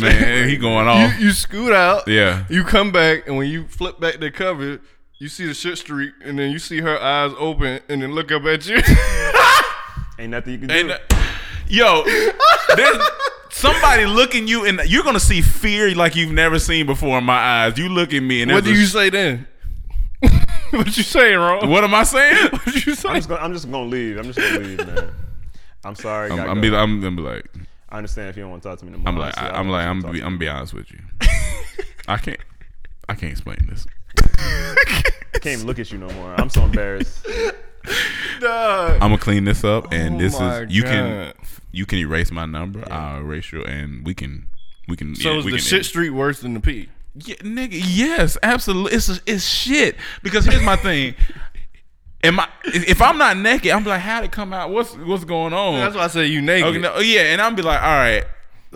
Speaker 1: Listen, man, he going off.
Speaker 3: You, you scoot out.
Speaker 1: Yeah.
Speaker 3: You come back, and when you flip back the cover, you see the shit streak, and then you see her eyes open, and then look up at you.
Speaker 4: Ain't nothing you can do.
Speaker 1: and uh, yo, there's somebody looking you, and you're gonna see fear like you've never seen before in my eyes. You look at me, and
Speaker 3: what do
Speaker 1: there's
Speaker 3: you
Speaker 1: a-
Speaker 3: say then? what you saying, wrong?
Speaker 1: What am I saying?
Speaker 3: What you
Speaker 4: I'm
Speaker 3: say?
Speaker 4: just, gonna, I'm just gonna leave. I'm just gonna leave, man. I'm sorry.
Speaker 1: I'm,
Speaker 4: gotta
Speaker 1: I'm
Speaker 4: go.
Speaker 1: be, I'm, I'm be like,
Speaker 4: I understand if you don't want to talk to me no more.
Speaker 1: I'm like,
Speaker 4: Honestly,
Speaker 1: I,
Speaker 4: don't
Speaker 1: I'm like,
Speaker 4: want
Speaker 1: I'm,
Speaker 4: to talk
Speaker 1: be,
Speaker 4: to
Speaker 1: I'm be honest with you. I can't, I can't explain this.
Speaker 4: you. can't even look at you no more. I'm so embarrassed.
Speaker 1: I'm gonna clean this up, and
Speaker 3: Oh
Speaker 1: this
Speaker 3: my
Speaker 1: is you can,
Speaker 3: God.
Speaker 1: you can erase my number. I'll erase your, and we can, we can.
Speaker 3: So
Speaker 1: yeah,
Speaker 3: is
Speaker 1: we
Speaker 3: the
Speaker 1: can
Speaker 3: shit streak worse than the pee?
Speaker 1: Yeah, nigga, yes, absolutely. It's it's shit because here's my thing. Am I if I'm not naked, I'm like, how'd it come out? What's what's going on?
Speaker 3: That's why I say you naked.
Speaker 1: Okay, no, yeah, and I'm be like, all right,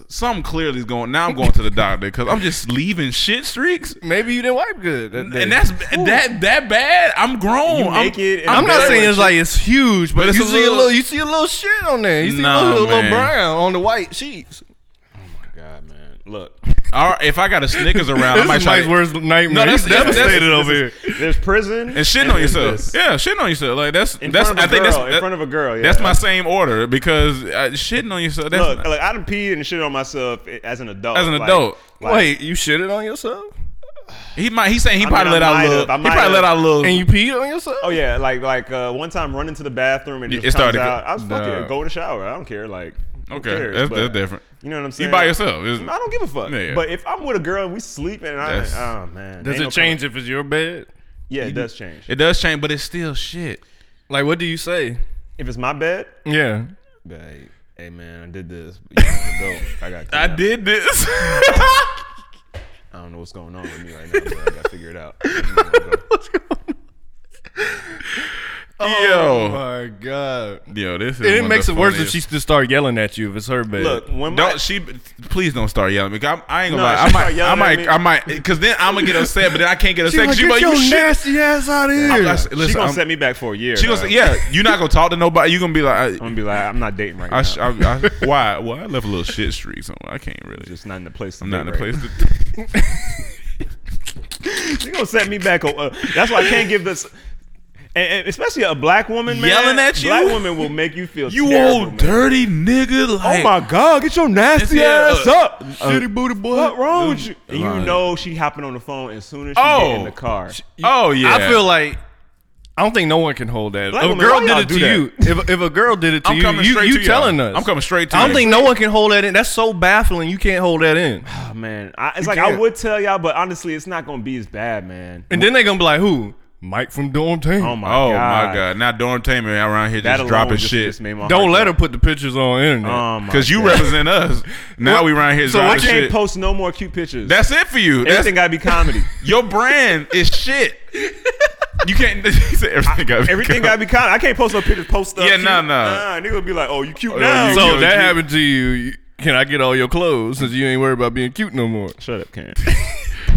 Speaker 1: something clearly is going. Now I'm going to the doctor because I'm just leaving shit streaks,
Speaker 3: Maybe you didn't wipe good. that day.
Speaker 1: and that's that that bad. I'm grown.
Speaker 4: You
Speaker 1: I'm-
Speaker 4: naked and
Speaker 1: I'm,
Speaker 3: I'm not
Speaker 4: Barely
Speaker 3: saying it's like it's huge, but,
Speaker 1: But it's
Speaker 3: you
Speaker 1: a
Speaker 3: see
Speaker 1: little-
Speaker 3: a little, you see a little shit on there. You see
Speaker 1: Nah,
Speaker 3: a little, little
Speaker 1: man.
Speaker 3: brown on the white sheets.
Speaker 4: God, man. Look,
Speaker 1: all right, if I got a Snickers around, I
Speaker 3: This
Speaker 1: might
Speaker 3: is
Speaker 1: try.
Speaker 3: Mike's
Speaker 1: to-
Speaker 3: worst nightmare.
Speaker 1: No, that's-
Speaker 3: He's
Speaker 1: that's- that's-
Speaker 3: devastated
Speaker 1: this
Speaker 3: over here.
Speaker 4: there's prison
Speaker 1: and shitting on
Speaker 4: there's
Speaker 1: yourself.
Speaker 4: this.
Speaker 1: Yeah, shitting on yourself. Like that's
Speaker 4: In
Speaker 1: that's.
Speaker 4: front of a
Speaker 1: I think
Speaker 4: girl,
Speaker 1: that's
Speaker 4: in front of a girl. Yeah.
Speaker 1: That's my same order because uh, shitting on yourself. That's
Speaker 4: look.
Speaker 1: not-
Speaker 4: Like I done peed and shit on myself as an adult.
Speaker 1: As an
Speaker 4: Like-
Speaker 1: adult.
Speaker 4: like,
Speaker 3: Wait, you shitted on
Speaker 1: Oh,
Speaker 3: yourself
Speaker 1: He might. He's saying he
Speaker 4: I
Speaker 1: probably
Speaker 4: mean,
Speaker 1: let
Speaker 4: I
Speaker 1: out
Speaker 4: might
Speaker 1: a little.
Speaker 4: have, I
Speaker 1: He
Speaker 4: might
Speaker 1: probably let out
Speaker 4: have.
Speaker 1: a little.
Speaker 3: and you peed on yourself?
Speaker 4: Oh yeah, like like uh, one time running to the bathroom and it,
Speaker 1: It
Speaker 4: just
Speaker 1: started
Speaker 4: comes
Speaker 1: to-
Speaker 4: out. I was fuck
Speaker 3: Nah.
Speaker 4: it, go in the shower. I don't care. Like who
Speaker 1: okay,
Speaker 4: cares?
Speaker 1: that's,
Speaker 4: But
Speaker 1: that's different.
Speaker 4: You know what I'm saying?
Speaker 1: You by yourself. It's-
Speaker 4: I don't give a fuck.
Speaker 1: Yeah, yeah.
Speaker 4: But if I'm with a girl and we sleeping, and I
Speaker 1: That's-
Speaker 4: oh man,
Speaker 3: Does
Speaker 4: ain't
Speaker 3: it
Speaker 4: no
Speaker 3: change
Speaker 4: comment.
Speaker 3: if it's your bed?
Speaker 4: Yeah, it does change.
Speaker 1: It does change, but it's still shit.
Speaker 3: Like, what do you say?
Speaker 4: If it's my bed,
Speaker 3: Yeah.
Speaker 4: hey, hey man, I did this. But you know, I got.
Speaker 1: I did this.
Speaker 4: I don't know what's going on with me right now, but I gotta figure it out. That's
Speaker 3: Oh
Speaker 1: yo,
Speaker 3: my god.
Speaker 1: yo, this. Is
Speaker 3: And it
Speaker 1: one
Speaker 3: makes
Speaker 1: of
Speaker 3: it
Speaker 1: the
Speaker 3: worse if
Speaker 1: funniest-
Speaker 3: she just start yelling at you if it's her bed.
Speaker 4: Look, when my,
Speaker 1: Don't she? Please don't start yelling. Because I'm, I ain't gonna
Speaker 4: No,
Speaker 1: lie. I
Speaker 4: she
Speaker 1: might.
Speaker 4: start
Speaker 1: I
Speaker 4: yelling at
Speaker 1: might.
Speaker 4: me.
Speaker 1: I might. Because then I'm gonna get upset. But then I can't get upset. 'cause she like, you shit.
Speaker 3: nasty ass out of
Speaker 1: I'm
Speaker 3: here.
Speaker 1: like, listen,
Speaker 4: she gonna
Speaker 1: I'm-
Speaker 4: set me back for a year.
Speaker 1: she gonna
Speaker 4: dog.
Speaker 1: say, yeah. You're not gonna talk to nobody. You're gonna be like,
Speaker 4: I'm
Speaker 1: I,
Speaker 4: gonna be like, I'm not dating right
Speaker 1: I,
Speaker 4: now.
Speaker 1: sh- I, I, why? Well, I left a little shit streak somewhere. I can't really.
Speaker 4: just not in the place. To
Speaker 1: I'm not in
Speaker 4: date
Speaker 1: a
Speaker 4: right
Speaker 1: place
Speaker 4: now.
Speaker 1: to.
Speaker 4: She gonna set me back. Uh, that's why I can't give this. And, and especially a black woman man,
Speaker 1: Yelling at you?
Speaker 4: Black woman will make you feel
Speaker 1: You
Speaker 4: terrible,
Speaker 1: old
Speaker 4: man.
Speaker 1: dirty nigga. Like,
Speaker 4: Oh my god, get your nasty
Speaker 1: Yeah,
Speaker 4: ass
Speaker 1: uh,
Speaker 4: up.
Speaker 3: Shitty booty boy.
Speaker 4: what wrong with you? And
Speaker 1: Right.
Speaker 4: you know she hopping on the phone as soon as she
Speaker 1: Oh.
Speaker 4: get in the car.
Speaker 1: Oh yeah.
Speaker 3: I feel like I don't think no one can hold that.
Speaker 4: Black
Speaker 3: if a
Speaker 4: women,
Speaker 3: girl
Speaker 4: why
Speaker 3: did
Speaker 4: y'all
Speaker 3: it
Speaker 4: do
Speaker 3: to
Speaker 4: that?
Speaker 3: you, if, if a girl did it to
Speaker 1: I'm
Speaker 3: you,
Speaker 1: coming
Speaker 3: you,
Speaker 1: straight
Speaker 3: you
Speaker 1: to y'all.
Speaker 3: telling us.
Speaker 1: I'm coming straight to
Speaker 3: I don't
Speaker 1: you.
Speaker 3: think no one can hold that in. That's so baffling. You can't hold that in.
Speaker 4: Oh man, I, it's like I
Speaker 3: can't.
Speaker 4: would tell y'all, but honestly, it's not gonna be as bad, man.
Speaker 3: And then they're gonna be like, who? Mike from Dorm Team.
Speaker 4: Oh my
Speaker 1: oh
Speaker 4: god.
Speaker 1: my god! Now Dorm Tamer around here
Speaker 4: That
Speaker 1: just
Speaker 4: alone
Speaker 1: dropping
Speaker 4: just-
Speaker 1: shit
Speaker 4: just made my
Speaker 3: Don't
Speaker 4: heart
Speaker 3: let
Speaker 4: go.
Speaker 3: her put the pictures on internet.
Speaker 4: Oh my
Speaker 1: because you
Speaker 4: God.
Speaker 1: represent us. Now we around here
Speaker 4: So I
Speaker 1: dropping
Speaker 4: can't
Speaker 1: shit.
Speaker 4: post no more cute pictures.
Speaker 1: That's it for you. That's,
Speaker 4: everything. Got to be comedy.
Speaker 1: your brand is shit. You can't. he said everything got
Speaker 4: Everything got to be comedy. I can't post no pictures. Post stuff.
Speaker 1: Yeah,
Speaker 4: cute.
Speaker 1: no, no.
Speaker 4: Nah, nigga would be like, "Oh, you cute
Speaker 1: Oh,
Speaker 4: now."
Speaker 1: you
Speaker 4: So-
Speaker 3: so
Speaker 1: yo,
Speaker 3: that
Speaker 1: you-
Speaker 3: happened to you. you- Can I get all your clothes since you ain't worried about being cute no more?
Speaker 4: Shut up, Karen.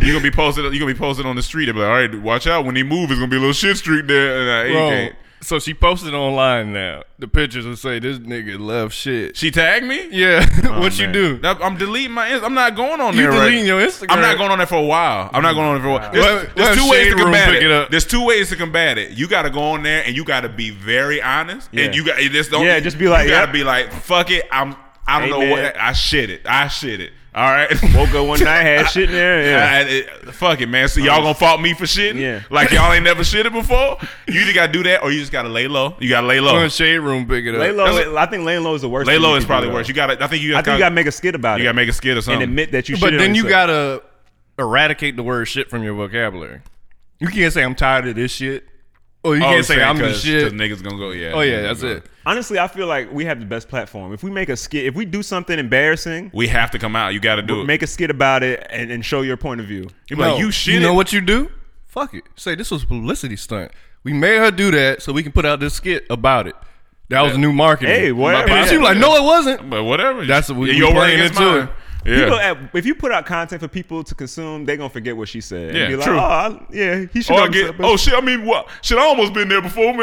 Speaker 1: You gonna be posted. You gonna be posted on the street. And be like, all right, watch out when he move. It's gonna be a little shit streak there. And, uh,
Speaker 3: Bro,
Speaker 1: he can't.
Speaker 3: so she posted online now the pictures and say this nigga left shit.
Speaker 1: She tagged me.
Speaker 3: Yeah, what you
Speaker 4: man.
Speaker 3: do?
Speaker 1: Oh, That- I'm deleting my. Inst- I'm not going on
Speaker 3: You
Speaker 1: there. right-
Speaker 3: deleting your Instagram.
Speaker 1: I'm not going on there for a while. I'm not going on there for a while. There's,
Speaker 3: Let-
Speaker 1: there's
Speaker 3: let
Speaker 1: two ways
Speaker 3: Shade
Speaker 1: to
Speaker 3: Room
Speaker 1: combat
Speaker 3: pick
Speaker 1: it.
Speaker 3: it up.
Speaker 1: There's two ways to combat it. You got to go on there and you got to be very honest.
Speaker 4: Yeah.
Speaker 1: And you got this don't.
Speaker 4: Yeah, just be like,
Speaker 1: you got to
Speaker 4: yeah.
Speaker 1: be like, fuck it. I'm. I don't
Speaker 4: Hey,
Speaker 1: know
Speaker 4: man.
Speaker 1: what. I shit it. I shit it. All right.
Speaker 4: Woke up one night, had shit in there. Yeah.
Speaker 1: I- I- it- fuck it, man. So y'all gonna fault me for shitting?
Speaker 4: Yeah.
Speaker 1: Like y'all ain't never shitted before. You either gotta do that, or you just gotta lay low. You gotta lay low.
Speaker 3: Go in shade room, pick it up.
Speaker 4: Lay low.
Speaker 1: That's
Speaker 4: I think laying low is the worst.
Speaker 1: lay
Speaker 4: thing
Speaker 1: low
Speaker 4: you
Speaker 1: is
Speaker 4: can
Speaker 1: probably
Speaker 4: do,
Speaker 1: worse.
Speaker 4: though.
Speaker 1: You gotta. I think you.
Speaker 4: I think you gotta make a skit about
Speaker 1: You
Speaker 4: it.
Speaker 1: gotta make a skid or
Speaker 4: and
Speaker 1: something.
Speaker 4: admit that you.
Speaker 3: but
Speaker 4: shitted
Speaker 3: then
Speaker 4: on
Speaker 3: you
Speaker 4: yourself.
Speaker 3: gotta eradicate the word shit from your vocabulary. You can't say I'm tired of this shit, or you
Speaker 1: Oh,
Speaker 3: can't say
Speaker 1: saying
Speaker 3: I'm the
Speaker 1: 'cause- 'cause
Speaker 3: shit.
Speaker 1: Niggas gonna go. Yeah.
Speaker 3: Oh yeah,
Speaker 1: niggas
Speaker 3: that's
Speaker 1: gonna-
Speaker 3: it.
Speaker 4: Honestly, I feel like we have the best platform. If we make a skit, if we do something embarrassing,
Speaker 1: We have to come out. You gotta do it.
Speaker 4: make a skit about it and, and show your point of view.
Speaker 1: You be like, you shit.
Speaker 3: You
Speaker 1: it.
Speaker 3: know what you do? Fuck it. Say this was a publicity stunt. We made her do that so we can put out this skit about it. That was new marketing.
Speaker 4: Hey, whatever.
Speaker 3: And she was like, no, it wasn't.
Speaker 1: But whatever.
Speaker 3: That's what we-
Speaker 1: Your
Speaker 3: we
Speaker 1: word
Speaker 3: playing
Speaker 1: against
Speaker 3: into
Speaker 1: mine.
Speaker 3: it.
Speaker 1: Yeah.
Speaker 4: People, at- if you put out content for people to consume, they're gonna forget what she said.
Speaker 1: Yeah,
Speaker 4: and be like,
Speaker 1: true.
Speaker 4: Oh, I, yeah, he should.
Speaker 1: or I
Speaker 4: know
Speaker 1: get.
Speaker 4: himself, but-
Speaker 1: Oh shit. I mean, what? Shit. I almost been there before, man.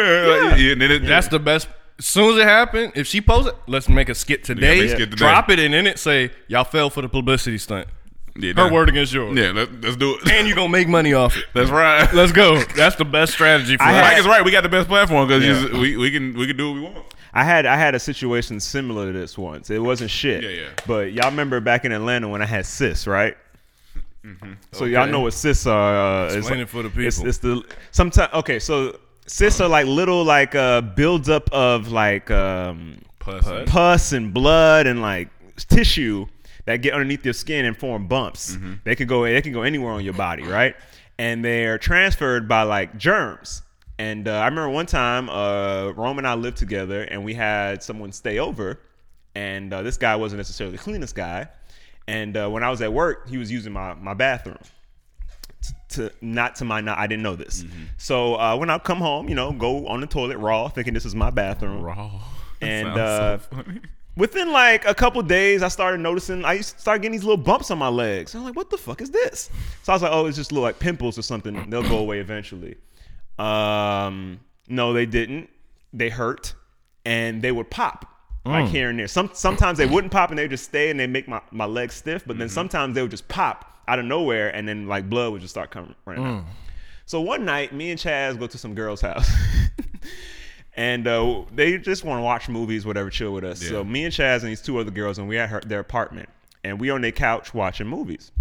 Speaker 1: Like, yeah, and then it-
Speaker 3: That's the best. As soon as it happened, if she posts it, let's make a skit today.
Speaker 1: make a skit today.
Speaker 3: Drop it and in it say, y'all fell for the publicity stunt.
Speaker 1: yeah,
Speaker 3: Her
Speaker 1: that-
Speaker 3: word against yours.
Speaker 1: Yeah. Let, let's do it.
Speaker 3: And you're going to make money off it.
Speaker 1: Let's ride.
Speaker 3: Let's go. That's the best strategy for
Speaker 4: I
Speaker 3: us.
Speaker 1: Mike
Speaker 4: had-
Speaker 1: is right. We got the best platform because we, we can we can do what we want.
Speaker 4: I had I had a situation similar to this once. It wasn't shit.
Speaker 1: Yeah, yeah.
Speaker 4: But y'all remember back in Atlanta when I had cis, right? So y'all know what cis are. Uh, it's
Speaker 3: Mm-hmm. Explain
Speaker 4: like-
Speaker 3: it for the
Speaker 4: It's,
Speaker 3: people.
Speaker 4: it's the sometimes okay. So cis are like little like uh, builds up of like um,
Speaker 1: Puss.
Speaker 4: pus and blood and like tissue that get underneath your skin and form bumps.
Speaker 1: Mm-hmm.
Speaker 4: They could go they can go anywhere on your body, right? And they're transferred by like germs. And uh, I remember one time, uh, Rome and I lived together, and we had someone stay over, and uh, this guy wasn't necessarily the cleanest guy. And uh, when I was at work, he was using my my bathroom to not to my not I didn't know this.
Speaker 1: Mm-hmm.
Speaker 4: So uh, when I come home, you know, go on the toilet raw, thinking this is my bathroom.
Speaker 1: Raw.
Speaker 4: And,
Speaker 1: Sounds
Speaker 4: uh,
Speaker 1: so funny.
Speaker 4: Within like a couple days, I started noticing I used to start getting these little bumps on my legs. I'm like, what the fuck is this? So I was like, oh, it's just little like pimples or something. They'll go away eventually. Um, no, they didn't. They hurt, and they would pop like here and there. Some sometimes they wouldn't pop, and they would just stay, and they make my my legs stiff. But then sometimes they would just pop out of nowhere, and then like blood would just start coming running out. So one night, me and Chaz go to some girl's house. And uh, they just want to watch movies, whatever, chill with us. So me and Chaz and these two other girls, and we at her, their apartment, and we on their couch watching movies.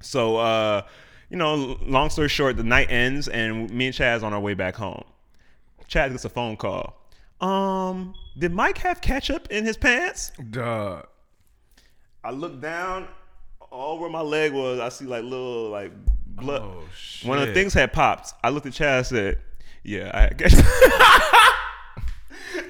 Speaker 4: So uh, you know, long story short, the night ends, and me and Chaz on our way back home. Chaz gets a phone call. Um, did Mike have ketchup in his pants?
Speaker 3: Duh.
Speaker 4: I look down, all where my leg was, I see like little like blood.
Speaker 1: Oh,
Speaker 4: One of the
Speaker 1: shit.
Speaker 4: things had popped. I looked at Chad. I said, "Yeah, I had ketchup."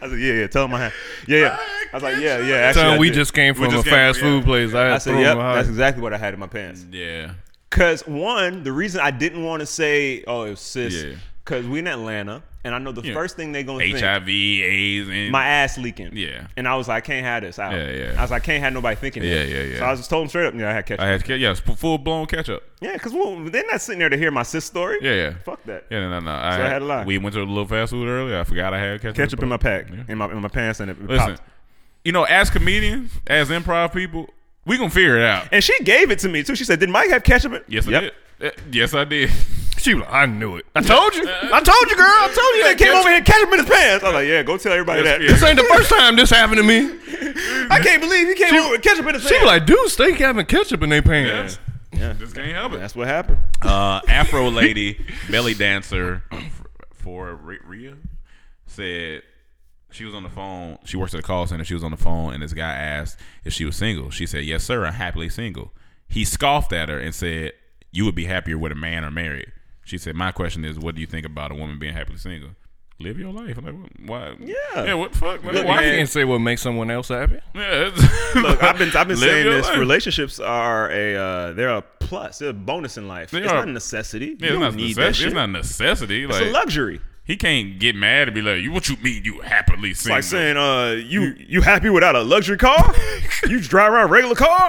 Speaker 4: I said, "Yeah, yeah." Tell him I had. Yeah, yeah. I was like, "Yeah, yeah." Actually,
Speaker 3: Son,
Speaker 4: I
Speaker 3: we
Speaker 4: did."
Speaker 3: just came
Speaker 1: We
Speaker 3: from
Speaker 1: just came-
Speaker 3: a fast
Speaker 1: yeah.
Speaker 3: food place. I, had
Speaker 4: I
Speaker 3: thrown
Speaker 4: said, "Yep,
Speaker 3: my-
Speaker 4: that's exactly what I had in my pants."
Speaker 1: yeah.
Speaker 4: Cause one, the reason I didn't want to say, "Oh, it was sis,"
Speaker 1: Yeah.
Speaker 4: because we in Atlanta, and I know the
Speaker 1: Yeah.
Speaker 4: first thing they gonna think
Speaker 1: HIV, AIDS, and
Speaker 4: my ass leaking.
Speaker 1: Yeah.
Speaker 4: And I was like, I can't have this out.
Speaker 1: Yeah, yeah.
Speaker 4: I was like, I can't have nobody thinking.
Speaker 1: Yeah,
Speaker 4: that.
Speaker 1: yeah, yeah.
Speaker 4: So I was just told him straight up, yeah, I had ketchup.
Speaker 1: I had to, yeah, full blown catch up.
Speaker 4: Yeah, because they're not sitting there to hear my sis story.
Speaker 1: Yeah, yeah.
Speaker 4: Fuck that.
Speaker 1: Yeah, no, no, no.
Speaker 4: I had a lot.
Speaker 1: We went to a little fast food earlier. I forgot I had ketchup.
Speaker 4: Ketchup in my pack,
Speaker 1: Yeah.
Speaker 4: in my in my pants, and it it
Speaker 1: Listen,
Speaker 4: popped.
Speaker 1: you know, as comedians, as improv people, we gonna figure it out.
Speaker 4: And she gave it to me too. She said, "Did Mike have ketchup?" in-"
Speaker 1: Yes,
Speaker 4: Yep.
Speaker 1: I did. Eh, Yes, I did.
Speaker 3: She was like, I knew it. I told you.
Speaker 1: Uh,
Speaker 3: I told you, girl.
Speaker 4: I
Speaker 3: I
Speaker 4: told you they came over here ketchup in his pants. I was like, "Yeah, go tell everybody
Speaker 1: Yes,
Speaker 4: that."
Speaker 1: yes.
Speaker 3: This ain't the first time this happened to me.
Speaker 4: I can't believe he came over with ketchup in his
Speaker 3: She
Speaker 4: pants.
Speaker 3: was like, dudes think having ketchup in their pants.
Speaker 4: yeah.
Speaker 1: Just can't help it.
Speaker 4: That's what happened.
Speaker 1: Uh, Afro lady, belly dancer for Ri- Rhea said she was on the phone. She works at a call center. She was on the phone, and this guy asked if she was single. She said, "Yes, sir. I'm happily single." He scoffed at her and said, "You would be happier with a man or married." She said, "My question is, what do you think about a woman being happily single? Live your life. I'm like, "What- why?
Speaker 4: Yeah.
Speaker 1: yeah. What the fuck? man?
Speaker 3: Look,
Speaker 1: Why
Speaker 3: I
Speaker 1: can't-
Speaker 3: can't say what makes someone else happy.
Speaker 1: Yeah, it's-
Speaker 4: Look, I've been I've been
Speaker 1: Live
Speaker 4: saying
Speaker 1: your
Speaker 4: this.
Speaker 1: life.
Speaker 4: Relationships are a uh, they're a plus. They're a bonus in life.
Speaker 1: They
Speaker 4: it's
Speaker 1: are.
Speaker 4: not a necessity.
Speaker 1: Yeah,
Speaker 4: you
Speaker 1: it's,
Speaker 4: don't
Speaker 1: not
Speaker 4: need
Speaker 1: necess-
Speaker 4: that shit.
Speaker 1: it's not a necessity.
Speaker 4: It's
Speaker 1: like
Speaker 4: a luxury.
Speaker 1: he can't get mad and be like, "You what you mean? You happily
Speaker 4: It's
Speaker 1: single?
Speaker 4: like saying, uh, you you happy without a luxury car? you drive around a regular car?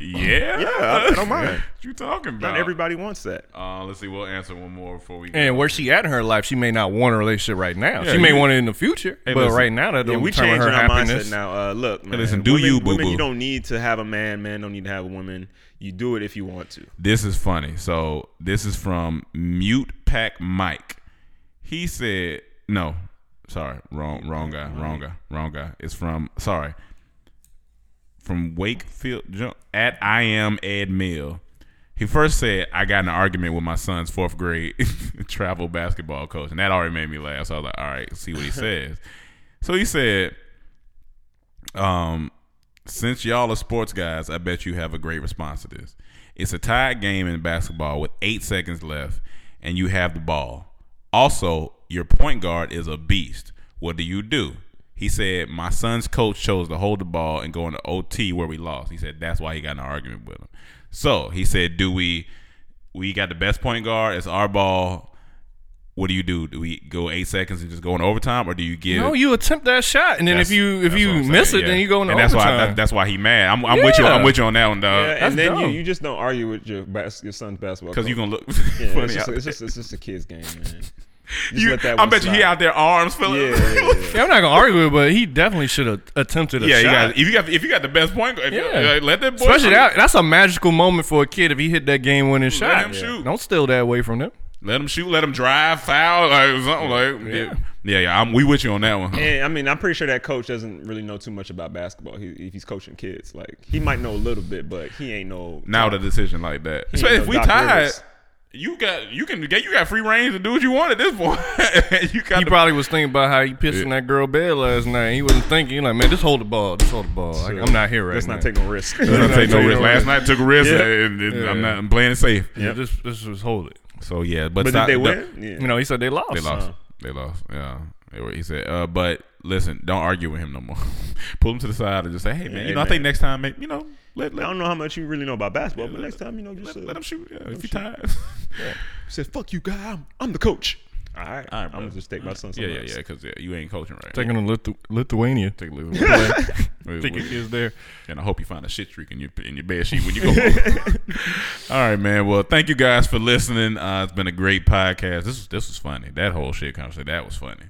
Speaker 1: yeah,
Speaker 4: Yeah, I- I don't mind.
Speaker 1: what you talking about?
Speaker 4: Not everybody wants that.
Speaker 1: Uh, let's see. We'll answer one more before we.
Speaker 3: And where she at in her life, she may not want a relationship right now.
Speaker 1: Yeah,
Speaker 3: she may
Speaker 1: you-
Speaker 3: want it in the future,
Speaker 1: Hey,
Speaker 3: but
Speaker 1: listen.
Speaker 3: right now that
Speaker 4: Yeah,
Speaker 3: don't
Speaker 4: we
Speaker 3: determine
Speaker 4: changing
Speaker 3: her
Speaker 4: our
Speaker 3: happiness.
Speaker 4: mindset now. Uh, look, man,
Speaker 1: listen, do
Speaker 4: women,
Speaker 1: you,
Speaker 4: women,
Speaker 1: boo-boo.
Speaker 4: you don't need to have a man. Man don't need to have a woman. You do it if you want to.
Speaker 1: This is funny. So this is from Mute Pack Mike. He said, "No, sorry, wrong, wrong guy, wrong guy, wrong guy." It's from sorry, from Wakefield Ju- at I am Ed Mill. He first said, "I got in an argument with my son's fourth grade travel basketball coach," and that already made me laugh. So I was like, "All right, see what he says." so he said, "Um." Since y'all are sports guys, I bet you have a great response to this. It's a tied game in basketball with eight seconds left, and you have the ball. Also, your point guard is a beast. What do you do? He said, My son's coach chose to hold the ball and go into OT where we lost. He said, That's why he got in an argument with him. So he said, Do we, we got the best point guard? It's our ball. What do you do? Do we go eight seconds and just go into overtime, or do you give?
Speaker 3: No, you attempt that shot, and then if
Speaker 1: That's-
Speaker 3: you if
Speaker 1: that's
Speaker 3: you
Speaker 1: what I'm
Speaker 3: miss
Speaker 1: saying,
Speaker 3: it,
Speaker 1: yeah.
Speaker 3: then you go into
Speaker 1: and that's
Speaker 3: overtime.
Speaker 1: Why, that- that's why he mad. I'm, I'm with you. I'm
Speaker 3: Yeah.
Speaker 1: with you on that one, dog.
Speaker 4: Yeah,
Speaker 3: that's
Speaker 4: and then you,
Speaker 3: dumb.
Speaker 4: you just don't argue with your bas- your son's basketball
Speaker 1: Because you gonna
Speaker 4: coach.
Speaker 1: look
Speaker 4: Yeah,
Speaker 1: funny.
Speaker 4: it's, just,
Speaker 1: out
Speaker 4: it's
Speaker 1: there.
Speaker 4: just it's just a kid's game, man. Just
Speaker 1: You-
Speaker 4: let that
Speaker 1: I
Speaker 4: one
Speaker 1: bet you he
Speaker 4: slide.
Speaker 1: out there arms feeling.
Speaker 4: Yeah, yeah, yeah, yeah.
Speaker 3: Yeah, I'm not gonna argue with, it, but he definitely should have attempted a
Speaker 1: Yeah, you
Speaker 3: shot.
Speaker 1: got, if you got if you got the best point, guard, if you-
Speaker 3: Yeah.
Speaker 1: like, let that boy
Speaker 3: Especially
Speaker 1: shoot.
Speaker 3: that, that's a magical moment for a kid if he hit that game winning shot.
Speaker 1: him shoot.
Speaker 3: Don't steal that away from them.
Speaker 1: Let him shoot. Let him drive, foul, like something like. Yeah, yeah, yeah, I'm, we with you on that one.
Speaker 4: And I mean, I'm pretty sure that coach doesn't really know too much about basketball. He, if he's coaching kids, like he might know a little bit, but he ain't no.
Speaker 1: Now the decision like that. So
Speaker 4: ain't
Speaker 1: if
Speaker 4: no
Speaker 1: we
Speaker 4: Doc
Speaker 1: tied,
Speaker 4: Rivers.
Speaker 1: you got you can get you got free range to do what you want at this point. you got
Speaker 3: He
Speaker 1: the-
Speaker 3: probably was thinking about how he pissed in that girl bed last night. He wasn't thinking he like, man, just hold the ball, just hold the ball. I, am not here right
Speaker 4: Let's
Speaker 3: now.
Speaker 4: not take no risk.
Speaker 1: I'm not taking no
Speaker 3: Yeah.
Speaker 1: risk. Last night took a risk.
Speaker 4: Yeah.
Speaker 1: and- and I'm not. I'm playing it safe.
Speaker 3: Yeah, just, just, just hold it.
Speaker 1: So yeah, but,
Speaker 4: but
Speaker 1: stop-
Speaker 4: did they
Speaker 1: the-
Speaker 4: win? Yeah.
Speaker 3: You know, he said they lost.
Speaker 1: They lost. They lost. Yeah. They were- He said, uh, but listen, don't argue with him no more. Pull him to the side and just say, hey, man,
Speaker 4: Yeah,
Speaker 1: you
Speaker 4: hey,
Speaker 1: know, I think
Speaker 4: man.
Speaker 1: next time, maybe, you know, let,
Speaker 4: I
Speaker 1: let,
Speaker 4: don't know how much you really know about basketball, but next time, you know, just
Speaker 1: let,
Speaker 4: uh,
Speaker 1: let him shoot. Yeah, if you
Speaker 4: shoot.
Speaker 1: tired.
Speaker 4: Say, "Fuck you, guy. I'm, I'm the coach." All right,
Speaker 1: All right,
Speaker 4: I'm
Speaker 1: bro.
Speaker 4: gonna just take my son.
Speaker 1: yeah,
Speaker 4: somewhere
Speaker 1: yeah, yeah,
Speaker 4: else.
Speaker 1: because yeah, you ain't coaching right.
Speaker 3: Taking to Lithu- Lithuania.
Speaker 1: Take a little Wait,
Speaker 3: Think
Speaker 1: wait.
Speaker 3: it is there.
Speaker 1: and I hope you find a shit streak in your in your bed sheet when you go home. All right, man. Well, thank you guys for listening. Uh, it's been a great podcast. This this was funny. That whole shit conversation that was funny.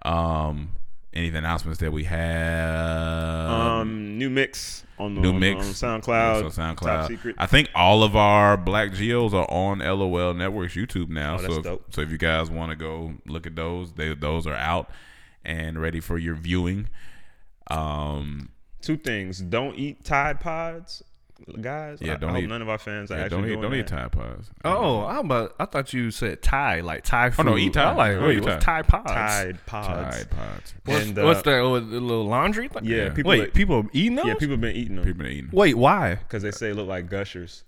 Speaker 1: Um, any announcements that we have?
Speaker 4: Um, new mix on the
Speaker 1: New
Speaker 4: on,
Speaker 1: mix
Speaker 4: on SoundCloud.
Speaker 1: Yes, on SoundCloud.
Speaker 4: Oh, Top secret.
Speaker 1: I think all of our Black Geos are on LOL Networks YouTube now.
Speaker 4: Oh, that's
Speaker 1: so, if,
Speaker 4: dope.
Speaker 1: so if you guys want to go look at those, they those are out and ready for your viewing. Um,
Speaker 4: Two things: don't eat Tide Pods, guys.
Speaker 1: Yeah,
Speaker 4: I-
Speaker 1: don't
Speaker 4: I hope
Speaker 1: eat-
Speaker 4: none of our fans are
Speaker 1: yeah,
Speaker 4: actually
Speaker 1: don't eat
Speaker 4: doing
Speaker 1: don't
Speaker 4: that.
Speaker 1: eat Tide Pods.
Speaker 3: Oh, I'm about, I thought you said Thai, like Thai food.
Speaker 1: no, eat Thai.
Speaker 3: I'm like,
Speaker 1: Oh,
Speaker 3: wait,
Speaker 1: eat
Speaker 3: what's
Speaker 1: Thai.
Speaker 3: Thai pods?
Speaker 4: Tide Pods.
Speaker 1: Tide Pods.
Speaker 3: What's,
Speaker 4: And, uh,
Speaker 3: what's that? Oh, the little laundry thing?
Speaker 4: Yeah, people.
Speaker 3: wait,
Speaker 4: that-
Speaker 3: people eating those?
Speaker 4: yeah, people been eating them
Speaker 1: People been eating.
Speaker 3: Wait, why?
Speaker 4: because they say it look like gushers.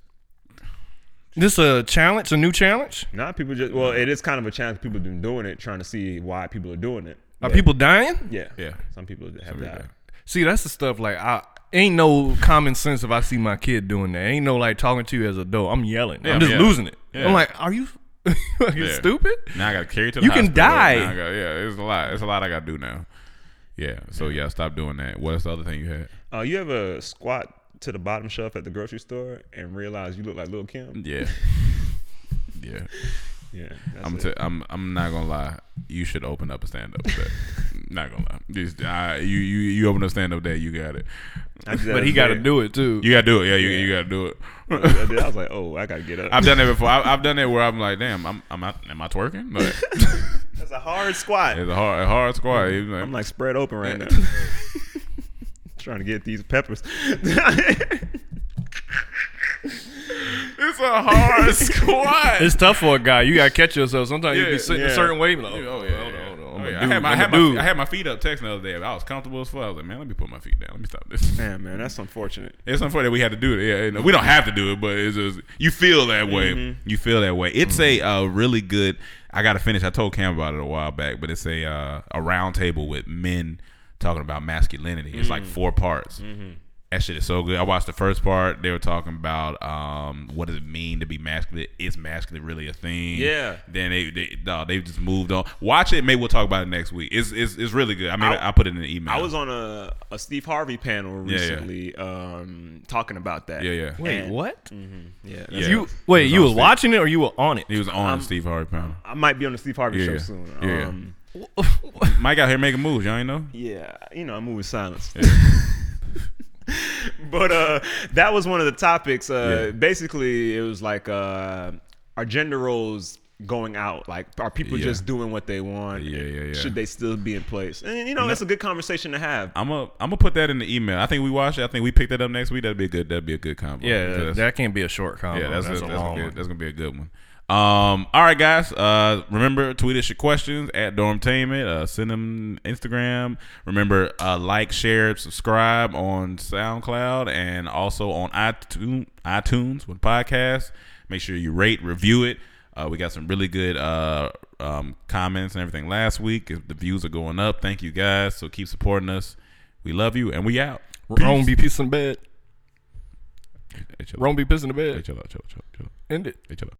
Speaker 3: This a challenge, a new challenge?
Speaker 4: Not people just. Well, it is kind of a challenge. People been doing it, trying to see why people are doing it.
Speaker 3: Are people dying?
Speaker 4: Yeah,
Speaker 1: Yeah.
Speaker 4: Some people have
Speaker 1: people
Speaker 4: died.
Speaker 1: die.
Speaker 3: See, that's the stuff like I ain't no common sense if I see my kid doing that. Ain't no like talking to you as a adult. I'm yelling.
Speaker 1: Yeah,
Speaker 3: I'm just
Speaker 1: yeah.
Speaker 3: losing it.
Speaker 1: Yeah.
Speaker 3: I'm like, are you are you
Speaker 1: Yeah.
Speaker 3: stupid?
Speaker 1: Now I got to carry it to the
Speaker 3: You can
Speaker 1: hospital.
Speaker 3: die.
Speaker 1: Now I gotta- yeah, it's a lot. It's a lot I got to do now. Yeah. So yeah, stop doing that. What's the other thing you had?
Speaker 4: Uh, you ever squat to the bottom shelf at the grocery store and realize you look like Lil Kim?
Speaker 1: Yeah. yeah.
Speaker 4: Yeah, that's
Speaker 1: I'm
Speaker 4: it.
Speaker 1: t- I'm I'm not gonna lie. You should open up a stand up set. not gonna lie. Just, I, you you you open a stand up day. You got it.
Speaker 4: I did that
Speaker 3: But he got to
Speaker 4: today.
Speaker 3: do it too.
Speaker 1: You gotta do it. Yeah, you, you gotta do it.
Speaker 4: I, did. I was like, oh, I gotta get up.
Speaker 1: I've done that before. I, I've done that where I'm like, damn, I'm I'm out, am I twerking? Like,
Speaker 4: That's a hard squat.
Speaker 1: it's a hard a hard squat. It's like-
Speaker 4: I'm like spread open right now, trying to get these peppers.
Speaker 1: it's a hard squat.
Speaker 3: It's tough for a guy. You got to catch yourself. Sometimes you
Speaker 1: Yeah,
Speaker 3: be sitting
Speaker 4: yeah.
Speaker 3: a certain way. Like, oh,
Speaker 1: Oh, yeah,
Speaker 3: hold on,
Speaker 1: yeah.
Speaker 3: hold on. I'm
Speaker 1: Oh,
Speaker 3: a
Speaker 1: yeah.
Speaker 3: dude.
Speaker 1: I, had my, I,
Speaker 3: I'm
Speaker 1: had
Speaker 3: a dude.
Speaker 1: my, I had my feet up texting the other day. I was comfortable as fuck. I was like, man, let me put my feet down. Let me stop this.
Speaker 4: Man, man, that's unfortunate.
Speaker 1: It's unfortunate that we had to do it. Yeah, and we don't have to do it, but it's just you feel that way.
Speaker 4: Mm-hmm.
Speaker 1: You feel that way. It's a uh, really good. I got to finish. I told Cam about it a while back, but it's a uh, a round table with men talking about masculinity. It's
Speaker 4: Mm.
Speaker 1: like four parts.
Speaker 4: Mm-hmm.
Speaker 1: That shit is so good. I watched the first part. They were talking about um, what does it mean to be masculine? Is masculine really a thing?
Speaker 4: Yeah.
Speaker 1: Then they they no, they just moved on. Watch it. Maybe we'll talk about it next week. It's it's, it's really good. I mean, I,
Speaker 4: I-
Speaker 1: put it in the email.
Speaker 4: I was on a, a Steve Harvey panel
Speaker 1: Yeah, yeah.
Speaker 4: recently um, talking about that.
Speaker 1: yeah yeah.
Speaker 3: Wait, what?
Speaker 4: yeah.
Speaker 1: Yeah.
Speaker 3: You wait,
Speaker 1: It was
Speaker 3: you
Speaker 1: on
Speaker 3: were
Speaker 1: stage.
Speaker 3: watching it or you were on it?
Speaker 1: He was on Steve Harvey Pound.
Speaker 4: I might be on the Steve Harvey
Speaker 1: Yeah,
Speaker 4: show
Speaker 1: yeah.
Speaker 4: soon.
Speaker 1: Yeah.
Speaker 4: Um,
Speaker 1: Mike out here making moves. Y'all ain't know.
Speaker 4: yeah, you know, I'm moving silence. but uh, that was one of the topics. Uh,
Speaker 1: Yeah.
Speaker 4: Basically, it was like uh, are gender roles going out? Like, are people
Speaker 1: Yeah.
Speaker 4: just doing what they want?
Speaker 1: Yeah, yeah, yeah.
Speaker 4: Should they still be in place? And you know, that's a good conversation to have.
Speaker 1: I'm a I'm gonna put that in the email. I think we watched it. I think we picked that up next week. That'd be a good. That'd be a good combo.
Speaker 3: Yeah,
Speaker 1: That's-
Speaker 3: that can't be a short combo.
Speaker 1: yeah. That's,
Speaker 3: Uh-huh, that's, a,
Speaker 1: that's
Speaker 3: long
Speaker 1: gonna be,
Speaker 3: one.
Speaker 1: that's gonna be a good one. Um. All right, guys. Uh. Remember, tweet us your questions at Dormtainment. Uh. Send them Instagram. Remember, uh, like, share, subscribe on SoundCloud and also on iTunes. iTunes with podcasts. Make sure you rate, review it. Uh, we got some really good uh, um, comments and everything last week. If the views are going up, thank you guys. So keep supporting us. We love you, and we out.
Speaker 3: Rome be pissing in bed.
Speaker 1: Hey, chill out.
Speaker 3: Rome be pissing in
Speaker 1: Hey,
Speaker 3: bed.
Speaker 1: chill out, chill out, chill out, chill out.
Speaker 3: End it.
Speaker 1: Hey, chill out.